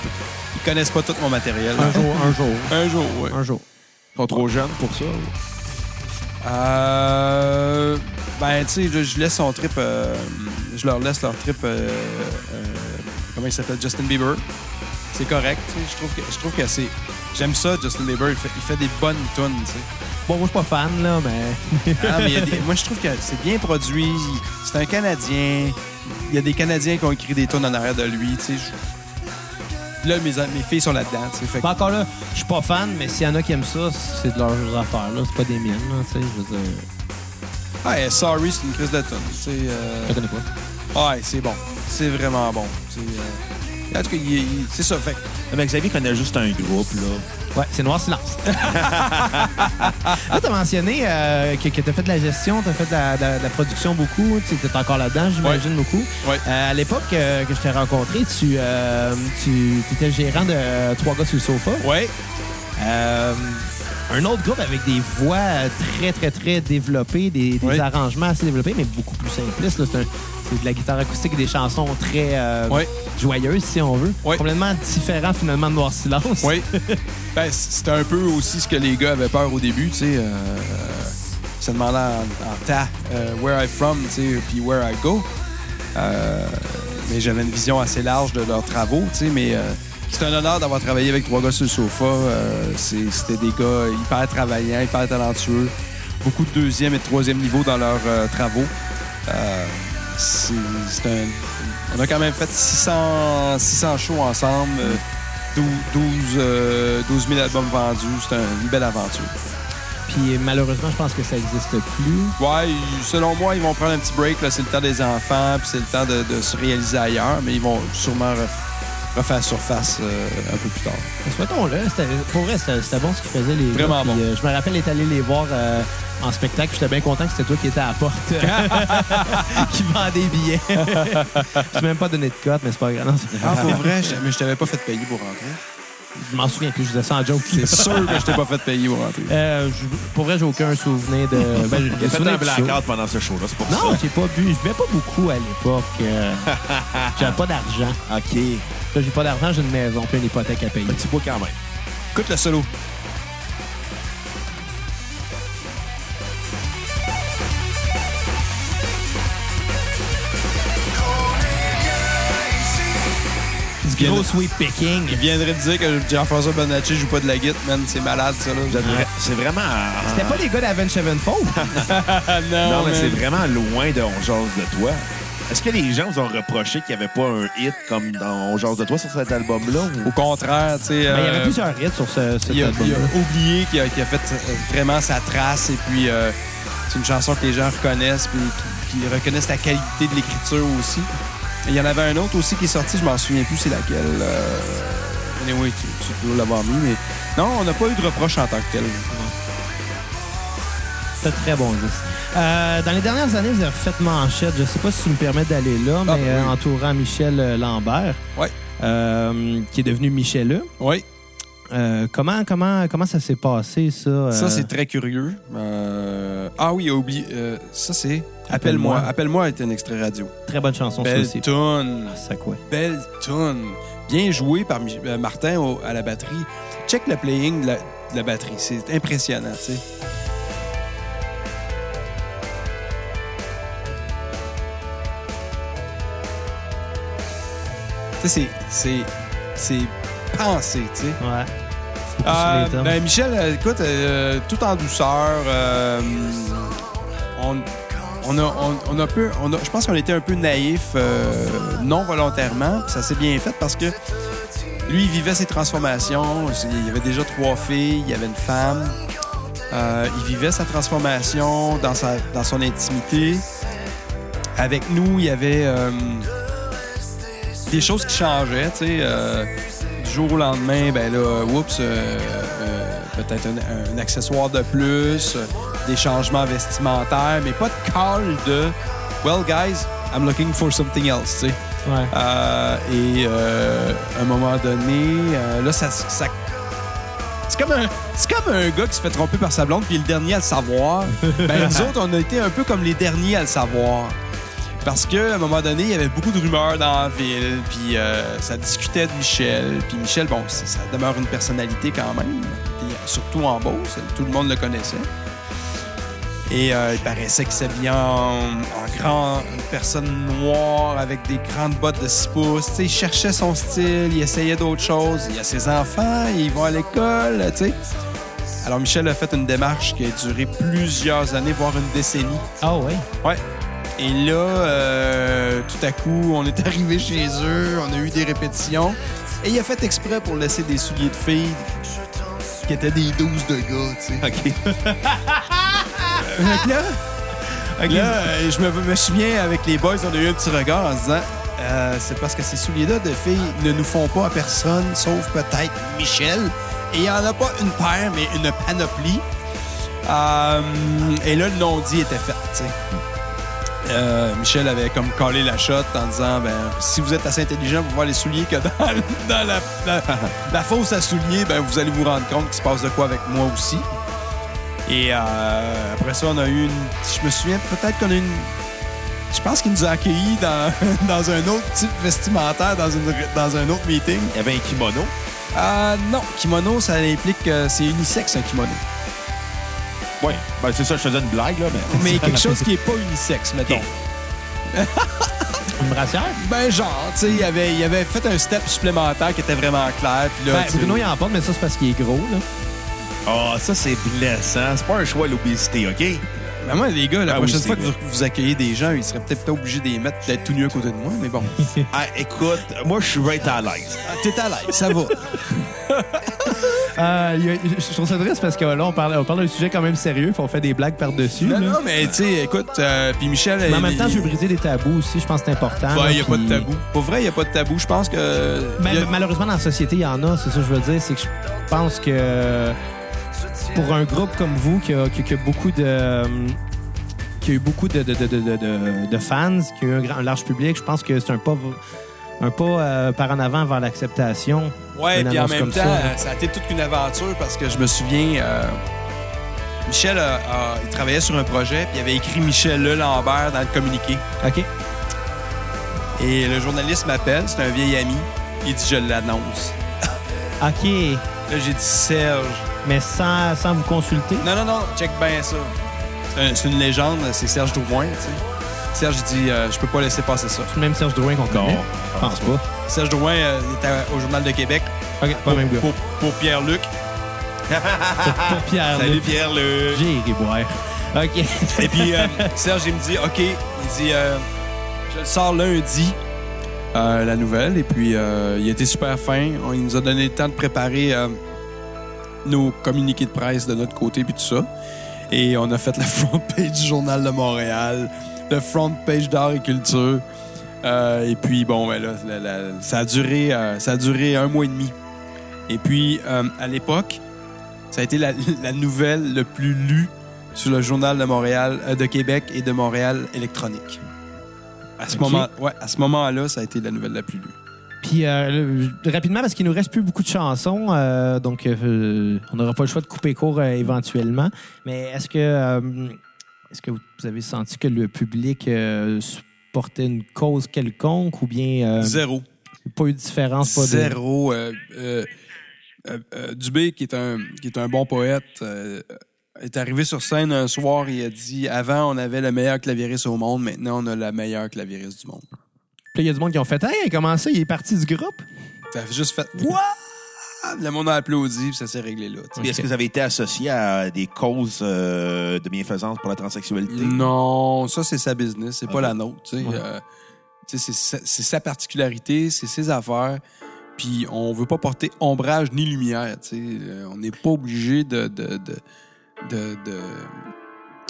D: ils connaissent pas tout mon matériel.
A: Un jour, un jour.
D: Un jour, oui.
A: Un jour.
C: Ils sont trop jeunes pour ça.
D: Euh, ben, tu sais, je, je laisse son trip. euh, je leur laisse leur trip. euh, euh, comment il s'appelle Justin Bieber. C'est correct. tu sais, Je trouve que, je trouve que c'est. J'aime ça, Justin Bieber. Il fait, il fait des bonnes tunes, tu sais.
A: Bon, moi, je suis pas fan, là, mais. (laughs)
D: Ah, mais il y a des- moi, je trouve que c'est bien produit. C'est un Canadien. Il y a des Canadiens qui ont écrit des tunes en arrière de lui, tu sais. je- Là, mes, mes filles sont là-dedans, tu sais. fait que-
A: Ben, encore là, je suis pas fan, mais s'il y en a qui aiment ça, c'est de leurs affaires, là. C'est pas des miennes, là, tu sais. Je veux dire.
D: Ah, eh, sorry, c'est une crise de tonne. Tu sais, euh,
A: Je connais pas.
D: Ouais, c'est bon. C'est vraiment bon. C'est, euh, En tout cas, il- il- c'est ça. Fait que
C: Mais Xavier connaît juste un groupe, là.
A: Ouais, c'est Noir (laughs) Silence. là, t'as mentionné euh, que, tu t'as fait de la gestion, t'as fait de la, de la- de la production beaucoup. Tu étais encore là-dedans, j'imagine, beaucoup.
D: Ouais.
A: Euh, à l'époque euh, que je t'ai rencontré, tu, euh, tu étais gérant de euh, Trois gars sur le sofa.
D: Ouais.
A: Euh, un autre groupe avec des voix euh, très, très, très développées, des, des
D: Oui.
A: arrangements assez développés, mais beaucoup plus simplistes. là. C'est un- c'est de la guitare acoustique et des chansons très euh,
D: Oui.
A: joyeuses, si on veut.
D: Oui.
A: Complètement différent, finalement, de Noir Silence.
D: Oui. (laughs) ben, c- c'était un peu aussi ce que les gars avaient peur au début, tu sais. euh, euh, se demander en, en tas euh, where I from, tu sais, puis where I go. Euh, mais j'avais une vision assez large de leurs travaux, tu sais, mais euh, c'est un honneur d'avoir travaillé avec trois gars sur le sofa. Euh, c'est- C'était des gars hyper travaillants, hyper talentueux. Beaucoup de deuxième et de troisième niveau dans leurs euh, travaux. Euh, c'est c'est un- On a quand même fait 600, 600 shows ensemble. euh, 12, 12, euh, 12 000 albums vendus. C'est un- une belle aventure.
A: Puis malheureusement, je pense que ça n'existe plus.
D: Ouais, ils- selon moi, ils vont prendre un petit break. là. C'est le temps des enfants, puis c'est le temps de, de se réaliser ailleurs, mais ils vont sûrement ref- refaire surface euh, un peu plus tard.
A: Souhaitons-le. c'était- Pour vrai, c'était c'était bon ce qu'ils faisaient, les
D: Vraiment
A: gars, puis,
D: bon.
A: euh, je me rappelle être allé les voir euh, en spectacle. puis J'étais bien content que c'était toi qui étais à la porte (laughs) qui vendait des billets. (laughs) Je même pas donné de cote, mais c'est pas grave. Non, c'est-
D: Ah, pour vrai, je, mais je t'avais pas fait payer pour rentrer.
A: Je m'en souviens plus, je disais ça en joke.
D: C'est sûr que je t'ai pas fait payer pour rentrer.
A: Euh, je- pour vrai, j'ai aucun souvenir
D: (laughs)
A: de. Ben, j'ai
C: Il a
A: des
C: fait
A: souvenirs
C: un
A: du show.
C: blackout pendant ce show-là, c'est pour
A: Non, j'ai pas bu. Je buvais pas beaucoup à l'époque.
D: (laughs)
A: euh, J'avais pas d'argent.
C: ça. OK. Un
A: Là, j'ai pas d'argent, j'ai une maison, puis une hypothèque à payer.
C: petit bout quand même.
D: Écoute le solo.
A: Du gros sweet picking.
D: Il viendrait de dire que Jean-François Bonacci joue pas de la guitare, man. C'est malade, ça, là.
C: Vous êtes vra- C'est vraiment... euh,
A: C'était pas les gars d'Avenge Sevenfold?
D: Ah,
C: Non, mais
D: man.
C: c'est vraiment loin de On jase de toi. Est-ce que les gens vous ont reproché qu'il n'y avait pas un hit comme dans On jase de toi sur cet album-là?
D: Au contraire, tu sais.
A: Ben, il y
D: euh,
A: avait plusieurs hits sur ce, cet
D: Il a, il
A: album-là.
D: a oublié qu'il a, qu'il a fait euh, vraiment sa trace et puis euh, c'est une chanson que les gens reconnaissent puis qui- qui reconnaissent la qualité de l'écriture aussi. Et Il y en avait un autre aussi qui est sorti, je m'en souviens plus c'est laquelle. Euh... Anyway, tu, tu dois l'avoir mis, mais non, on n'a pas eu de reproche en tant que tel.
A: C'est un très bon disque. Euh, dans les dernières années, vous avez fait manchette. Je sais pas si tu me permets d'aller là, mais
D: Ah,
A: euh,
D: oui.
A: entourant Michel euh, Lambert,
D: Ouais.
A: euh, qui est devenu Michel E.
D: Oui,
A: Euh, comment, comment, comment ça s'est passé, ça? euh,
D: ça c'est très curieux. Euh, Ah oui, oublie. euh, ça c'est Appelle-moi.
A: Appelle-moi.
D: Appelle-moi est un extrait radio.
A: très bonne chanson, ça
D: Belle
A: aussi.
D: tune.
A: Ah, ça quoi?
D: belle tune. Bien joué par Mi- euh, Martin au- à la batterie. Check le playing de la, de la batterie. C'est impressionnant, tu sais. Tu sais, c'est- c'est c'est pensé, tu sais.
A: Ouais. C'est beaucoup
D: Euh,
A: sur les termes.
D: ben, Michel, euh, écoute, euh, tout en douceur, euh, on, on a, on, on a peu, on a- je pense qu'on était un peu naïf, euh, non volontairement. puis Ça s'est bien fait parce que lui, il vivait ses transformations. Il y avait déjà trois filles, il y avait une femme. Euh, il vivait sa transformation dans, sa, dans son intimité. Avec nous, il y avait euh, des choses qui changeaient, tu sais. euh, du jour au lendemain, ben là, oups, euh, euh, peut-être un, un accessoire de plus, euh, des changements vestimentaires, mais pas de call de Well, guys, I'm looking for something else, tu sais.
A: Ouais.
D: Euh, et euh, à un moment donné, euh, là, ça. ça- c'est comme, un, c'est comme un gars qui se fait tromper par sa blonde, puis le dernier à le savoir. Ben, nous autres, on a été un peu comme les derniers à le savoir. Parce qu'à un moment donné, il y avait beaucoup de rumeurs dans la ville, puis euh, ça discutait de Michel. Puis Michel, bon, c- ça demeure une personnalité quand même, puis surtout en Beauce, tout le monde le connaissait. Et euh, il paraissait que c'est bien en, en grand, une personne noire avec des grandes bottes de 6 pouces. Tu sais, il cherchait son style, il essayait d'autres choses. Il y a ses enfants, ils vont à l'école, tu sais. Alors Michel a fait une démarche qui a duré plusieurs années, voire une décennie.
A: Ah oui.
D: Ouais. Et là, euh, tout à coup, on est (laughs) arrivé chez eux, on a eu des répétitions. Et il a fait exprès pour laisser des souliers de filles qui étaient des 12 de gars, tu sais.
C: OK.
D: Fait que là, là, euh, je me, me souviens avec les boys, on a eu un petit regard en se disant Euh, c'est parce que ces souliers-là de filles ne nous font pas à personne, sauf peut-être Michel. Et il n'y en a pas une paire, mais une panoplie. Euh, et là, le non-dit était fait. tu sais. Euh, Michel avait comme collé la shot en disant ben, si vous êtes assez intelligent pour voir les souliers que dans, (laughs) dans la, (laughs) la- la fosse à souliers, ben, vous allez vous rendre compte qu'il se passe de quoi avec moi aussi. Et euh, après ça, on a eu une. Je me souviens peut-être qu'on a eu une. Je pense qu'il nous a accueillis dans, (laughs) dans un autre type vestimentaire, dans, une- dans un autre meeting.
C: Il y avait un kimono.
D: Euh, non, kimono, ça implique que c'est unisexe un kimono.
C: Oui. Ben, c'est ça, je faisais une blague, là, mais...
D: (laughs) Mais quelque chose qui n'est pas unisexe, mettons.
C: Ok.
A: Une brassière?
D: Ben, genre, tu sais, il avait, il avait fait un step supplémentaire qui était vraiment clair. Puis là,
A: Ben,
D: tu sais,
A: Bruno, il en porte, mais ça, c'est parce qu'il est gros, là.
C: Ah, ça, c'est blessant. C'est pas un choix à l'obésité, OK?
D: Ben, moi, les gars, la
C: Ah oui,
D: prochaine
C: c'est
D: fois que
C: vrai.
D: vous, vous accueillez des gens, ils seraient peut-être pas obligés de les mettre, d'être tout nus à côté de moi, mais bon.
C: Ah, écoute, moi, je suis right à l'aise.
D: (laughs) Ah, T'es à l'aise, ça va.
A: Euh, il y a- je je trouve ça triste parce que là, on parle, on parle d'un sujet quand même sérieux, puis on fait des blagues par-dessus.
D: Ben non,
A: là.
D: non, mais tu sais, écoute, euh, puis Michel.
A: Mais en même
D: il-
A: temps, je veux briser des tabous aussi, je pense que c'est important.
D: Ouais,
A: là,
D: il n'y a pas de
A: puis-
D: tabou. Pour vrai, il n'y a pas de tabou. Je pense que.
A: Ben,
D: y a-
A: Malheureusement, dans la société, il y en a, c'est ça que je veux dire. C'est que je pense que pour un groupe comme vous qui a, qui- qui a beaucoup de. euh, qui a eu beaucoup de, de, de- de- de- de- de fans, qui a eu un, grand- un large public, je pense que c'est un pas, un pas euh, par en avant vers l'acceptation.
D: ouais,
A: une
D: puis en
A: annonce
D: même
A: comme
D: temps, euh,
A: ça,
D: ça, a été toute une aventure parce que je me souviens, euh, Michel, a- a- il travaillait sur un projet, puis il avait écrit Michel Le Lambert dans le communiqué.
A: OK?
D: Et le journaliste m'appelle, c'est un vieil ami. Il dit Je l'annonce.
A: OK.
D: Là, j'ai dit Serge.
A: Mais sans, sans vous consulter.
D: Non, non, non, check bien ça. C'est un- C'est une légende, c'est Serge Drouin, tu sais. Serge il dit euh, Je peux pas laisser passer ça.
A: C'est le même Serge Drouin qu'on connaît. Je pense pas.
D: Serge Drouin euh, était au Journal de Québec
A: OK, pas le même gars.
D: pour, pour Pierre-Luc.
A: Pour Pierre.
D: Salut
A: là.
D: Pierre-Luc.
A: J'ai ri boire. OK.
D: Et puis, euh, Serge, il me dit, OK, il dit, euh, je le sors lundi, euh, la nouvelle. Et puis, euh, il était super fin. On- il nous a donné le temps de préparer euh, nos communiqués de presse de notre côté, puis tout ça. Et on a fait la (laughs) front page du Journal de Montréal, le front page d'art et culture. Euh, et puis, bon, ben là, la- la- ça, a duré, euh, ça a duré un mois et demi. Et puis, euh, à l'époque, ça a été la, la nouvelle le plus lue sur le journal de Montréal, euh, de Québec et de Montréal électronique. À ce
A: Ok.
D: moment, ouais, à ce moment-là, ça a été la nouvelle la plus lue.
A: Puis euh, le- rapidement, parce qu'il nous reste plus beaucoup de chansons, euh, donc euh, on n'aura pas le choix de couper court euh, éventuellement. Mais est-ce que euh, est-ce que vous avez senti que le public euh, supportait une cause quelconque ou bien euh,
D: Zéro.
A: pas eu de différence, pas de-
D: Zéro. euh, euh, euh, euh, Dubé, qui est un, qui est un bon poète, euh, est arrivé sur scène un soir et a dit Avant, on avait le meilleur clavieriste au monde, maintenant, on a la meilleure clavieriste du monde.
A: Puis là, il y a du monde qui ont fait Hey, comment ça, il est parti du groupe?
D: Ça a juste fait What? (laughs) Le monde a applaudi, puis ça s'est réglé là. tu sais.
C: Puis Est-ce que vous avez été associé à des causes euh, de bienfaisance pour la transsexualité?
A: Mm.
D: Non, ça, c'est sa business, c'est pas
C: Ok.
D: la nôtre. tu sais.
A: Ouais.
D: Euh, tu sais, c'est sa- c'est sa particularité, c'est ses affaires. Puis on veut pas porter ombrage ni lumière. tu sais. Euh, On n'est pas obligé de. de- de- de- de-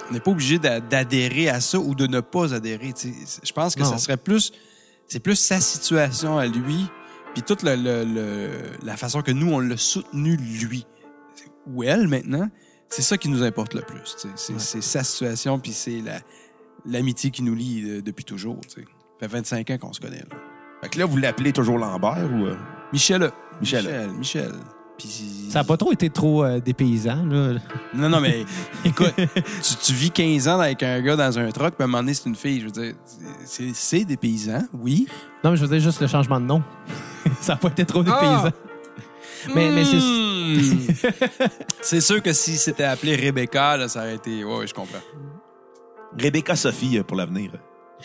D: on n'est pas obligé d'a- d'adhérer à ça ou de ne pas adhérer. tu sais. Je pense que
A: Non.
D: ça serait plus. C'est plus sa situation à lui Puis toute le- le- le- la façon que nous, on l'a soutenu, lui ou elle maintenant, c'est ça qui nous importe le plus. tu sais. C'est c'est sa situation, puis c'est la- l'amitié qui nous lie euh, depuis toujours. tu sais. Ça fait 25 ans qu'on se connaît. Là.
C: Fait que là, vous l'appelez toujours Lambert ou. euh?
D: Michel.
C: Michel.
D: Michel. Michel. Puis-
A: Ça n'a pas trop été trop euh, dépaysant, là.
D: Non, non, mais (laughs) écoute, tu, tu vis 15 ans avec un gars dans un truck, puis à un moment donné, c'est une fille. Je veux dire, c'est- c'est des paysans, oui.
A: Non, mais je veux dire juste le changement de nom. (laughs) ça n'a pas été trop dépaysant. Mais, mais c'est.
D: Hmm. c'est. c'est sûr que si c'était appelé Rebecca, là, ça aurait été. Ouais, ouais, je comprends.
C: Rebecca Sophie euh, pour l'avenir.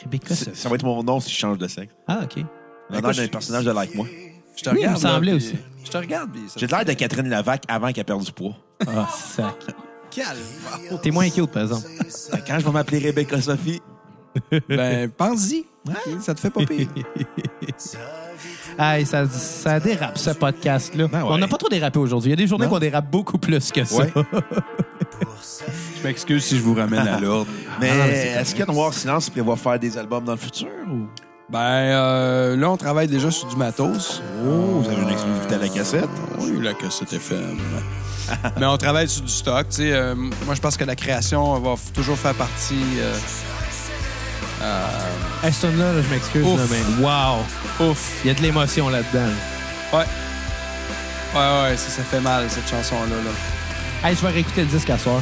A: Rebecca
C: Ça,
A: Sophie.
C: ça va être mon nom si je change de sexe.
A: Ah, OK.
C: L'honneur d'un personnage de Like Moi.
D: Je te
A: Oui, il
D: regarde.
A: me semblait
D: là,
A: aussi.
D: puis- Je te regarde, puis ça-
C: J'ai de l'air de Catherine Lavac avant qu'elle perde du poids.
A: Ah, sac.
D: Calme.
A: T'es moins cute, par exemple.
C: Fait que Quand je vais m'appeler Rebecca Sophie,
D: Ben, pense-y. Ok, Ça te fait pas pire.
A: Aïe, ça, ça dérape, ce podcast-là.
C: Ben ouais.
A: On n'a pas trop dérapé aujourd'hui. Il y a des journées
C: Non.
A: qu'on dérape beaucoup plus que ça.
C: Ouais.
D: je m'excuse si je vous ramène à l'ordre.
C: mais,
A: Ah, non, mais c'est
C: est-ce que Noir Silence prévoit faire des albums dans le futur ou.
D: Ben, euh, là, on travaille déjà sur du matos.
C: Oh, vous avez une exclusivité à la cassette?
D: Oui, la cassette FM. (laughs) Mais on travaille sur du stock. tu sais, euh, moi, je pense que la création va f- toujours faire partie. euh,
A: Hey, ce là, je m'excuse,
D: Ouf.
A: là, mais wow!
D: Ouf!
A: Il y a de l'émotion là-dedans.
D: Ouais. Ouais, ouais, ça, ça fait mal, cette chanson-là. là. (laughs)
A: Hey, je vais réécouter le disque à soir.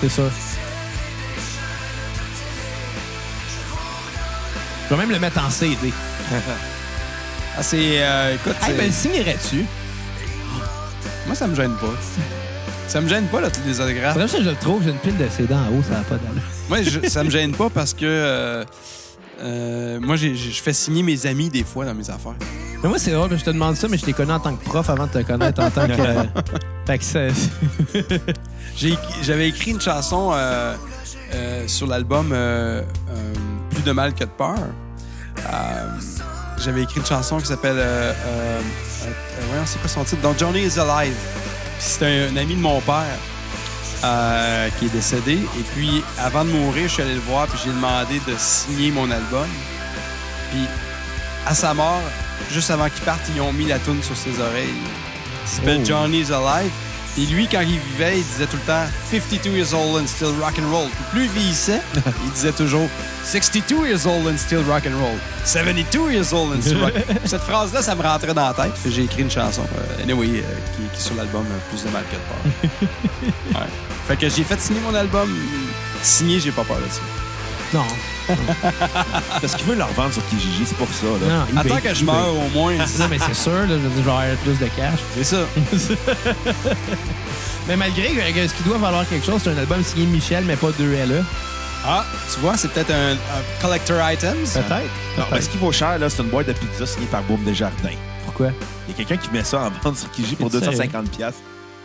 A: C'est ça. Je vais même le mettre en CD.
D: Ah, c'est. euh, écoute,
A: Hey,
D: c'est-
A: ben, le signerais-tu?
D: moi, ça me gêne pas. Ça me gêne pas, là, tous les autographes.
A: Faudrait que je le trouve, j'ai une pile de CD en haut, ça n'a pas d'allure.
D: Moi, je- (laughs) ça me gêne pas parce que. euh, euh, moi, j'ai- j'ai- je fais signer mes amis des fois dans mes affaires.
A: Mais moi, c'est drôle, je te demande ça, mais je t'ai connu en tant que prof avant de te connaître en tant que. (laughs) fait que c'est.
D: J'ai écri- J'avais écrit une chanson euh, euh, sur l'album euh, euh, Plus de mal que de peur. Euh, J'avais écrit une chanson qui s'appelle. Euh, euh, euh, euh, voyons, c'est quoi son titre? Donc, Johnny is Alive. Puis C'est un, un ami de mon père euh, qui est décédé. Et puis, avant de mourir, je suis allé le voir puis j'ai demandé de signer mon album. Puis, à sa mort, juste avant qu'il parte, ils ont mis la toune sur ses oreilles. Il s'appelle Johnny is Alive. Et lui, quand il vivait, il disait tout le temps 52 years old and still rock and roll. Puis plus il (laughs) vieillissait, il disait toujours 62 years old and still rock and roll. 72 years old and (laughs) still rock. Cette phrase-là, ça me rentrait dans la tête. Fait que J'ai écrit une chanson, euh, anyway, euh, qui, qui est sur l'album euh, Plus de mal que de peur. (laughs) Ouais. Fait que j'ai fait signer mon album. Signé, j'ai pas peur là-dessus.
A: Non,
C: Parce qu'il veut le revendre sur Kijiji, c'est pour ça. Là.
A: non. eBay,
D: Attends que je
A: eBay.
D: meure au moins.
A: Non, mais c'est sûr, là, je veux dire, je vais avoir plus de cash.
D: (laughs) C'est ça.
A: Mais malgré que- euh, ce qui doit valoir quelque chose, c'est un album signé Michel, mais pas E. 2LE.
D: Ah, tu vois, c'est peut-être un, un collector items.
A: Peut-être.
C: Non, mais ce qui vaut cher, là, c'est une boîte de pizza signée par Boom Desjardins.
A: Pourquoi?
C: Il y a quelqu'un qui met ça en vente sur Kijiji pour
A: C'est sérieux?
C: 250$. piastres.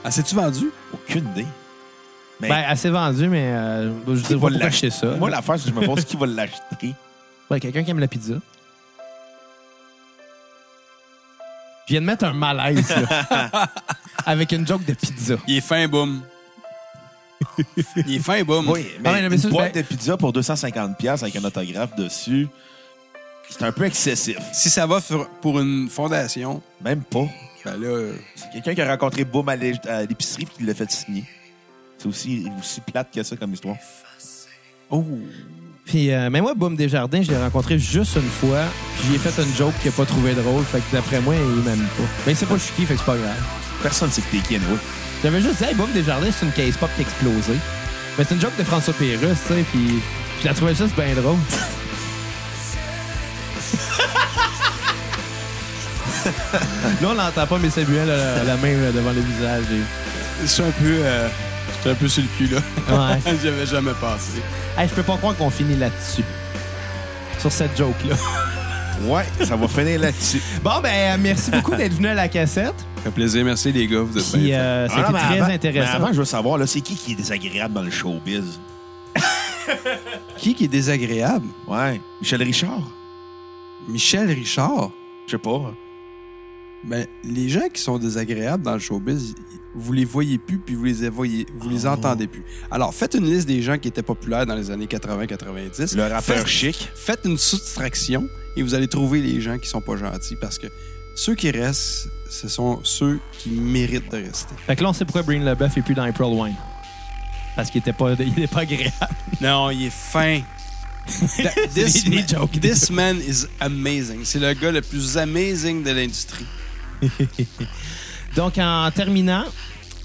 D: Ah, c'est-tu vendu?
C: Aucune idée. Mais
A: Ben, assez vendu, mais euh, je veux
C: qui
A: dire, pas
C: va
A: pourquoi acheter ça.
C: Moi, l'affaire, c'est que je me pose qui va l'acheter.
A: Ouais, quelqu'un qui aime la pizza. Je viens de mettre un malaise,
C: (laughs)
A: là. Avec une joke de pizza.
D: Il est fin, boum. Il est fin, boum.
C: (laughs) Oui, mais,
A: Ah, mais non, mais
C: une
A: ça,
C: boîte
A: ben-
C: de pizza pour 250$ piastres avec un autographe dessus, c'est un peu excessif.
D: Si ça va sur- pour une fondation,
C: Même pas.
D: ben là, euh,
C: C'est quelqu'un qui a rencontré Boom à l'é- à l'épicerie puis qui l'a fait signer. C'est aussi, aussi plate que ça comme histoire.
A: Puis, euh, mais moi, Boom Desjardins, je l'ai rencontré juste une fois. Puis, j'ai fait une joke qu'il n'a pas trouvé drôle. Fait que d'après moi, il m'aime pas. Mais c'est pas je suis qui, fait que c'est pas grave.
C: Personne ne sait que t'es qui, anyway.
A: J'avais juste dit, hey, Boom Desjardins, c'est une case pop qui a explosé. Mais c'est une joke de François Pérus, tu sais. Puis, je la trouvais juste bien drôle. Là, on l'entend pas, mais Samuel a la- la main euh, devant le visage. et-
D: je suis un peu. euh, J'étais un peu sur le cul, là. (laughs)
A: Ouais.
D: J'y avais jamais passé.
A: Hey, je peux pas croire qu'on finit là-dessus. Sur cette joke-là.
C: Ouais, ça va
A: (laughs)
C: finir là-dessus.
A: Bon, ben, euh, merci beaucoup d'être venu à la cassette.
D: Ça fait plaisir. Merci, les gars. Vous êtes
A: Puis,
D: bien faits.
A: euh, ça a
C: Ah non,
A: été
C: mais
A: très
C: avant-
A: intéressant.
C: Mais avant, je veux savoir, là, c'est qui qui est désagréable dans le showbiz?
D: Qui qui est désagréable?
C: Ouais, Michel Richard?
D: Michel Richard.
C: Je sais pas.
D: Ben, les gens qui sont désagréables dans le showbiz, vous les voyez plus puis vous les, voyez, vous les
C: Ah
D: entendez plus. Alors, faites une liste des gens qui étaient populaires dans les années 80-90.
C: Le rappeur
D: Faites-
C: chic.
D: Faites une soustraction et vous allez trouver les gens qui sont pas gentils parce que Ceux qui restent, ce sont ceux qui méritent de rester.
A: Fait que là, on sait pourquoi Breen LeBeuf est plus dans April Wine. Parce qu'il était pas, il est pas agréable.
D: Non, il est fin. That- (laughs)
A: C'est
D: this,
A: des
D: ma-
A: jokes.
D: this man is amazing. C'est le gars le plus amazing de l'industrie.
A: Donc, en terminant,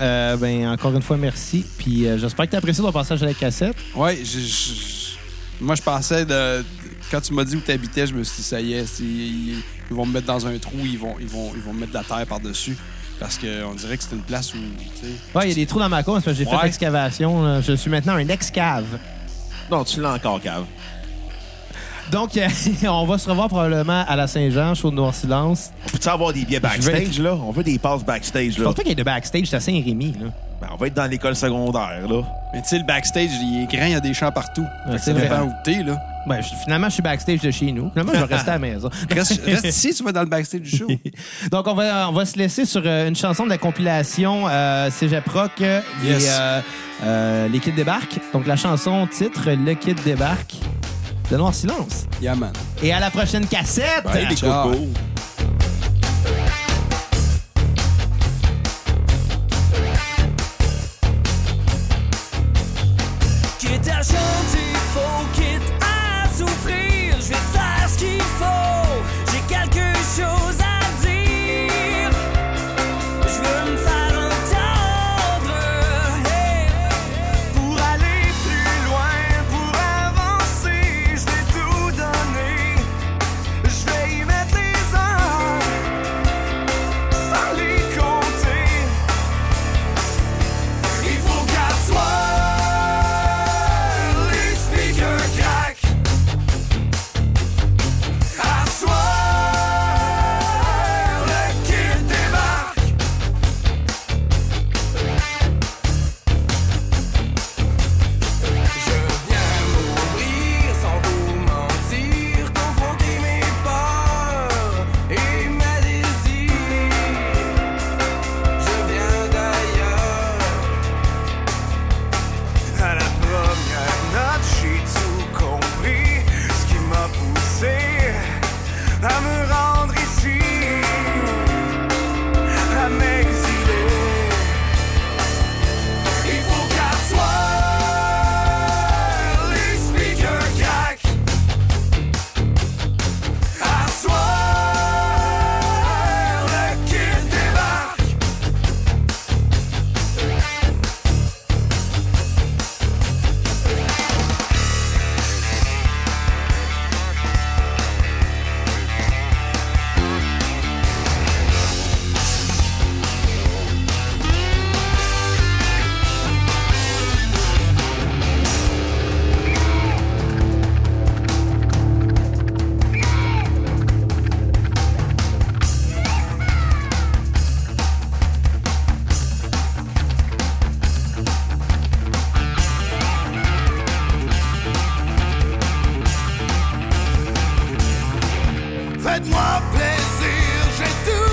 A: euh, ben, encore une fois, merci. Puis euh, j'espère que tu apprécié ton passage à la cassette.
D: Ouais, je- je- je- moi je pensais de. Quand tu m'as dit où tu habitais, je me suis dit ça y est, c'est- ils, ils vont me mettre dans un trou, ils vont, ils vont, ils vont me mettre de la terre par-dessus. Parce qu'on dirait que c'est une place où. tu sais,
A: Ouais, il y a des trous dans ma cour, parce que j'ai fait
D: Ouais.
A: l'excavation. là. Je suis maintenant un excave.
C: Non, tu l'as encore, Cave.
A: Donc, euh, (laughs) on va se revoir probablement à la Saint-Jean, show de Noir Silence.
C: On peut-tu avoir des billets
A: Je vais-
C: backstage, là? On veut des passes backstage,
A: Je
C: là.
A: pense pas qu'il y ait de backstage, c'est à Saint-Rémy. là.
C: Ben, on va être dans l'école secondaire, là.
D: Mais tu sais, le backstage, il est grand, il y a des champs partout.
A: Ouais,
D: Fait que
A: c'est
D: ça dépend
A: vrai.
D: où t'es, là.
A: Ben, je- finalement, je suis backstage de chez nous. Finalement, je vais rester à
D: (laughs)
A: la maison.
D: Reste, reste ici, tu vas dans le backstage du
A: (laughs)
D: show.
A: Donc, on va, on va se laisser sur euh, une chanson de la compilation euh, Cégep Rock. euh, les,
D: Yes.
A: euh, euh, les Kids débarquent. Donc, la chanson titre Le Kid débarque de Noir Silence.
D: Yeah, man.
A: Et à la prochaine cassette!
D: Ben,
C: Hey, les
D: ciao.
C: cocos.
E: Quitte à chanter faux, quitte à souffrir, je vais faire ce qu'il faut. J'ai quelque chose à dire. Je veux me faire entendre. Hey.
B: Pour aller plus loin, pour avancer, je vais tout donner. Je vais y mettre les heures, sans les compter. Il faut qu'à soi, les speakers craquent. À soi, le kid débarque. Je viens m'ouvrir sans vous mentir, confronter mes peurs et mes désirs. Je viens d'ailleurs. À la première note, j'ai tout compris, ce qui m'a poussé à me rendre ici, à m'exiler. Il faut qu'à soir, les speakers craquent. À soir, le kid débarque. Faites-moi plaisir, j'ai tout